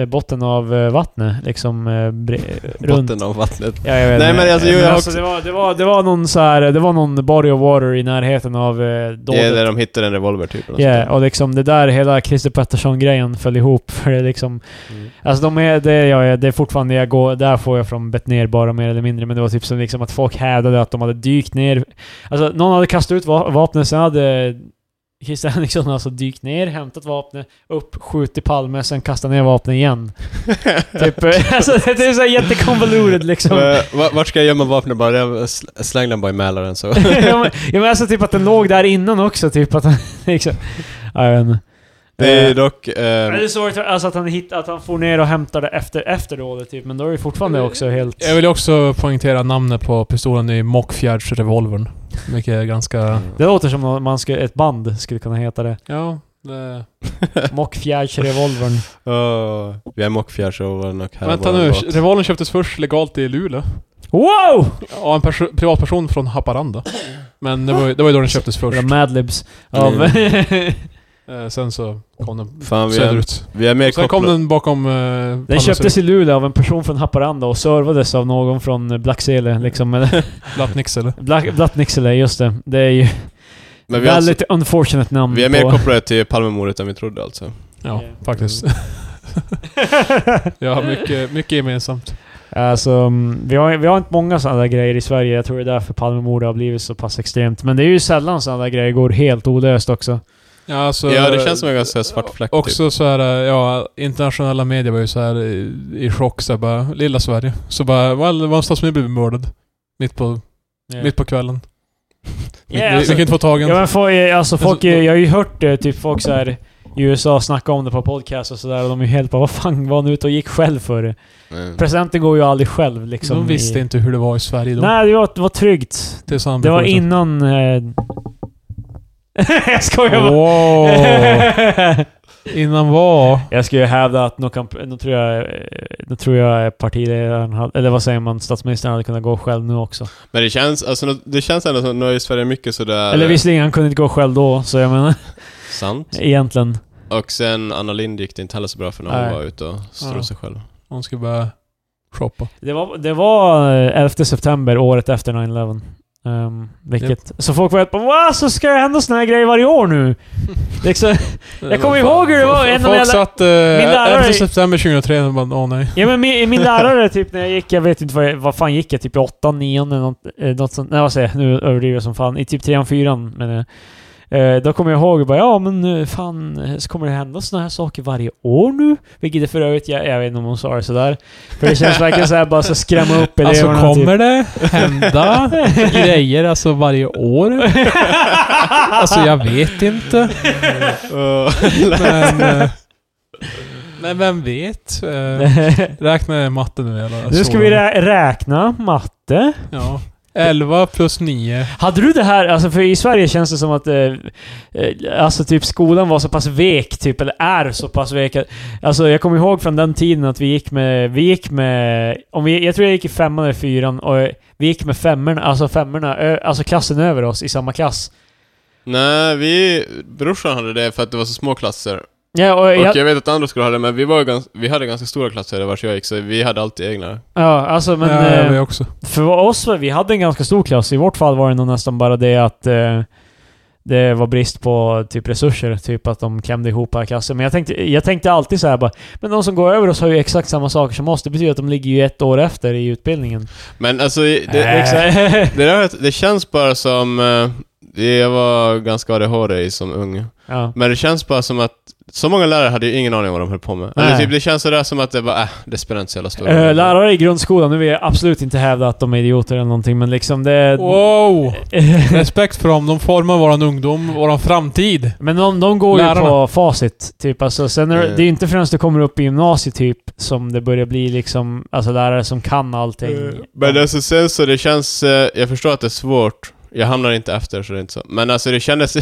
C: botten av eh, vattnet? Liksom eh, bre- runt?
A: Botten av vattnet.
C: Ja, jag vet
A: Nej,
C: inte.
A: men alltså, jo, jag har också-
C: det, var, det, var, det var någon så här, det var någon body of water i närheten av eh,
A: Det är där
C: dådet.
A: de hittade en revolver typ. eller
C: Ja,
A: något sånt
C: och liksom det där hela Christer Pettersson-grejen föll ihop. För det är liksom,
A: där. Mm.
C: alltså de är, det, är jag, det är fortfarande, jag går, där får jag från Bettner bara mer eller mindre. Men det var typ som liksom att folk hävdade att de hade dykt ner. Alltså någon hade kastat ut va- vapnet, sen hade Christer Henriksson alltså dykt ner, hämtat vapnet, upp, skjutit Palme, sen kastat ner vapnet igen. typ, eh, alltså det är så här jättekonvolutet liksom.
A: Eh, va- Vart ska jag gömma vapnet bara? Jag sl- Släng den bara i Mälaren så.
C: ja, men, ja, men alltså typ att den låg där innan också, typ att han liksom... Ja, jag vet inte.
A: Det är
C: Eh,
A: dock... ehm,
C: men det är sorgligt alltså att han, hitt, att han får ner och hämtar det efter, efter rådet typ, men då är det fortfarande
A: Eh,
C: också helt...
B: Jag vill ju också poängtera namnet på pistolen i Mockfjärdsrevolvern. Vilket är ganska...
C: Det låter som om man skulle, ett band skulle kunna heta det.
B: Ja, det...
C: Mockfjärdsrevolvern.
A: Åh, vi är mockfjärsovern och här
B: Vänta
A: var en
B: nu,
A: båt.
B: revolvern köptes först legalt i Luleå.
C: Wow!
B: Av en perso- privatperson från Haparanda. Men det var, ju- det var ju då den köptes först.
C: Våra Madlibs. Av...
B: Eh, sen så kom den
A: Fan vi är,
B: söderut.
A: vi är mer
B: Sen kom
A: kopplade.
B: den bakom... Eh,
C: Den
B: Palme
C: köptes
B: söderut.
C: i Luleå av en person från Haparanda och servades av någon från Blacksele liksom. eller-
B: Lappnix eller?
C: Black, Blattnicksele, just det. Det är ju
A: Men vi, är alltså,
C: väldigt unfortunate namn
A: vi är mer
C: på-
A: kopplade till Palmemordet än vi trodde alltså.
B: Ja,
C: Ja.
B: faktiskt. ja, mycket, mycket gemensamt.
C: Alltså, mm, vi har, vi har inte många sådana där grejer i Sverige. Jag tror det är därför Palmemordet har blivit så pass extremt. Men det är ju sällan sådana där grejer går helt olöst också.
B: Ja, alltså,
A: ja, det känns som en ganska svart fläck typ.
B: Också så här, eh, ja, internationella medier var ju så här i, i chock så här, bara, lilla Sverige. Så bara, well, det var en statsminister blev mördad. Mitt på, mitt på kvällen. Vi, vi, vi
C: alltså,
B: kan inte få tag i
C: ja, men
B: honom.
C: folk, alltså, folk,
B: Alltså,
C: jag har ju hört det, typ folk så här i USA snackade om det på podcast och sådär och de är ju helt bara Vad fan var han ute och gick själv för? det?"
A: Mm.
C: Presidenten går ju aldrig själv liksom.
B: de visste
C: i...
B: inte hur det var i Sverige då.
C: Nej, det var, det var tryggt.
B: Tills han
C: Det var
B: beskjuter.
C: innan... Eh... jag skojar bara.
B: Wow! Innan vad?
C: jag skulle ju hävda att nog kan, nog tror jag, eh, nog tror jag partiledaren hade, eller vad säger man, statsministern hade kunnat gå själv nu också.
A: Men det känns, alltså, det känns ändå som, nu är ju Sverige mycket sådär...
C: Eller visserligen, han kunde inte gå själv då, så jag menar,
A: Sant.
C: egentligen.
A: Och sen Anna Lind gick det inte heller så bra för när hon
C: Nej.
A: var ute och strosade själv.
B: Hon ska börja shoppa.
C: Det var, det var eh, 11 september, året efter 9-11. Ehm, vilket, Så folk var helt bara Va? Så ska det hända såna här grejer varje år nu? liksom, jag kommer ihåg hur det var. En av
B: Folk
C: mina-
B: satt eh,
C: lärare-
B: efter september 2003 och bara åh nej.
C: Ja men min, min lärare typ när jag gick, jag vet inte vad, jag, vad fan gick jag? Typ i åttan, nian eller något, eh, något sånt. Nej vad säger jag? Nu överdriver jag som fan. I typ trean, fyran men eh, Då kommer jag ihåg och bara ja men eh, fan eh, så kommer det hända såna här saker varje år nu? Vilket är för övrigt, jag, jag vet inte om hon sa det sådär. För det känns verkligen såhär bara så skrämma upp
B: Alltså
C: eleverna. typ.
B: kommer det hända grejer alltså varje år? Alltså jag vet inte. Men, eh, men vem vet? Eh,
C: typ.
B: Räkna matte nu eller?
C: nu ska vi rä- räkna matte.
B: Ja. 11 plus 9.
C: Hade du det här, alltså för i Sverige känns det som att eh, eh, alltså typ skolan var så pass vek, typ, eller är så pass vek. att- Alltså jag kommer ihåg från den tiden att vi gick med, vi gick med, om vi, jag tror jag gick i femman eller fyran, och eh, vi gick med femmorna, alltså femmorna, ö, alltså klassen över oss i samma klass.
A: Nej, vi... Brorsan hade det för att det var så små klasser.
C: Ja, och
A: Och
C: jag,
A: jag vet att andra skulle ha det, men vi, var ju gans, vi hade ganska stora klasser vars jag gick, så vi hade alltid egna.
C: ja, alltså men...
B: ja, jag
C: eh,
B: vet också.
C: För oss, vi hade en ganska stor klass. I vårt fall var det nog nästan bara det att eh, det var brist på typ resurser. Typ att de klämde ihop alla klasser. Men jag tänkte, jag tänkte alltid så här bara, men de som går över oss har ju exakt samma saker som oss. Det betyder att de ligger ju ett år efter i utbildningen.
A: Men alltså, det,
C: Äh.
A: det, det, där, det känns bara som... eh, det- Jag var ganska ADHD som ung.
C: ja.
A: Men det känns bara som att så många lärare hade ju ingen aning om vad de höll på med. Eller
C: Nej.
A: typ, det känns sådär som att det var äh, det spelar inte så jävla stor
C: Eh, lärare i grundskolan, nu vill jag absolut inte hävda att de är idioter eller någonting, men liksom det...
B: Wow! Respekt för dem. De formar våran ungdom, våran framtid.
C: Men de, de går ju
B: Lärarna.
C: på facit, typ. Alltså, sen är,
A: Eh.
C: Det är ju inte förrän du kommer upp i gymnasiet, typ, som det börjar bli liksom, alltså lärare som kan allting.
A: Eh, Men alltså sen så det känns, eh, jag förstår att det är svårt. Jag hamnar inte efter så det är inte så. Men alltså det kändes,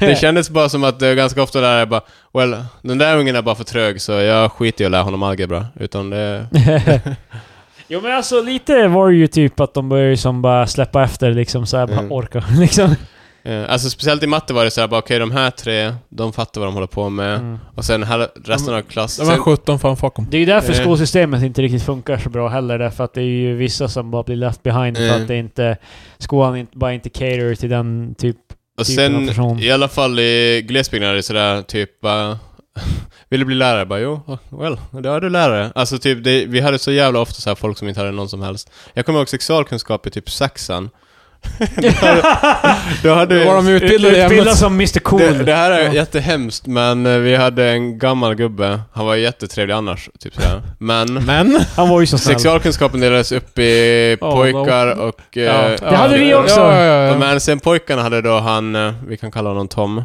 A: det kändes bara som att det är ganska ofta lärare bara Well, den där ungen är bara för trög så jag skiter i att lära honom algebra. Utan det...
C: jo men alltså lite var det ju typ att de började som bara släppa efter liksom så här, bara
A: Mm.
C: orka liksom.
A: Eh, alltså speciellt i matte var det så här bara okej de här tre, de fattar vad de håller på med.
C: Mm.
A: Och sen här, resten av klassen...
B: De är
A: Sen,
B: 17, fan fuck dem.
C: Det är ju därför
A: Eh.
C: skolsystemet inte riktigt funkar så bra heller, därför att det är ju vissa som bara blir left behind för
A: Mm.
C: att det inte, skolan inte, bara inte cater till den typ...
A: och
C: typen av
A: sen
C: person.
A: i alla fall i glesbygden är det sådär typ bara... Vill du bli lärare? Bara jo, well, då är du lärare. Alltså typ, det, vi hade så jävla ofta så här folk som inte hade någon som helst. Jag kommer ihåg sexualkunskap i typ sexan. då hade, då hade
B: Då var de utbildade i
C: Utbilda
B: ämnet.
C: som Mr Cool.
A: Det, det här är
C: Ja.
A: jättehemskt, men eh, vi hade en gammal gubbe. Han var jättetrevlig annars, typ sådär. Men
B: Men...
C: Han var ju så snäll.
A: sexualkunskapen delades upp i
B: Ja,
A: pojkar och... eh,
C: Det hade vi också.
B: Ja, ja, ja.
A: Men sen pojkarna hade då han, eh, vi kan kalla honom Tom.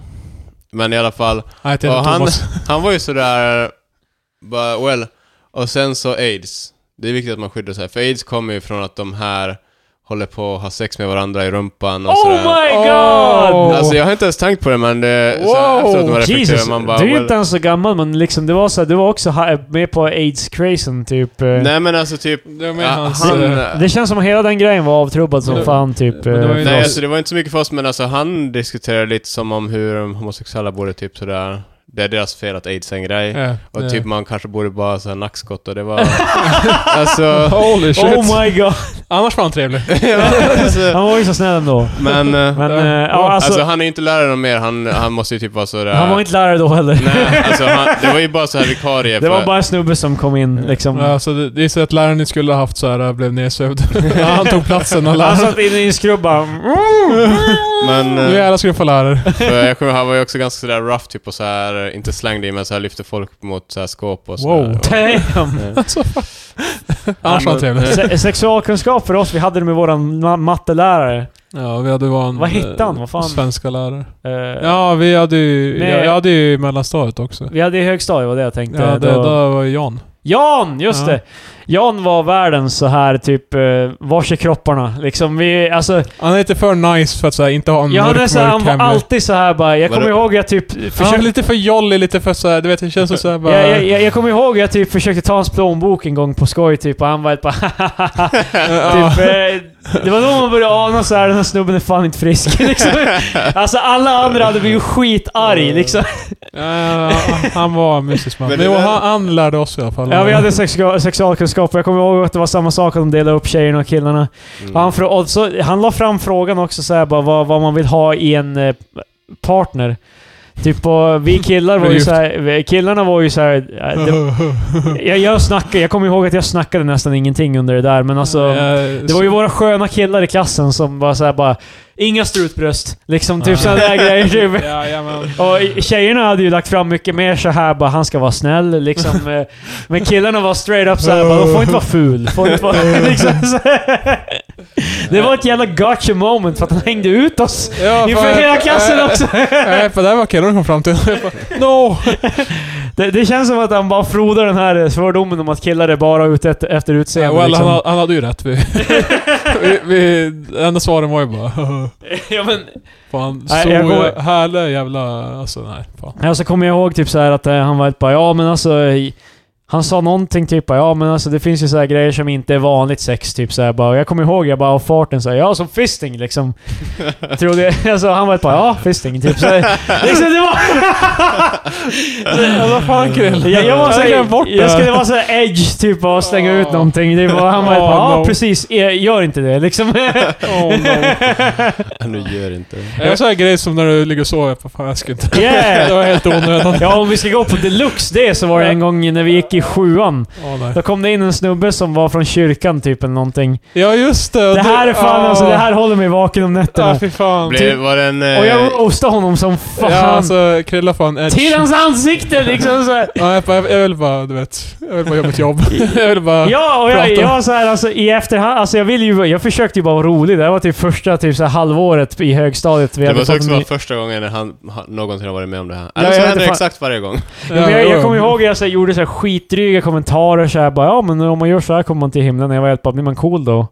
A: Men i alla fall,
B: Nej, till
A: och han,
B: Thomas.
A: han var ju sådär, bara well. Och sen så aids. Det är viktigt att man skyddar sig, för aids kommer ju från att de här håller på att ha sex med varandra i rumpan och
C: Oh
A: sådär.
C: my
B: Åh.
C: god!
A: Alltså jag har inte ens tänkt på det men det... så här
B: Wow!
A: efteråt när man reflekterar
C: Oh, Jesus,
A: man bara...
C: du är ju
A: well,
C: inte ens så gammal men liksom det var så här, du var också ha- med på aids-crazen typ. eh.
A: Nej men alltså typ...
B: Det
A: Ja,
B: med hans...
A: han-
B: eh,
A: Nej.
C: Det känns som att hela den grejen var avtrubbad som
B: Men-
C: fan typ.
B: men det var ju
C: eh,
A: Nej
B: oss.
A: alltså det var inte så mycket för oss men alltså han diskuterade lite som om hur de homosexuella borde typ sådär... Det är deras fel att aids är en grej.
B: ja,
A: Och
B: det-
A: typ man kanske borde bara såhär nackskott och det var... alltså...
B: Holy shit.
C: Oh my god!
B: Annars var han trevlig.
A: alltså
C: Han var ju så snäll ändå.
A: men... eh,
C: Men
B: Ja.
C: eh, ja,
A: Alltså,
C: alltså,
A: han är ju inte lärare någon mer, han, han måste ju typ vara sådär...
C: han var inte lärare då heller.
A: Nej, alltså han, det var ju bara såhär vikarie
C: det var
A: för-
C: bara en snubbe som kom in liksom.
B: Ja, så det, det är så att läraren ni skulle ha haft så här blev nedsövd. Ja, han tog platsen och
C: Han
B: läraren.
C: satt inne i en skrubb bara,
A: Alltså, Men... eh,
B: Nu är alla skulle få lärare.
A: För jag kommer ihåg, han var ju också ganska sådär rough typ och så här inte slängde i men så här lyfte folk mot så här skåp och så
B: Wow.
A: där.
C: Damn.
B: Annars var han trevlig.
C: Se- Sexualkunskap för oss, vi hade det med våran ma- mattelärare.
A: eh,
B: Ja, vi hade var en...
C: Vad hette han?
B: eh,
C: Vad fan?
B: Svenska lärare.
C: Eh,
B: Ja, vi hade ju...
C: Nej.
B: Jag, jag hade ju mellanstadiet också.
C: Vi hade i högstadiet, var det jag tänkte.
B: Ja, det,
C: Då-
B: då var ju Jan.
C: Jan! Just
B: Ja.
C: det! Jan var världens så här typ, eh, vars är kropparna? Liksom vi, alltså...
B: Han är inte för nice för att så här, inte ha en
C: Ja, han, är
B: mörk,
C: så här,
B: mörk
C: han var
B: hemlighet.
C: alltid så här bara, jag
A: Vadå?
C: kommer ihåg jag typ
B: Han är
C: försökte...
B: lite för jolly, lite för så här, du vet, det känns som så här bara...
C: Jag, jag, jag, jag kommer ihåg jag typ försökte ta hans plånbok en gång på skoj typ och han var ett bara typ, eh, Det var då man började ana så här den här snubben är fan inte frisk. liksom. Alltså alla andra hade blivit skitarg liksom.
B: Ja, han var Mrs. Man.
A: Men det
B: Jo,
A: där-
B: han, han lärde oss i alla fall.
C: Ja, vi hade sexu- sexualkunskap och jag kommer ihåg att det var samma sak att de delade upp tjejerna och killarna.
A: Mm.
C: Och Han, frå- och så, han la fram frågan också så här, bara, vad, vad man vill ha i en eh, partner. Typ och vi killar var ju
B: Just.
C: så här, vi- killarna var ju så här, eh, det, jag, jag, snackade, jag kommer ihåg att jag snackade nästan ingenting under det där, men alltså...
B: Eh,
C: Det var ju våra sköna killar i klassen som bara såhär bara... Inga strutbröst. Liksom typ sådana där grejer. Typ.
B: Ja, ja, men,
C: Och tjejerna hade ju lagt fram mycket mer så här bara han ska vara snäll liksom. eh, Men killarna var straight up såhär bara de får inte vara ful. Får inte vara, liksom, så här. det var ett jävla gotcha moment för att han hängde ut oss.
B: ja,
C: Inför
B: för-
C: hela klassen
B: eh,
C: också.
B: Nej, för det här var killarna kom fram till. Jag bara, No!
C: Det, det känns som att han bara frodar den här eh, fördomen om att killar är bara ute efter- efter
B: Ja,
C: utseende.
B: well,
C: liksom.
B: han, han hade ju rätt. Vi, vi, vi, det enda svaren var ju bara...
C: ja, men,
B: Fan,
C: Nej,
B: så
C: jag
B: jag
C: går-
B: härliga jävla... Alltså nej, fan.
C: Ja, så kommer jag ihåg typ så här att eh, han var ett bara, ja men alltså... eh, Han sa någonting typ bara, ja men alltså det finns ju så här grejer som inte är vanligt sex typ så här bara. Och jag kommer ihåg, jag bara, och farten så här, ja som fisting liksom. Trodde jag, alltså han var ett bara, ja fisting typ så här. Liksom det var...
B: Ja, vad fan Krill?
C: Jag, jag var så
B: glömde bort
C: här,
B: det.
C: jag skulle vara så här edge typ och slänga ut
B: Åh.
C: någonting. Det var, han var ett bara,
B: Åh,
C: ja
B: no.
C: precis, eh, gör inte det liksom.
B: Oh, no.
A: Nu gör inte det.
B: Jag sa en grej som när du ligger och sover. Jag bara, fan jag ska inte...
C: Yeah.
B: Det var helt onödan.
C: Ja, om vi ska gå på deluxe det så var det en gång när vi gick i sjuan.
B: Åh, nej.
C: Då kom det in en snubbe som var från kyrkan typ eller någonting.
B: Ja just det.
C: Det här är fan
B: Åh.
C: alltså, det här håller mig vaken om
B: Ja
C: nätterna.
B: fy fan.
A: Blev, var det en... eh,
C: Och jag ostade honom som fan.
B: Ja alltså Krilla fan edge.
C: Till hans ansikte liksom så här.
B: Ja, jag, bara, jag vill bara, du vet. Jag vill bara göra mitt jobb. Jag vill bara...
C: Ja, och jag,
B: Prata.
C: jag så här, alltså i efterhand, alltså jag ville ju, jag försökte ju bara vara rolig. Det här var typ första typ så här, halvåret i högstadiet. Vi
A: det
C: hade
A: var
C: fått
A: också
C: en ny-
A: första gången när han han någonsin har varit med om det här.
C: jag
A: Eller så
C: vet
A: händer det
C: fan.
A: exakt varje gång.
C: Ja, men jag,
B: jo.
C: jag kommer ihåg att jag så här, gjorde så här skitdryga kommentarer så här, bara ja men om man gör så här kommer man till himlen. Jag var helt bara, blir man cool då?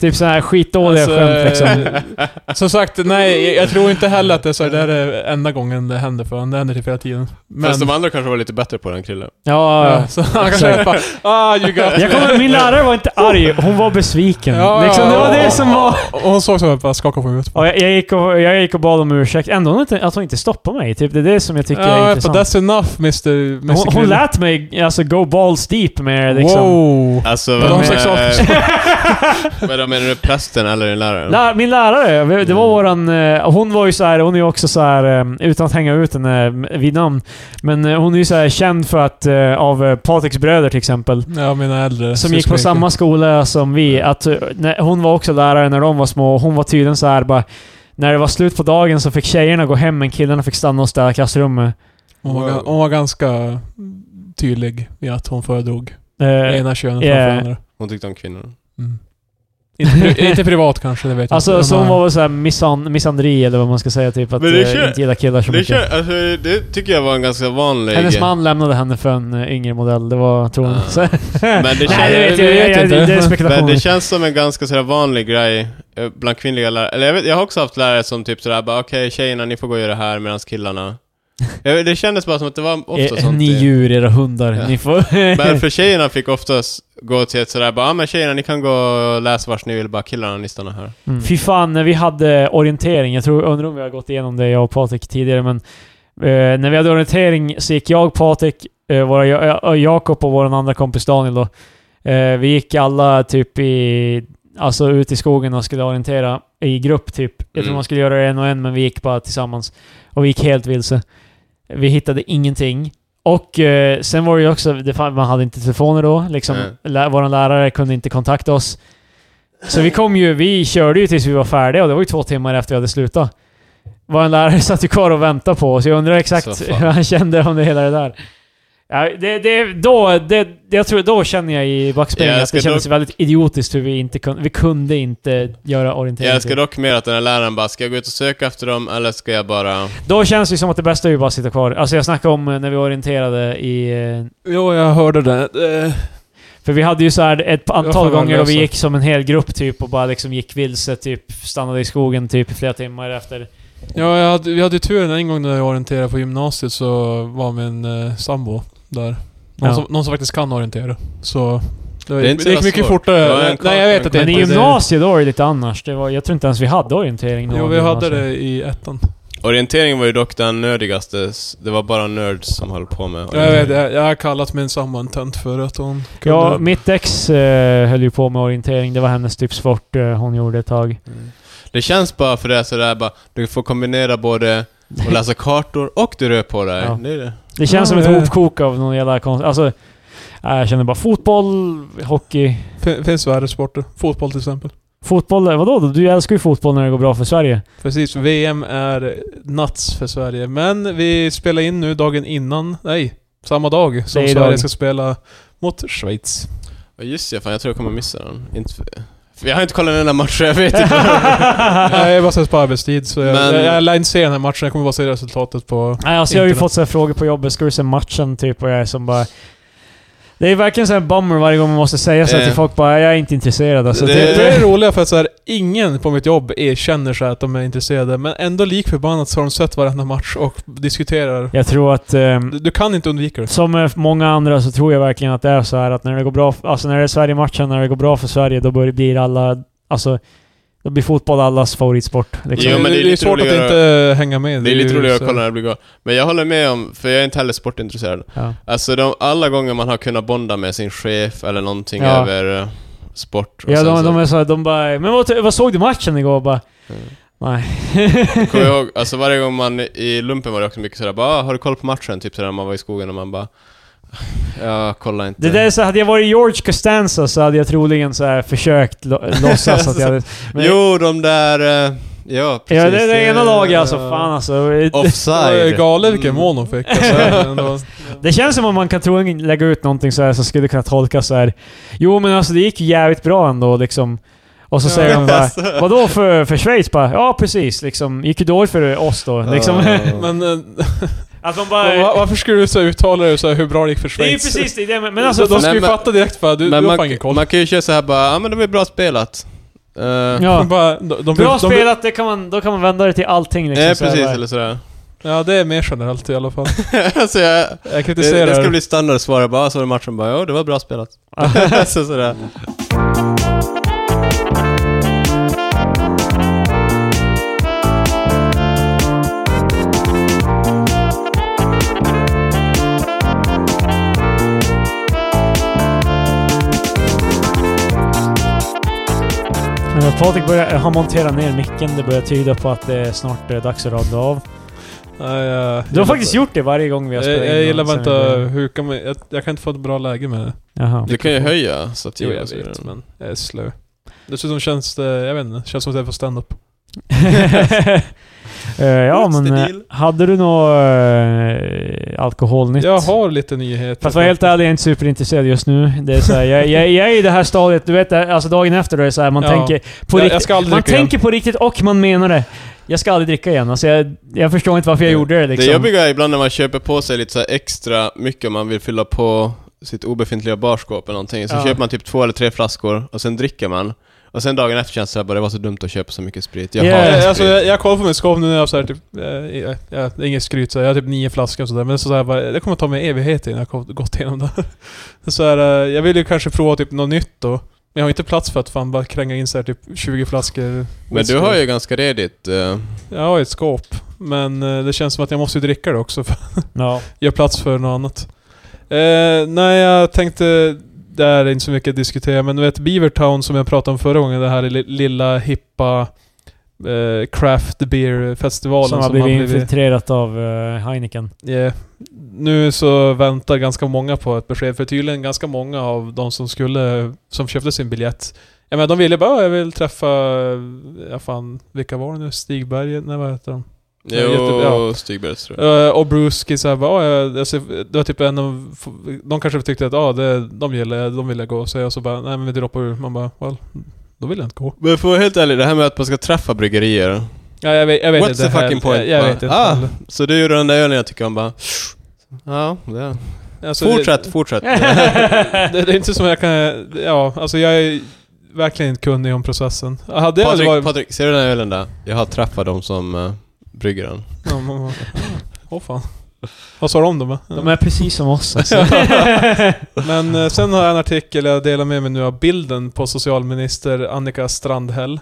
C: Typ så här skitdåliga skämt liksom.
B: Alltså, eh, Som sagt, nej, jag- jag tror inte heller att det är så här, det här är enda gången det händer för honom. Det händer typ hela tiden. Men...
A: Fast de andra kanske var lite bättre på den killen.
C: Ja, ja.
B: Ja, så han kanske är bara, ah you got me."
C: Jag kommer, min lärare var inte arg, hon var besviken.
B: Ja,
C: liksom, det var det som var...
B: Och hon såg så här, bara skakade på huvudet.
C: Och jag, jag, gick och, jag gick och bad om ursäkt. Ändå hon inte, att hon inte stoppade mig. Typ, det är det som jag tycker är
B: Ja, but
C: intressant.
B: that's enough Mr. Mr.
C: hon, hon
B: Grill.
C: lät mig alltså go balls deep med det, liksom.
B: Wow!
A: Alltså,
B: de
A: vad
B: sexual-
A: menar... Vad menar du? Prästen eller din lärare?
C: Lär, min lärare, vi- det var våran... eh, Hon var ju så här, hon är ju också så här eh, utan att hänga ut henne eh, vid namn. Men eh, hon är ju så här känd för att, eh, av eh, Patriks bröder till exempel.
B: Ja, mina äldre
C: Som gick på
B: syskon.
C: samma skola som vi. Att, eh, när, hon var också lärare när de var små och hon var tydligen så här bara... När det var slut på dagen så fick tjejerna gå hem men killarna fick stanna och städa klassrummet.
B: Hon var, ga- hon var ganska tydlig i att hon föredrog
C: Eh,
B: ena könet
C: yeah.
B: framför andra.
A: Hon tyckte om kvinnor.
B: Mm. Inte, pri- inte privat kanske, det vet jag
C: Alltså,
B: inte.
C: så hon
B: Men,
C: var väl såhär misan, misandri eller vad man ska säga typ. Att
A: Men det
C: eh,
A: kän-
C: inte gilla killar så
A: Det,
C: mycket.
A: kän- alltså, det tycker jag var en ganska vanlig...
C: Hennes man lämnade henne för en eh, yngre modell, det var tror hon.
A: Ah.
C: Så-
A: Men det
C: Nej, det
A: kän-
C: vet jag, jag, jag, det är
A: Men
C: spekulationer.
A: det känns som en ganska sådär vanlig grej eh, bland kvinnliga lärare. Eller jag, vet, jag har också haft lärare som typ sådär bara okej tjejerna ni får gå och göra det här medan killarna... Jag vet, det kändes bara som att det var ofta
C: Eh,
A: sånt.
C: Ni
A: det-
C: djur, era hundar.
A: Ja.
C: Ni får...
A: Men för tjejerna fick oftast gå till ett sådär bara ah, men tjejerna ni kan gå och läsa vars ni vill bara killarna ni stannar här.
C: Mm. Fy fan, när vi hade orientering, jag tror, undrar om vi har gått igenom det jag och Patrik tidigare, men eh, när vi hade orientering så gick jag, Patrik, eh, våra, ja, ja, Jakob och vår andra kompis Daniel då. Eh, vi gick alla typ i, alltså ut i skogen och skulle orientera i grupp typ. Jag tror
A: Mm.
C: man skulle göra det en och en, men vi gick bara tillsammans. Och vi gick helt vilse. Vi hittade ingenting. Och eh, sen var det ju också, det fan, man hade inte telefoner då, liksom.
A: Nej.
C: Lä, vår lärare kunde inte kontakta oss. Så vi kom ju, vi körde ju tills vi var färdiga och det var ju två timmar efter vi hade slutat. Vår lärare satt ju kvar och väntade på oss. Jag undrar exakt
A: Så
C: hur
A: fan.
C: han kände om det hela det där. Ja, det, det, då, det, jag tror, då känner jag i backspegeln
A: Ja, jag
C: att
A: ska
C: det kändes
A: dock-
C: väldigt idiotiskt hur vi inte kunde... Vi kunde inte göra orientering.
A: Jag älskar dock mer att den här läraren bara, ska jag gå ut och söka efter dem eller ska jag bara...
C: Då känns det ju som att det bästa är ju bara att sitta kvar. Alltså jag snackade om eh, när vi orienterade i... eh,
B: Jo, jag hörde det. Eh,
C: För vi hade ju så här ett
B: fan
C: antal
B: vad
C: gånger då vi
B: lösa.
C: gick som en hel grupp typ och bara liksom gick vilse, typ stannade i skogen typ i flera timmar efter.
B: Ja, jag hade, vi hade ju turen en gång när jag orienterade på gymnasiet så var min eh, sambo där. Någon,
C: Ja.
B: som, någon som faktiskt kan orientera. Så... Det,
A: är inte
B: det
A: så
B: gick mycket
A: svårt. Det var en
B: fortare. Nej,
A: kort-
B: jag vet att det
C: Men i
B: inte...
C: gymnasiet då är det lite annars. Det var, jag tror inte ens vi hade orientering då.
B: Jo,
C: i
B: vi hade
C: gymnasiet.
B: det i ettan.
A: Orientering var ju dock den nördigaste, s- det var bara nerds som höll på med
B: Jag, vet,
A: orientering.
B: jag, jag har kallat min sambo en tönt för att hon kunde...
C: Ja, mitt ex eh, höll ju på med orientering. Det var hennes typ sport eh, hon gjorde ett tag.
A: Det känns bara för det sådär bara, du får kombinera både och läsa kartor och du rör på dig.
C: Ja.
A: Det är det.
C: Det känns
B: Ja,
C: som
B: det-
C: ett hopkok av någon jävla konst... Alltså, äh, jag känner bara fotboll, hockey...
B: Fin- Finns värre sporter. Fotboll till exempel.
C: Fotboll, eh, vadå? Du älskar ju fotboll när det går bra för Sverige.
B: Precis, VM är nuts för Sverige. Men vi spelar in nu dagen innan, nej, samma dag som
C: Det är
B: Sverige
C: idag.
B: ska spela mot Schweiz.
A: Ja, Just det, fan jag tror jag kommer missa den. Inte för, för jag har inte kollat den enda matchen, jag vet inte.
B: Nej, jag har bara sett på arbetstid, så jag,
A: Men-
B: jag, jag lär inte se den här matchen. Jag kommer bara se resultatet på...
C: Nej, alltså jag har ju
B: Internet.
C: fått så här frågor på jobbet. Ska du se matchen? Typ. Och jag är som bara... Det är verkligen så här bummer varje gång man måste säga så här
A: Eh.
C: till folk bara jag är inte intresserad alltså.
A: Det-
B: Det, det,
C: Det,
B: är roligt för att så här, ingen på mitt jobb erkänner så här att de är intresserade, men ändå lik förbannat så har de sett varenda match och diskuterar.
C: jag tror att... ehm,
B: Du, du kan inte undvika det.
C: som med många andra så tror jag verkligen att det är så här att när det går bra... Alltså när det är Sverige-matchen, när det går bra för Sverige, då börjar- blir alla... Alltså... Då blir fotboll allas favoritsport. Liksom.
A: Jo, men det är
B: det är
A: lite
B: svårt
A: roligare-
B: att inte hänga med.
A: Det är lite
B: ju
A: roligare att
B: så-
A: kolla när det blir gott. Men jag håller med om, för jag är inte heller sportintresserad.
C: Ja.
A: Alltså de, alla gånger man har kunnat bonda med sin chef eller någonting
C: Ja.
A: över eh, sport och
C: Ja,
A: sen
C: de,
A: så-
C: de är så här, de bara Men vad, vad såg du matchen igår? Bara,
A: Mm.
C: Nej.
A: Kommer jag ihåg, alltså varje gång man i lumpen var det också mycket sådär bara ah, har du koll på matchen? Typ sådär när man var i skogen och man bara "Ah, jag kollar inte.
C: Det där är så här, hade jag varit George Costanza så hade jag troligen så här försökt lo- låtsas att jag hade... men-
A: Jo, de där... eh, Ja, precis.
C: Ja, det är det ena laget alltså.
B: ja.
C: Fan alltså.
B: Det var
A: Offside. Mm.
B: ju galet vilken mån de fick. Alltså, Men det var-
C: Det känns som om man kan tro, lägga ut någonting så här som skulle kunna tolkas så här. Jo men alltså det gick ju jävligt bra ändå liksom. Och så
B: Ja,
C: säger de bara
A: alltså.
C: Vadå för, för Schweiz? Bara, ja precis liksom. Gick ju dåligt för oss då. Liksom.
A: Ja.
B: men eh,
C: att de bara...
B: va- varför skulle du så här uttala dig så här, hur bra det gick för
C: det är ju
B: Schweiz?
C: precis det. det men, men
B: Alltså,
C: alltså...
B: de
A: Nej,
B: skulle ju
A: men-
B: fatta direkt bara, du,
A: Men
B: du har fan
A: man,
B: ingen koll.
A: man kan ju köra såhär bara, ja ah, men det var bra spelat. Eh,
C: ja.
B: Bara, de, de,
C: Bra
B: de,
C: spelat, det kan man, då kan man vända det till allting liksom.
A: eh,
C: så här,
A: precis,
C: bara.
A: eller sådär.
B: Ja, det är mer generellt i alla fall.
A: alltså jag,
B: Jag
A: det,
B: kritiserar...
A: det ska bli standardsvar, jag bara, ah, så var matchen bara, ja det var bra spelat. alltså sådär.
C: Men att Patrik börjar, eh, har monterat ner micken, det börjar tyda på att det är snart är dags att radda av.
B: Nej, jag-
C: Du har faktiskt gjort det varje gång vi har
B: Jag,
C: spelat in.
B: jag gillar bara
C: sen
B: inte
C: vi började.
B: att huka mig. Jag, jag kan inte få ett bra läge med det.
C: Jaha.
A: Du kan ju höja stativet. och så vidare.
B: men jag är slö. Dessutom känns det, jag vet inte, känns som att jag är på stand-up.
C: Eh, ja
A: What's
C: men
A: the
C: eh,
A: deal?
C: hade du något eh, alkoholnytt?
B: Jag har lite nyheter.
C: Fast var helt ärlig, jag är inte superintresserad just nu. Det är så här, jag, jag, jag är i det här stadiet, du vet, alltså dagen efter då är det så här, man
B: Ja.
C: tänker på
B: Jag- jag
C: riktigt.
B: ska aldrig
C: man
B: dricka igen.
C: tänker på riktigt och man menar det. Jag ska aldrig dricka igen. Alltså jag, jag förstår inte varför jag
A: Det-
C: gjorde det liksom.
A: Det jobbiga är ibland när man köper på sig lite så här extra mycket om man vill fylla på sitt obefintliga barskåp eller någonting. Så
C: Ja.
A: köper man typ två eller tre flaskor och sen dricker man. Och sen dagen efter känns det bara, det var så dumt att köpa så mycket sprit. Jag
C: Ja,
A: har
B: Jag,
A: sprit.
B: alltså, jag, jag kollar på min skåp nu när jag har så här, typ, eh, jag, jag, det är inget skryt så här, jag har typ nio flaskor och sådär. Men så här, bara, det kommer ta mig evighet innan jag kom- gått igenom det. här. så här, eh, jag vill ju kanske prova typ något nytt då. Men jag har inte plats för att fan bara kränga in så här, typ 20 flaskor
A: Men du
B: whisky.
A: har ju ganska redigt. eh,
B: Jag har ju ett skåp. Men eh, det känns som att jag måste ju dricka det också för
C: Ja.
B: Gör plats för något annat. Eh, nej, jag tänkte... Det här är inte så mycket att diskutera, men du vet Beavertown som jag pratade om förra gången, det här li- lilla hippa eh, craft beer-festivalen
C: Som har blivit infiltrerat av eh, Heineken.
B: Yeah. Nu så väntar ganska många på ett besked, för tydligen ganska många av de som skulle, som köpte sin biljett. Jag menar, de ville bara, "Åh, jag vill träffa, ja fan, vilka var det nu? Stigberg? Nej vad heter de? Det är jätte- ja.
A: Jo, Stigbergs tror jag.
B: Eh, och Bruski såhär bara, "Ah, jag- alltså, det var typ en av, de kanske tyckte att ah, det, de gillar, de vill jag gå, så jag så bara, nej men vi droppar ur. Man bara, well, då vill jag inte gå.
A: Men för att vara helt ärlig, det här med att man ska träffa bryggerier.
B: Ja, jag vet, jag vet
A: What's
B: inte.
A: the
B: helt-
A: fucking point?
B: Jag, jag
A: Bara,
B: vet inte.
A: ah.
B: heller.
A: Så det är ju den där ölen jag tycker om bara... Ja, det är.
B: Alltså, det-
A: Ah, Fortsätt, fortsätt.
B: Det, det är inte som jag kan... Ja, alltså jag är verkligen inte kunnig om processen. Hade jag aldrig
A: Patrik,
B: varit...
A: Patrik, ser du den här ölen där? Jag har träffat dem som uh, brygger den.
B: Ja, man bara, Åh fan. Vad sa du om dem? va?
C: De är precis som oss alltså.
B: Men eh, sen har jag en artikel jag delar med mig nu av bilden på socialminister Annika Strandhäll.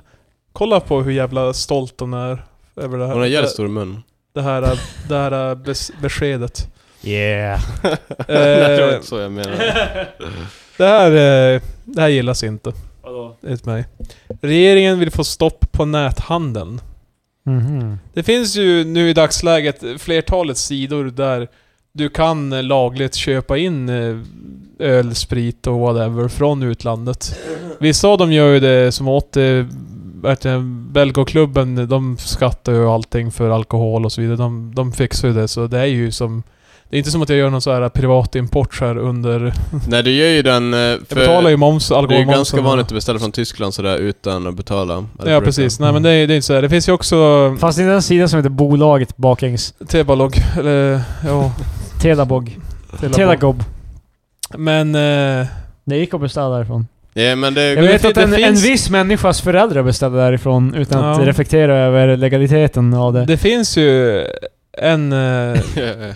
B: Kolla på hur jävla stolt hon är över det här.
A: Hon har jävligt
B: det,
A: stor mun.
B: det här, eh, det här eh, bes, beskedet.
C: Yeah.
A: Nej, det var inte så jag menar.
B: Det här, eh, det här gillas inte,
C: Vadå?
B: enligt mig. Regeringen vill få stopp på näthandeln.
C: Mhm.
B: Det finns ju nu i dagsläget flertalet sidor där du kan eh, lagligt köpa in eh, öl, sprit och whatever från utlandet. Vissa av dem gör ju det som åt eh, vet jag, Belgoklubben, de skattar ju allting för alkohol och så vidare. De, de fixar ju det, så det är ju som... Det är inte som att jag gör någon så här privatimport så här under...
A: Nej, det gör ju den... eh,
B: Jag betalar ju moms,
A: Det är ju
B: alkoholmomsen.
A: ganska
B: och-
A: vanligt att beställa från Tyskland sådär utan att betala. Mm. Eller
B: Ja
A: förutom.
B: precis, nej men det är, det är inte så här. Det finns ju också...
C: Fast det är den sidan som heter Bolaget baklänges.
B: Tebalog, eller ja...
C: Tedabog. Tedagob.
B: Men... Eh,
C: Det gick att beställa därifrån.
A: Ja, men det...
C: Jag
B: men
C: vet
B: det-
C: att
B: det
C: en, en
B: finns-
C: viss människas föräldrar beställde därifrån utan att
B: Ja.
C: reflektera över legaliteten av det.
B: Det finns ju en, eh,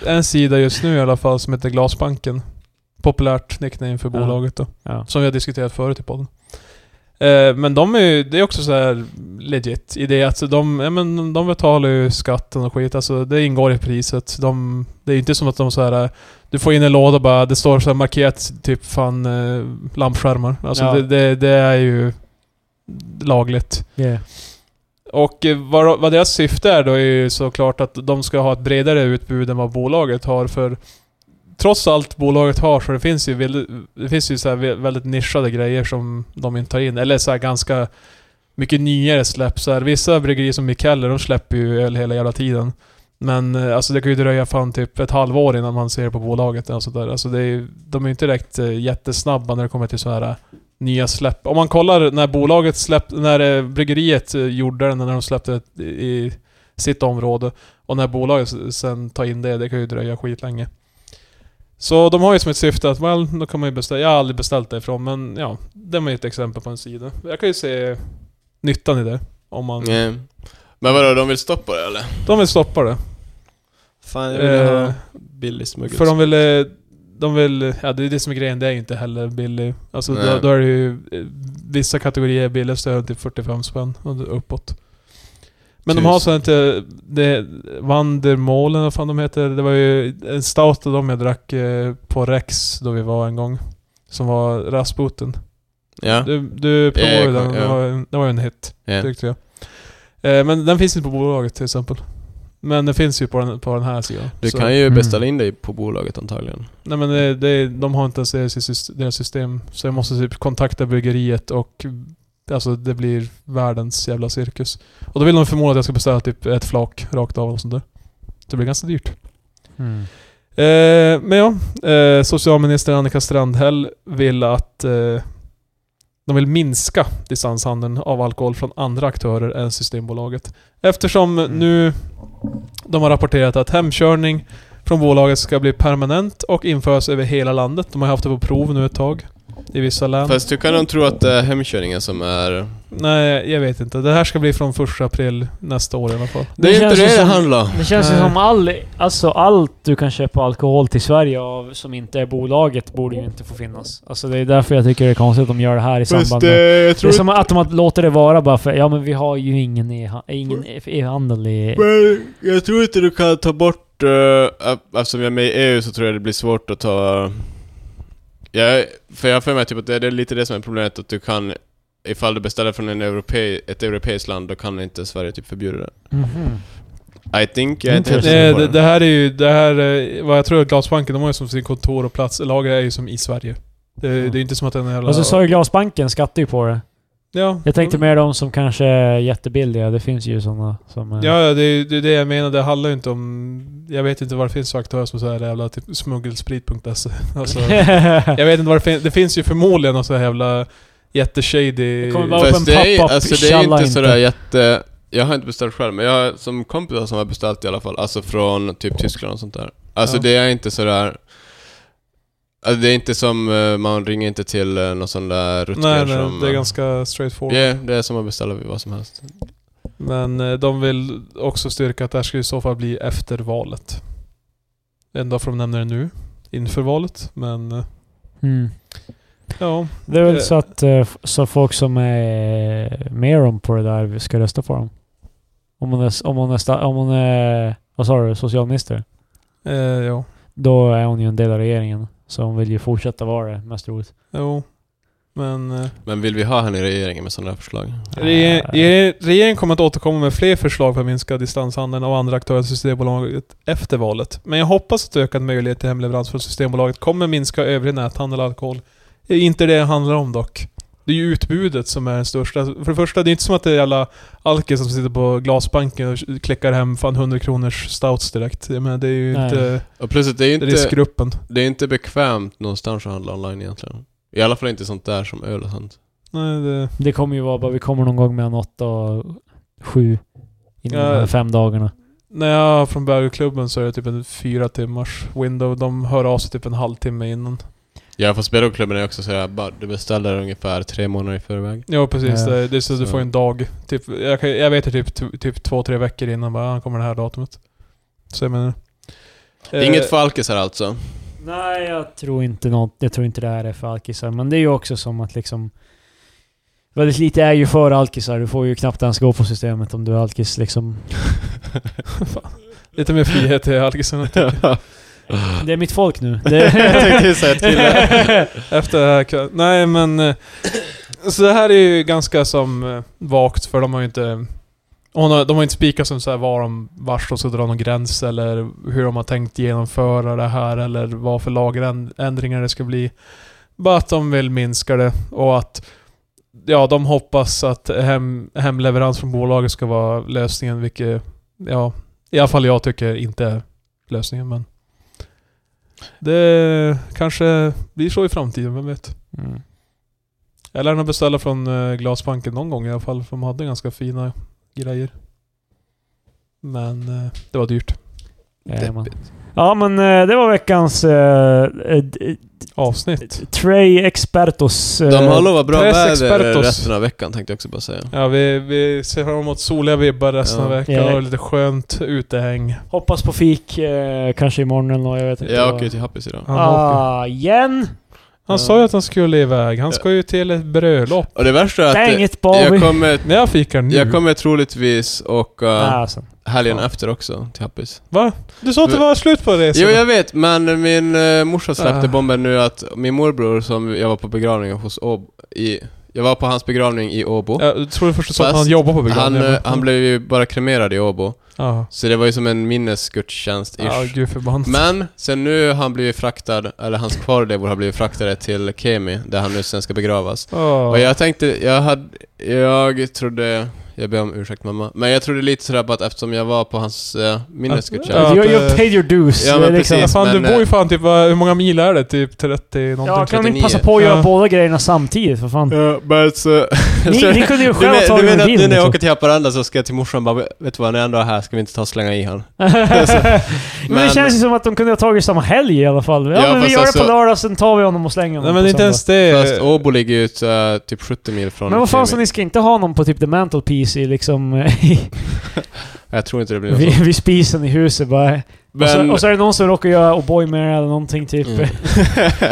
B: en sida just nu i alla fall som heter Glasbanken. Populärt nickname för
C: Ja.
B: bolaget då.
C: Ja.
B: Som vi har diskuterat förut i podden. Eh, Men de är ju, det är också så här legit i det att de, ja, men de betalar ju skatten och skit. Alltså det ingår i priset. De, det är inte som att de så här eh, du får in en låda och bara, det står så här markerat typ fan eh, lampskärmar. Alltså
C: Ja.
B: det, det, det är ju lagligt.
C: Yeah.
B: Och eh, vad, vad deras syfte är då är ju såklart att de ska ha ett bredare utbud än vad bolaget har för Trots allt bolaget har så det finns ju, väl- det finns ju så här vä- väldigt nischade grejer som de inte tar in. Eller så här ganska mycket nyare släpp. Så här, vissa bryggerier som Mikeller, de släpper ju öl hela jävla tiden. Men eh, alltså det kan ju dröja fan typ ett halvår innan man ser på bolaget. Och sådär. Alltså det är, ju- de är ju inte direkt eh, jättesnabba när det kommer till så här eh, nya släpp. Om man kollar när bolaget släppte, när eh, bryggeriet eh, gjorde den, när de släppte i- i sitt område och när bolaget s- sen tar in det, det kan ju dröja skitlänge. Så de har ju som ett syfte att, well, då kan man ju beställa. Jag har aldrig beställt det ifrån, men ja, det var ju ett exempel på en sida. Jag kan ju se nyttan i det. Om man...
A: Ja. Men vadå, de vill stoppa det eller?
B: De vill stoppa det.
A: Fan,
B: jag vill ha Eh,
A: billig smuggel.
B: För de vill... eh, De vill... Ja, det är det som är grejen. Det är ju inte heller billig. Alltså då,
A: Nej.
B: då är det ju... eh, Vissa kategorier är billigast är typ 45 spänn och det- uppåt. Men de har
A: Tusen.
B: sånt inte... Det... Vandermålen, vad fan de heter. Det var ju en stout av dem jag drack eh, på Rex då vi var en gång. Som var Rasputin.
A: Ja.
B: Du, du provade
A: Ja, jag
B: den.
A: kom-
B: Det
A: ja.
B: var en- Det var ju en hit.
A: ja.
B: tyckte jag. Eh, Men den finns inte på bolaget till exempel. Men den finns ju på den, på den här sidan.
A: Du
B: Så-
A: kan ju
C: Mm.
A: beställa in dig på bolaget antagligen.
B: Nej men eh, det, det, de har inte ens det i sitt sys- deras system. Så jag måste typ kontakta bryggeriet och alltså det blir världens jävla cirkus. Och då vill de förmodligen att jag ska beställa typ ett flak rakt av och sånt där. Det blir ganska dyrt.
C: Mm.
B: Eh, men ja, eh, socialminister Annika Strandhäll vill att eh, de vill minska distanshandeln av alkohol från andra aktörer än Systembolaget. Eftersom
C: Mm.
B: nu de har rapporterat att hemkörning från bolaget ska bli permanent och införas över hela landet. De har haft det på prov nu ett tag. I vissa län.
A: Fast hur kan de tro att det är hemkörningen som är...
B: Nej, jag vet inte. Det här ska bli från 1 april nästa år i alla fall.
A: Det är
C: känns
A: inte
C: ju
A: det det
C: som-
A: handlar om.
C: Det känns ju
B: Nej.
C: som all, alltså allt du kan köpa alkohol till Sverige av som inte är bolaget borde ju inte få finnas. Alltså det är därför jag tycker det är konstigt att de gör det här i samband med...
A: jag
C: eh, Det är som att de har låter det vara bara för ja men vi har ju ingen e-ha- ingen e-handel i...
A: Men jag tror inte du kan ta bort... eh, ef- eftersom jag är med i EU så tror jag det blir svårt att ta... jag, för jag har för mig typ att det, det är lite det som är problemet, att du kan... Ifall du beställer från en europe, ett europeiskt land, då kan inte Sverige typ förbjuda det.
C: Mhm.
A: I think, jag är inte helt
B: Det,
A: säker på
B: det,
A: det.
B: det här är ju, det här, eh, vad jag tror att Glasbanken, de har ju som sin kontor och plats, lager är ju som i Sverige. Det,
C: Mm.
B: det är inte som att den är jävla...
C: Och så sa ju Glasbanken skattar ju på det.
B: Ja. Mm.
C: Jag tänkte mer de som kanske är jättebilliga. Det finns ju sådana som... är-
B: Ja, ja, det är ju det, är det jag menar. Det handlar ju inte om... Jag vet inte vad det finns för aktörer som säger jävla typ smuggelsprit.se. Alltså,
C: Mm.
B: jag vet inte vad det finns. Det finns ju förmodligen någon sån här jävla jätteshady...
C: Det kommer bara-
A: Fast det
C: en
A: är, ju-
C: pop-up
A: alltså, det är ju
C: tjalla
A: inte
C: inte.
A: sådär jätte... Jag har inte beställt själv, men jag har som kompisar som har beställt i alla fall. Alltså från typ Tyskland och sånt där. Alltså
B: Ja.
A: det är inte sådär... Alltså, det är inte som, eh, man ringer inte till eh, någon sån där Rutger
B: Nej, nej,
A: som...
B: det är
A: eh,
B: ganska straightforward.
A: Ja, yeah, det är som att beställa vad som helst.
B: Men eh, de vill också styrka att det här ska i så fall bli efter valet. Ändå får de nämna det nu, inför valet. Men eh,
C: Mm.
B: ja,
C: Det är
B: Eh.
C: väl så att eh, f- så folk som är mer om på det där ska rösta på dem. Om hon är, s- om hon är, sta- om hon är vad sa du, socialminister.
B: eh, ja,
C: Då är hon ju en del av regeringen. Så hon vill ju fortsätta vara det, mest roligt.
B: jo. Men eh,
A: Men vill vi ha henne i regeringen med sådana här förslag?
B: rege-
C: Eh,
B: rege- regeringen kommer att återkomma med fler förslag för att minska distanshandeln och andra aktörer än Systembolaget efter valet. Men jag hoppas att ökad möjlighet till hemleverans från Systembolaget kommer minska övrig näthandel och alkohol. Det är inte det det handlar om dock. Det är ju utbudet som är den största. För det första, det är inte som att det är alla alkis som sitter på glasbanken och klickar hem fan 100 kronors stouts direkt. Jag menar, det är ju
C: Nej.
B: inte
A: Och plus att det är inte,
B: riskgruppen.
A: det är inte bekvämt någonstans att handla online egentligen. I alla fall inte sånt där som öl och sånt.
B: Nej, det...
C: Det kommer ju vara bara, vi kommer någon gång mellan åtta och sju. Inom
B: Ja.
C: de här fem dagarna.
B: När jag är från bögklubben så är det typ en fyra timmars window. De hör av sig typ en halvtimme innan.
A: Ja, fast Beroklubben är också sådär, bara, du beställer ungefär tre månader i förväg.
B: Ja precis,
C: Ja.
B: det, det är så, du
A: Så.
B: får en dag. Typ, jag, kan, jag vet det typ, t- typ två, tre veckor innan bara, han kommer det här datumet. Så jag menar... Eh,
A: Inget för alkisar alltså.
C: Nej, jag tror inte något. Jag tror inte det här är för alkisar. Men det är ju också som att liksom... Väldigt lite är ju för alkisar. Du får ju knappt ens gå på systemet om du är alkis liksom.
B: Lite mer frihet till alkisarna.
C: Det är mitt folk nu. Det...
A: Jag tänkte ju säga till det.
B: Efter det här kväll- Nej men... eh, Så det här är ju ganska som eh, vagt för de har ju inte... Hon har, de har inte spikat som så här var de vars de ska dra någon gräns eller hur de har tänkt genomföra det här eller vad för lagändringar det ska bli. Bara att de vill minska det och att ja, de hoppas att hem, hemleverans från bolaget ska vara lösningen vilket ja, i alla fall jag tycker inte är lösningen men det kanske blir så i framtiden, vem vet?
C: Mm.
B: Jag lär nog beställa från eh, Glasbanken någon gång i alla fall, för de hade ganska fina grejer. Men eh, det var dyrt.
C: Jajamän. Ja men eh, det var veckans eh, eh, d- eh,
B: Avsnitt.
C: Trey Expertos. eh,
A: De har lovat bra
B: Tres
A: väder
B: expertos.
A: resten av veckan tänkte jag också bara säga.
B: Ja, vi, vi ser fram emot soliga vibbar resten
A: Ja.
B: av veckan
C: Ja.
B: och lite skönt utehäng.
C: Hoppas på fik eh, kanske imorgon eller något, jag vet inte.
A: Jag
C: vad.
A: åker ju till Happis idag.
B: Ja. Han
C: Ah, igen!
B: Han sa ju att han skulle iväg. Han ska ju till ett bröllop.
A: Och det värsta är att
C: Dang
A: eh,
C: it Bobby!
A: jag kommer,
B: När jag fikar nu.
A: jag kommer troligtvis åka
C: Ah, sen.
A: helgen
B: Ja.
A: efter också till Happis.
B: Va? Du sa att det var slut på resan.
A: Jo, jag vet, men min eh, morsa släppte
B: Ah.
A: bomben nu att min morbror som jag var på begravningen hos Åbo, i, jag var på hans begravning i Åbo.
B: Jag tror först du sa att
A: Fast
B: han jobbar på
A: Han,
B: begravningen.
A: eh, han blev ju bara kremerad i Åbo,
B: Ja.
A: så det var ju som en minnesgudstjänst-ish.
B: Ja, gud förbannat.
A: men sen nu har han blivit fraktad, eller hans kvarlevor har blivit fraktade till Kemi, där han nu sen ska begravas.
B: Ja.
A: Och jag tänkte, jag hade, jag trodde, jag ber om ursäkt mamma, men jag trodde lite sådär på att eftersom jag var på hans eh, minnesgudstjänst
B: Ja,
C: you,
B: att,
C: you
B: eh,
C: paid your dues.
A: Ja,
C: Det är
A: men
C: liksom,
B: Ja,
A: precis.
B: fan, du
A: men,
B: bor ju
A: eh,
B: fan typ, vad- hur många mil är det? Typ 30 någonting?
C: ja, kan ni
A: 39?
C: passa på att göra
B: Ja.
C: båda grejerna samtidigt? För fan.
A: Ja, men så...
C: Ni, ni kunde ju
A: Du,
C: själva
A: men,
C: ta
A: du
C: er
A: menar
C: en
A: att nu
C: bil.
A: när jag
C: liksom.
A: åker till Haparanda så ska jag till morsan bara, vet du vad, när jag ändå är här ska vi inte ta och slänga i han.
C: men, det känns ju som att de kunde ha tagit samma helg i alla fall. Ja,
A: Ja,
C: men vi
A: fast
C: gör det
A: alltså-
C: på lördag, sen tar vi honom och slänger
B: Nej
C: honom
B: men
C: på
B: inte
C: söndag.
B: ens det.
A: Fast oh, Åbo ligger ju ett, äh, typ 70 mil från
C: Eh. Men vad fan,
A: Kemi.
C: så ni ska inte ha någon på typ the mantelpiece i liksom... i-
A: Jag tror inte det blir något
C: vid,
A: sånt.
C: vid spisen i huset bara.
A: Men...
C: och, så, och så är det någon som råkar göra O'boy med det eller någonting typ.
A: Mm.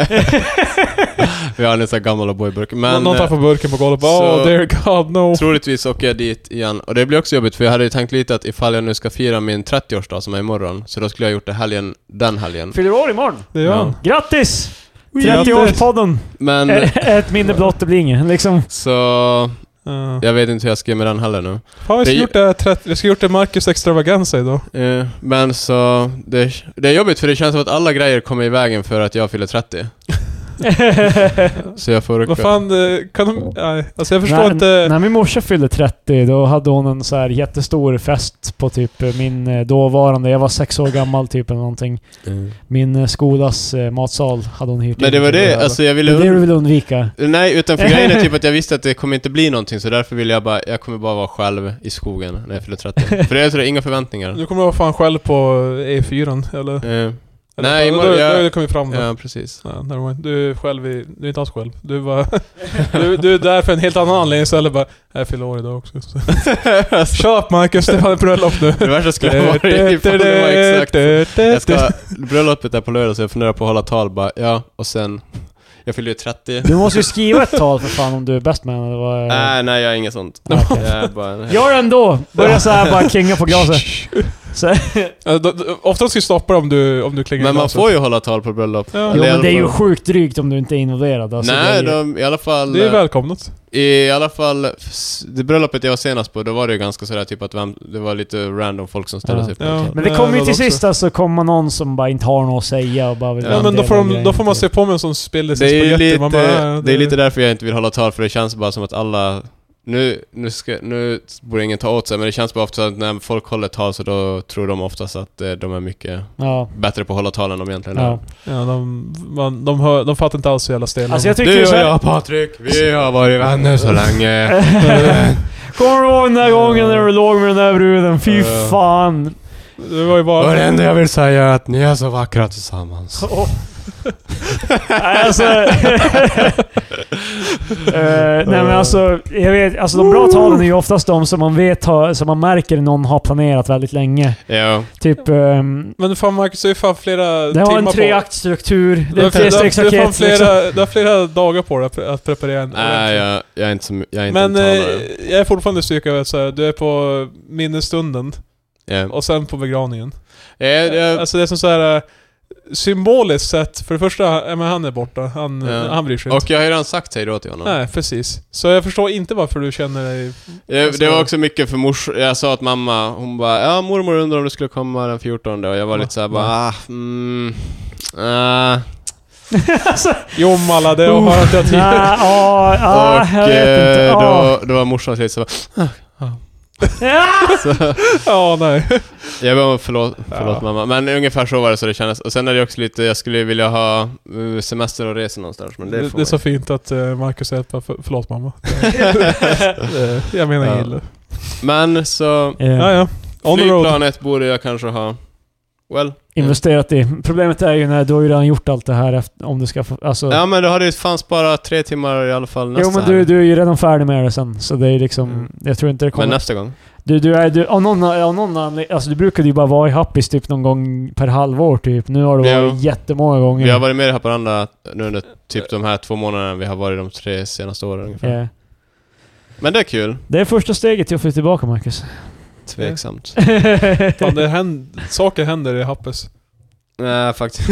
A: vi har en sån här gammal O'boy-burk. Men
B: Någon tar
A: eh,
B: på burken på golvet
A: så-
B: bara, oh dear god no.
A: troligtvis åker jag dit igen. Och det blir också jobbigt för jag hade ju tänkt lite att ifall jag nu ska fira min 30-årsdag som är imorgon, så då skulle jag ha gjort det helgen, den helgen.
C: Fyller år imorgon!
B: Det gör han.
C: Grattis!
B: Grattis.
C: 30-årspodden!
A: Men...
C: Ett minne blott, det blir inget. Liksom.
A: Så...
B: Ja.
A: Jag vet inte hur jag ska göra med den heller nu.
B: Fan vi
A: Det-
B: skulle gjort det här 30 vi skulle gjort det Marcus extravaganza idag.
A: Eh, men så... Det, det är jobbigt för det känns som att alla grejer kommer i vägen för att jag fyller 30. Så jag får
B: Vad
A: rucka.
B: fan, eh, kan de... Nej, alltså jag förstår
C: när,
B: inte...
C: När min morsa fyllde 30, då hade hon en så här jättestor fest på typ eh, min eh, dåvarande, jag var sex år gammal typ eller någonting. Min eh, skolas eh, matsal hade hon hyrt
A: Men
C: in
A: det var
C: till
A: det, alltså jag
C: Det
A: ville...
C: är det du
A: und-
C: vill undvika?
A: Nej, utan för grejen är typ att jag visste att det kommer inte bli någonting så därför ville jag bara, jag kommer bara vara själv i skogen när jag fyller 30. För det är sådär, inga förväntningar.
B: Nu kommer jag vara fan själv på E4 eller? eller
A: Eh, Nej,
B: då,
A: imorgon-
B: då,
A: jag-
B: har det kommit fram då.
A: ja, precis.
B: Ja, never mind. Du är själv i, Du är inte alls själv. Du, bara, du, du är där för en helt annan anledning istället bara... Jag fyller år idag också. Så.
A: alltså,
B: Köp Marcus, det är fan ett bröllop nu.
A: det värsta skulle vara ifall det var exakt Jag ska, bröllopet är på lördag så jag funderar på att hålla tal bara, ja, och sen... Jag fyller ju 30.
C: Du måste ju skriva ett tal för fan om du är bäst man eller vad...
A: Nej, nej, jag har inget sånt.
C: Ja, okej.
A: Jag är bara en
C: Gör det ändå! Börja såhär bara kinga på glaset. Så,
B: Ja, då- då- Oftast ska du stoppa om du, om du klingar
A: Men
B: i
A: man
B: glaset.
A: får ju hålla tal på bröllop.
B: Ja.
C: jo
A: Eller i
C: men
A: alla
C: det är ju
A: fall-
C: sjukt drygt om du inte är involverad. Alltså, det är
A: Nej,
C: ju-
A: de, i alla fall...
B: Det är välkomnat.
A: I alla fall, s- det bröllopet jag var senast på, då var det ju ganska sådär typ att vem, det var lite random folk som ställde
C: Ja.
A: sig på
B: Ja.
A: ja.
C: Men det
B: Nej,
C: kommer ju
B: det
C: till
B: också.
C: sist alltså komma någon som bara inte har något att säga och bara vill
A: Ja,
B: Ja,
C: vara
B: men
C: en
B: då
C: del
B: får,
C: av
B: de,
C: grejen,
B: då får man
C: typ.
B: se på mig som spiller sin
A: Det är ju
B: spagetti.
A: lite,
B: Man bara, ja,
A: det är lite därför jag inte vill hålla tal, för det känns bara som att alla... Nu, nu, ska, nu borde ingen ta åt sig, men det känns bara ofta att när folk håller tal så då tror de oftast att eh, de är mycket
C: Ja,
A: bättre på att hålla tal än de egentligen
C: ja.
A: är.
B: Ja, de, man, de, hör, de fattar inte alls hur jävla stela
C: Alltså jag tycker
A: Du
C: så
A: och
C: här-
A: jag Patrik, vi har varit vänner så länge.
C: Kommer du ihåg den där gången när du låg med den där bruden? Fy
A: Ja.
C: fan!
B: Det var ju
A: Och
B: bara...
A: det enda jag vill säga är att ni är så vackra tillsammans.
C: Nej, alltså... Eh, nej men alltså, jag vet, alltså de bra talen är ju oftast de som man vet har, som man märker någon har planerat väldigt länge.
A: Ja.
C: Typ... ehm,
B: Men fan Marcus, det är ju fan flera
C: det har
B: timmar
C: en
B: på
C: treaktstruktur,
B: Du
C: det är
B: har- du
C: en
B: har- du har fan
C: trestegsraket liksom.
B: flera, du har flera dagar på dig att pre- att preparera en.
A: Nej, jag, jag är inte, så, jag är inte
B: Men
A: en
B: eh,
A: talare.
B: jag är fortfarande styrk över att så här, du är på minnesstunden
A: Ja. Eh,
B: och sen på begravningen.
A: Ja, ja,
B: Alltså det är som så här eh, symboliskt sett, för det första, ja, men han är borta. Han,
A: Ja.
B: han bryr sig inte.
A: Och jag har ju redan sagt hej då till honom.
B: Nej, precis. Så jag förstår inte varför du känner dig...
A: Eh, Det var också mycket för mors... Jag sa att mamma, hon bara ja mormor undrar om du skulle komma den 14 och jag var lite såhär bara ah, mm, ah.
C: alltså,
B: Jo Malla, det har jag inte jag tid.
C: nej, ja, ja, jag
A: Och
C: vet inte.
A: eh,
C: ja.
A: då, då var morsan lite såhär
B: Ja, nej.
A: Jag bara, förlåt, förlåt
B: Ja.
A: mamma. Men ungefär så var det så det kändes. Och sen är det också lite, jag skulle vilja ha eh, semester och resor någonstans men det, får
B: Det, det är
A: man
B: så fint att eh, Marcus säger att bara, för, förlåt mamma. Eh, jag menar
A: Ja.
B: inget illa.
A: inte. Men så...
C: Eh,
B: Ja, ja. On the road.
A: Flygplanet borde jag kanske ha... Well.
C: investerat i. Problemet är ju när du har ju redan gjort allt det här efter, om du ska få, alltså,
A: Ja men då hade det fanns bara tre timmar i alla fall nästa
C: Jo men du,
A: helg.
C: du är ju redan färdig med det sen, så det är liksom...
A: Mm.
C: Jag tror inte det kommer...
A: Men nästa gång.
C: Du, du är... Du, av någon, av någon anledning... Alltså du brukade ju bara vara i Happis typ någon gång per halvår typ. Nu har du
A: Ja.
C: varit jättemånga gånger.
A: Vi har varit med i Haparanda nu under typ de här två månaderna vi har varit de tre senaste åren ungefär.
C: Eh,
A: Men det är kul.
C: Det är första steget till att flytta tillbaka Marcus.
A: Tveksamt.
B: Fan, det händer, saker händer i Happes.
A: Nej faktiskt.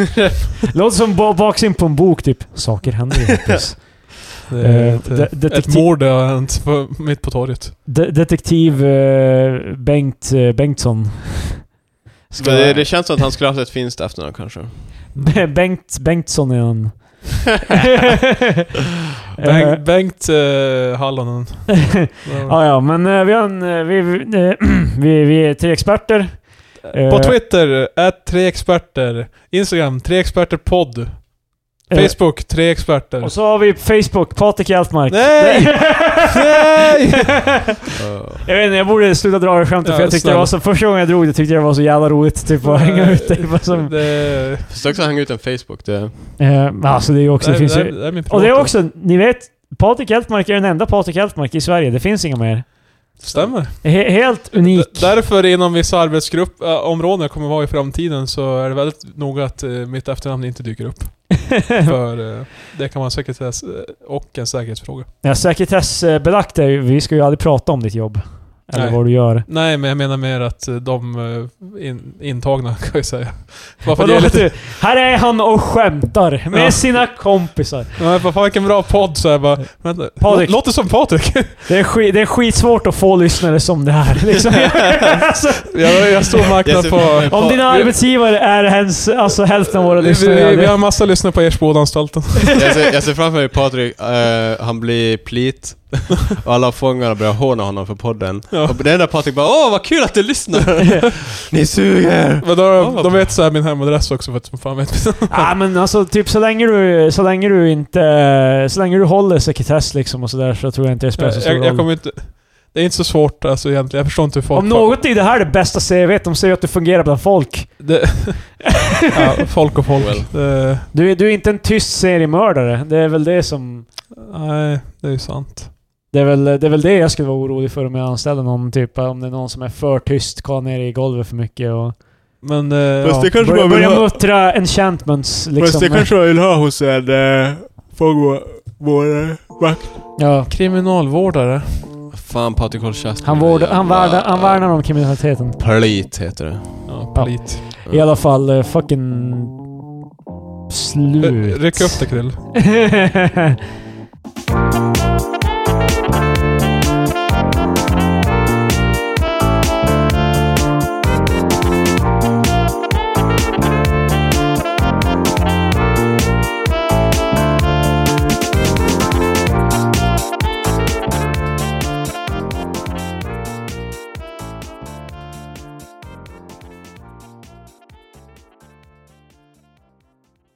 C: Låter som ba- baksin på en bok typ. Saker händer i Happis.
B: Det
C: Eh,
B: är ett,
C: de-
B: ett
C: detektiv-
B: mord har hänt på, mitt på torget.
C: De- detektiv eh, Bengt eh, Bengtsson. Ska-
A: det, det känns som att han skulle haft ett finst efternamn kanske.
C: Bengt Bengtsson är han. Eh,
B: Bengt, Bengt eh, Hallonen.
C: Ja, ja, men eh, vi, har en, eh, vi, vi, eh, vi, vi är tre experter. Eh,
B: På Twitter, at tre experter. Instagram, tre experter podd.
C: Eh,
B: Facebook, tre experter.
C: Och så har vi Facebook, Patrik Hjaltmark.
B: Nej! Nej!
C: jag vet inte, jag borde sluta dra det skämtet för
B: Ja,
C: jag tyckte det var så... Första gången jag drog det tyckte jag det var så jävla roligt. Typ att hänga ut det. Vad Som,
B: det,
A: Försök också hänga ut en Facebook. Det,
C: eh, alltså det är ju också... Det
B: det,
C: finns
B: det,
C: ju,
B: det är min
C: och det är
B: privata.
C: också, ni vet, Patrik Hjaltmark är den enda Patrik Hjaltmark i Sverige. Det finns inga mer.
B: Stämmer.
C: He, helt unik.
B: D- Därför inom vissa arbetsgruppområden jag kommer vara i framtiden så är det väldigt noga att eh, mitt efternamn inte dyker upp. För eh, det kan vara en sekretess eh, och en säkerhetsfråga.
C: ja, sekretessbelagt är ju... Vi ska ju aldrig prata om ditt jobb. Eller
B: Nej.
C: vad du gör.
B: Nej, men jag menar mer att eh, de eh, in, intagna kan jag ju säga. Bara för att
C: Vadå,
B: det är lite...
C: du? Här är han och skämtar med
B: Ja.
C: sina kompisar.
B: Nej, bara, fan vilken bra podd så jag bara... Vänta,
C: Patrik.
B: lå- låter som Patrik.
C: Det är, skit, det är skitsvårt att få lyssnare som det här. Liksom. alltså,
B: jag, jag står marknad på...
C: om dina arbetsgivare är hens, alltså hälften av våra
B: Vi,
C: lyssnare.
B: vi, vi har
C: det-
B: en massa lyssnare på Ersbodaanstalten.
A: Jag ser, jag ser framför mig Patrik, eh, han blir plit. Och alla fångarna börjar håna honom för podden.
B: Ja.
A: Och den där Patrik bara Åh vad kul att du lyssnar! Ni suger!
B: Men då, de vet såhär min hemadress också för att som fan vet
C: Ja, men alltså, typ så länge du, så länge du inte... Så länge du håller sekretess liksom och sådär så tror jag inte det spelar så
B: jag,
C: stor
B: jag, jag
C: roll.
B: kommer inte... Det är inte så svårt alltså egentligen. Jag förstår inte hur folk...
C: Om något är det här det bästa CVt. De säger att du fungerar bland folk.
B: Det, ja, folk och folk.
A: Well.
B: Det,
C: Du, är- du är inte en tyst seriemördare. Det är väl det som...
B: nej, det är ju sant.
C: Det är, väl, det är väl det jag skulle vara orolig för om jag anställer någon. Typ om det är någon som är för tyst, kollar ner i golvet för mycket och...
B: Men... eh,
A: Fast
B: ja.
A: det kanske
C: Börja,
A: man vill
C: börja
A: ha-
C: muttra enchantments liksom.
A: man vill ha hos en eh, fångvårdare.
C: Ja.
B: Kriminalvårdare.
A: Fan Patrik håll käften.
C: Han, vård, han, värnar, han värnar om kriminaliteten.
A: Plit heter det.
B: Ja,
C: Ja.
B: polit.
C: I alla fall, eh, fucking... Slut.
B: Eh, Ryck upp det Krill.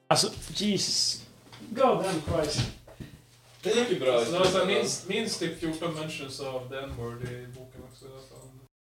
C: alltså, Jesus. God damn Christ.
B: Det
A: gick ju bra.
B: Så det var så här minst, minst typ 14 mentions av den word i boken också.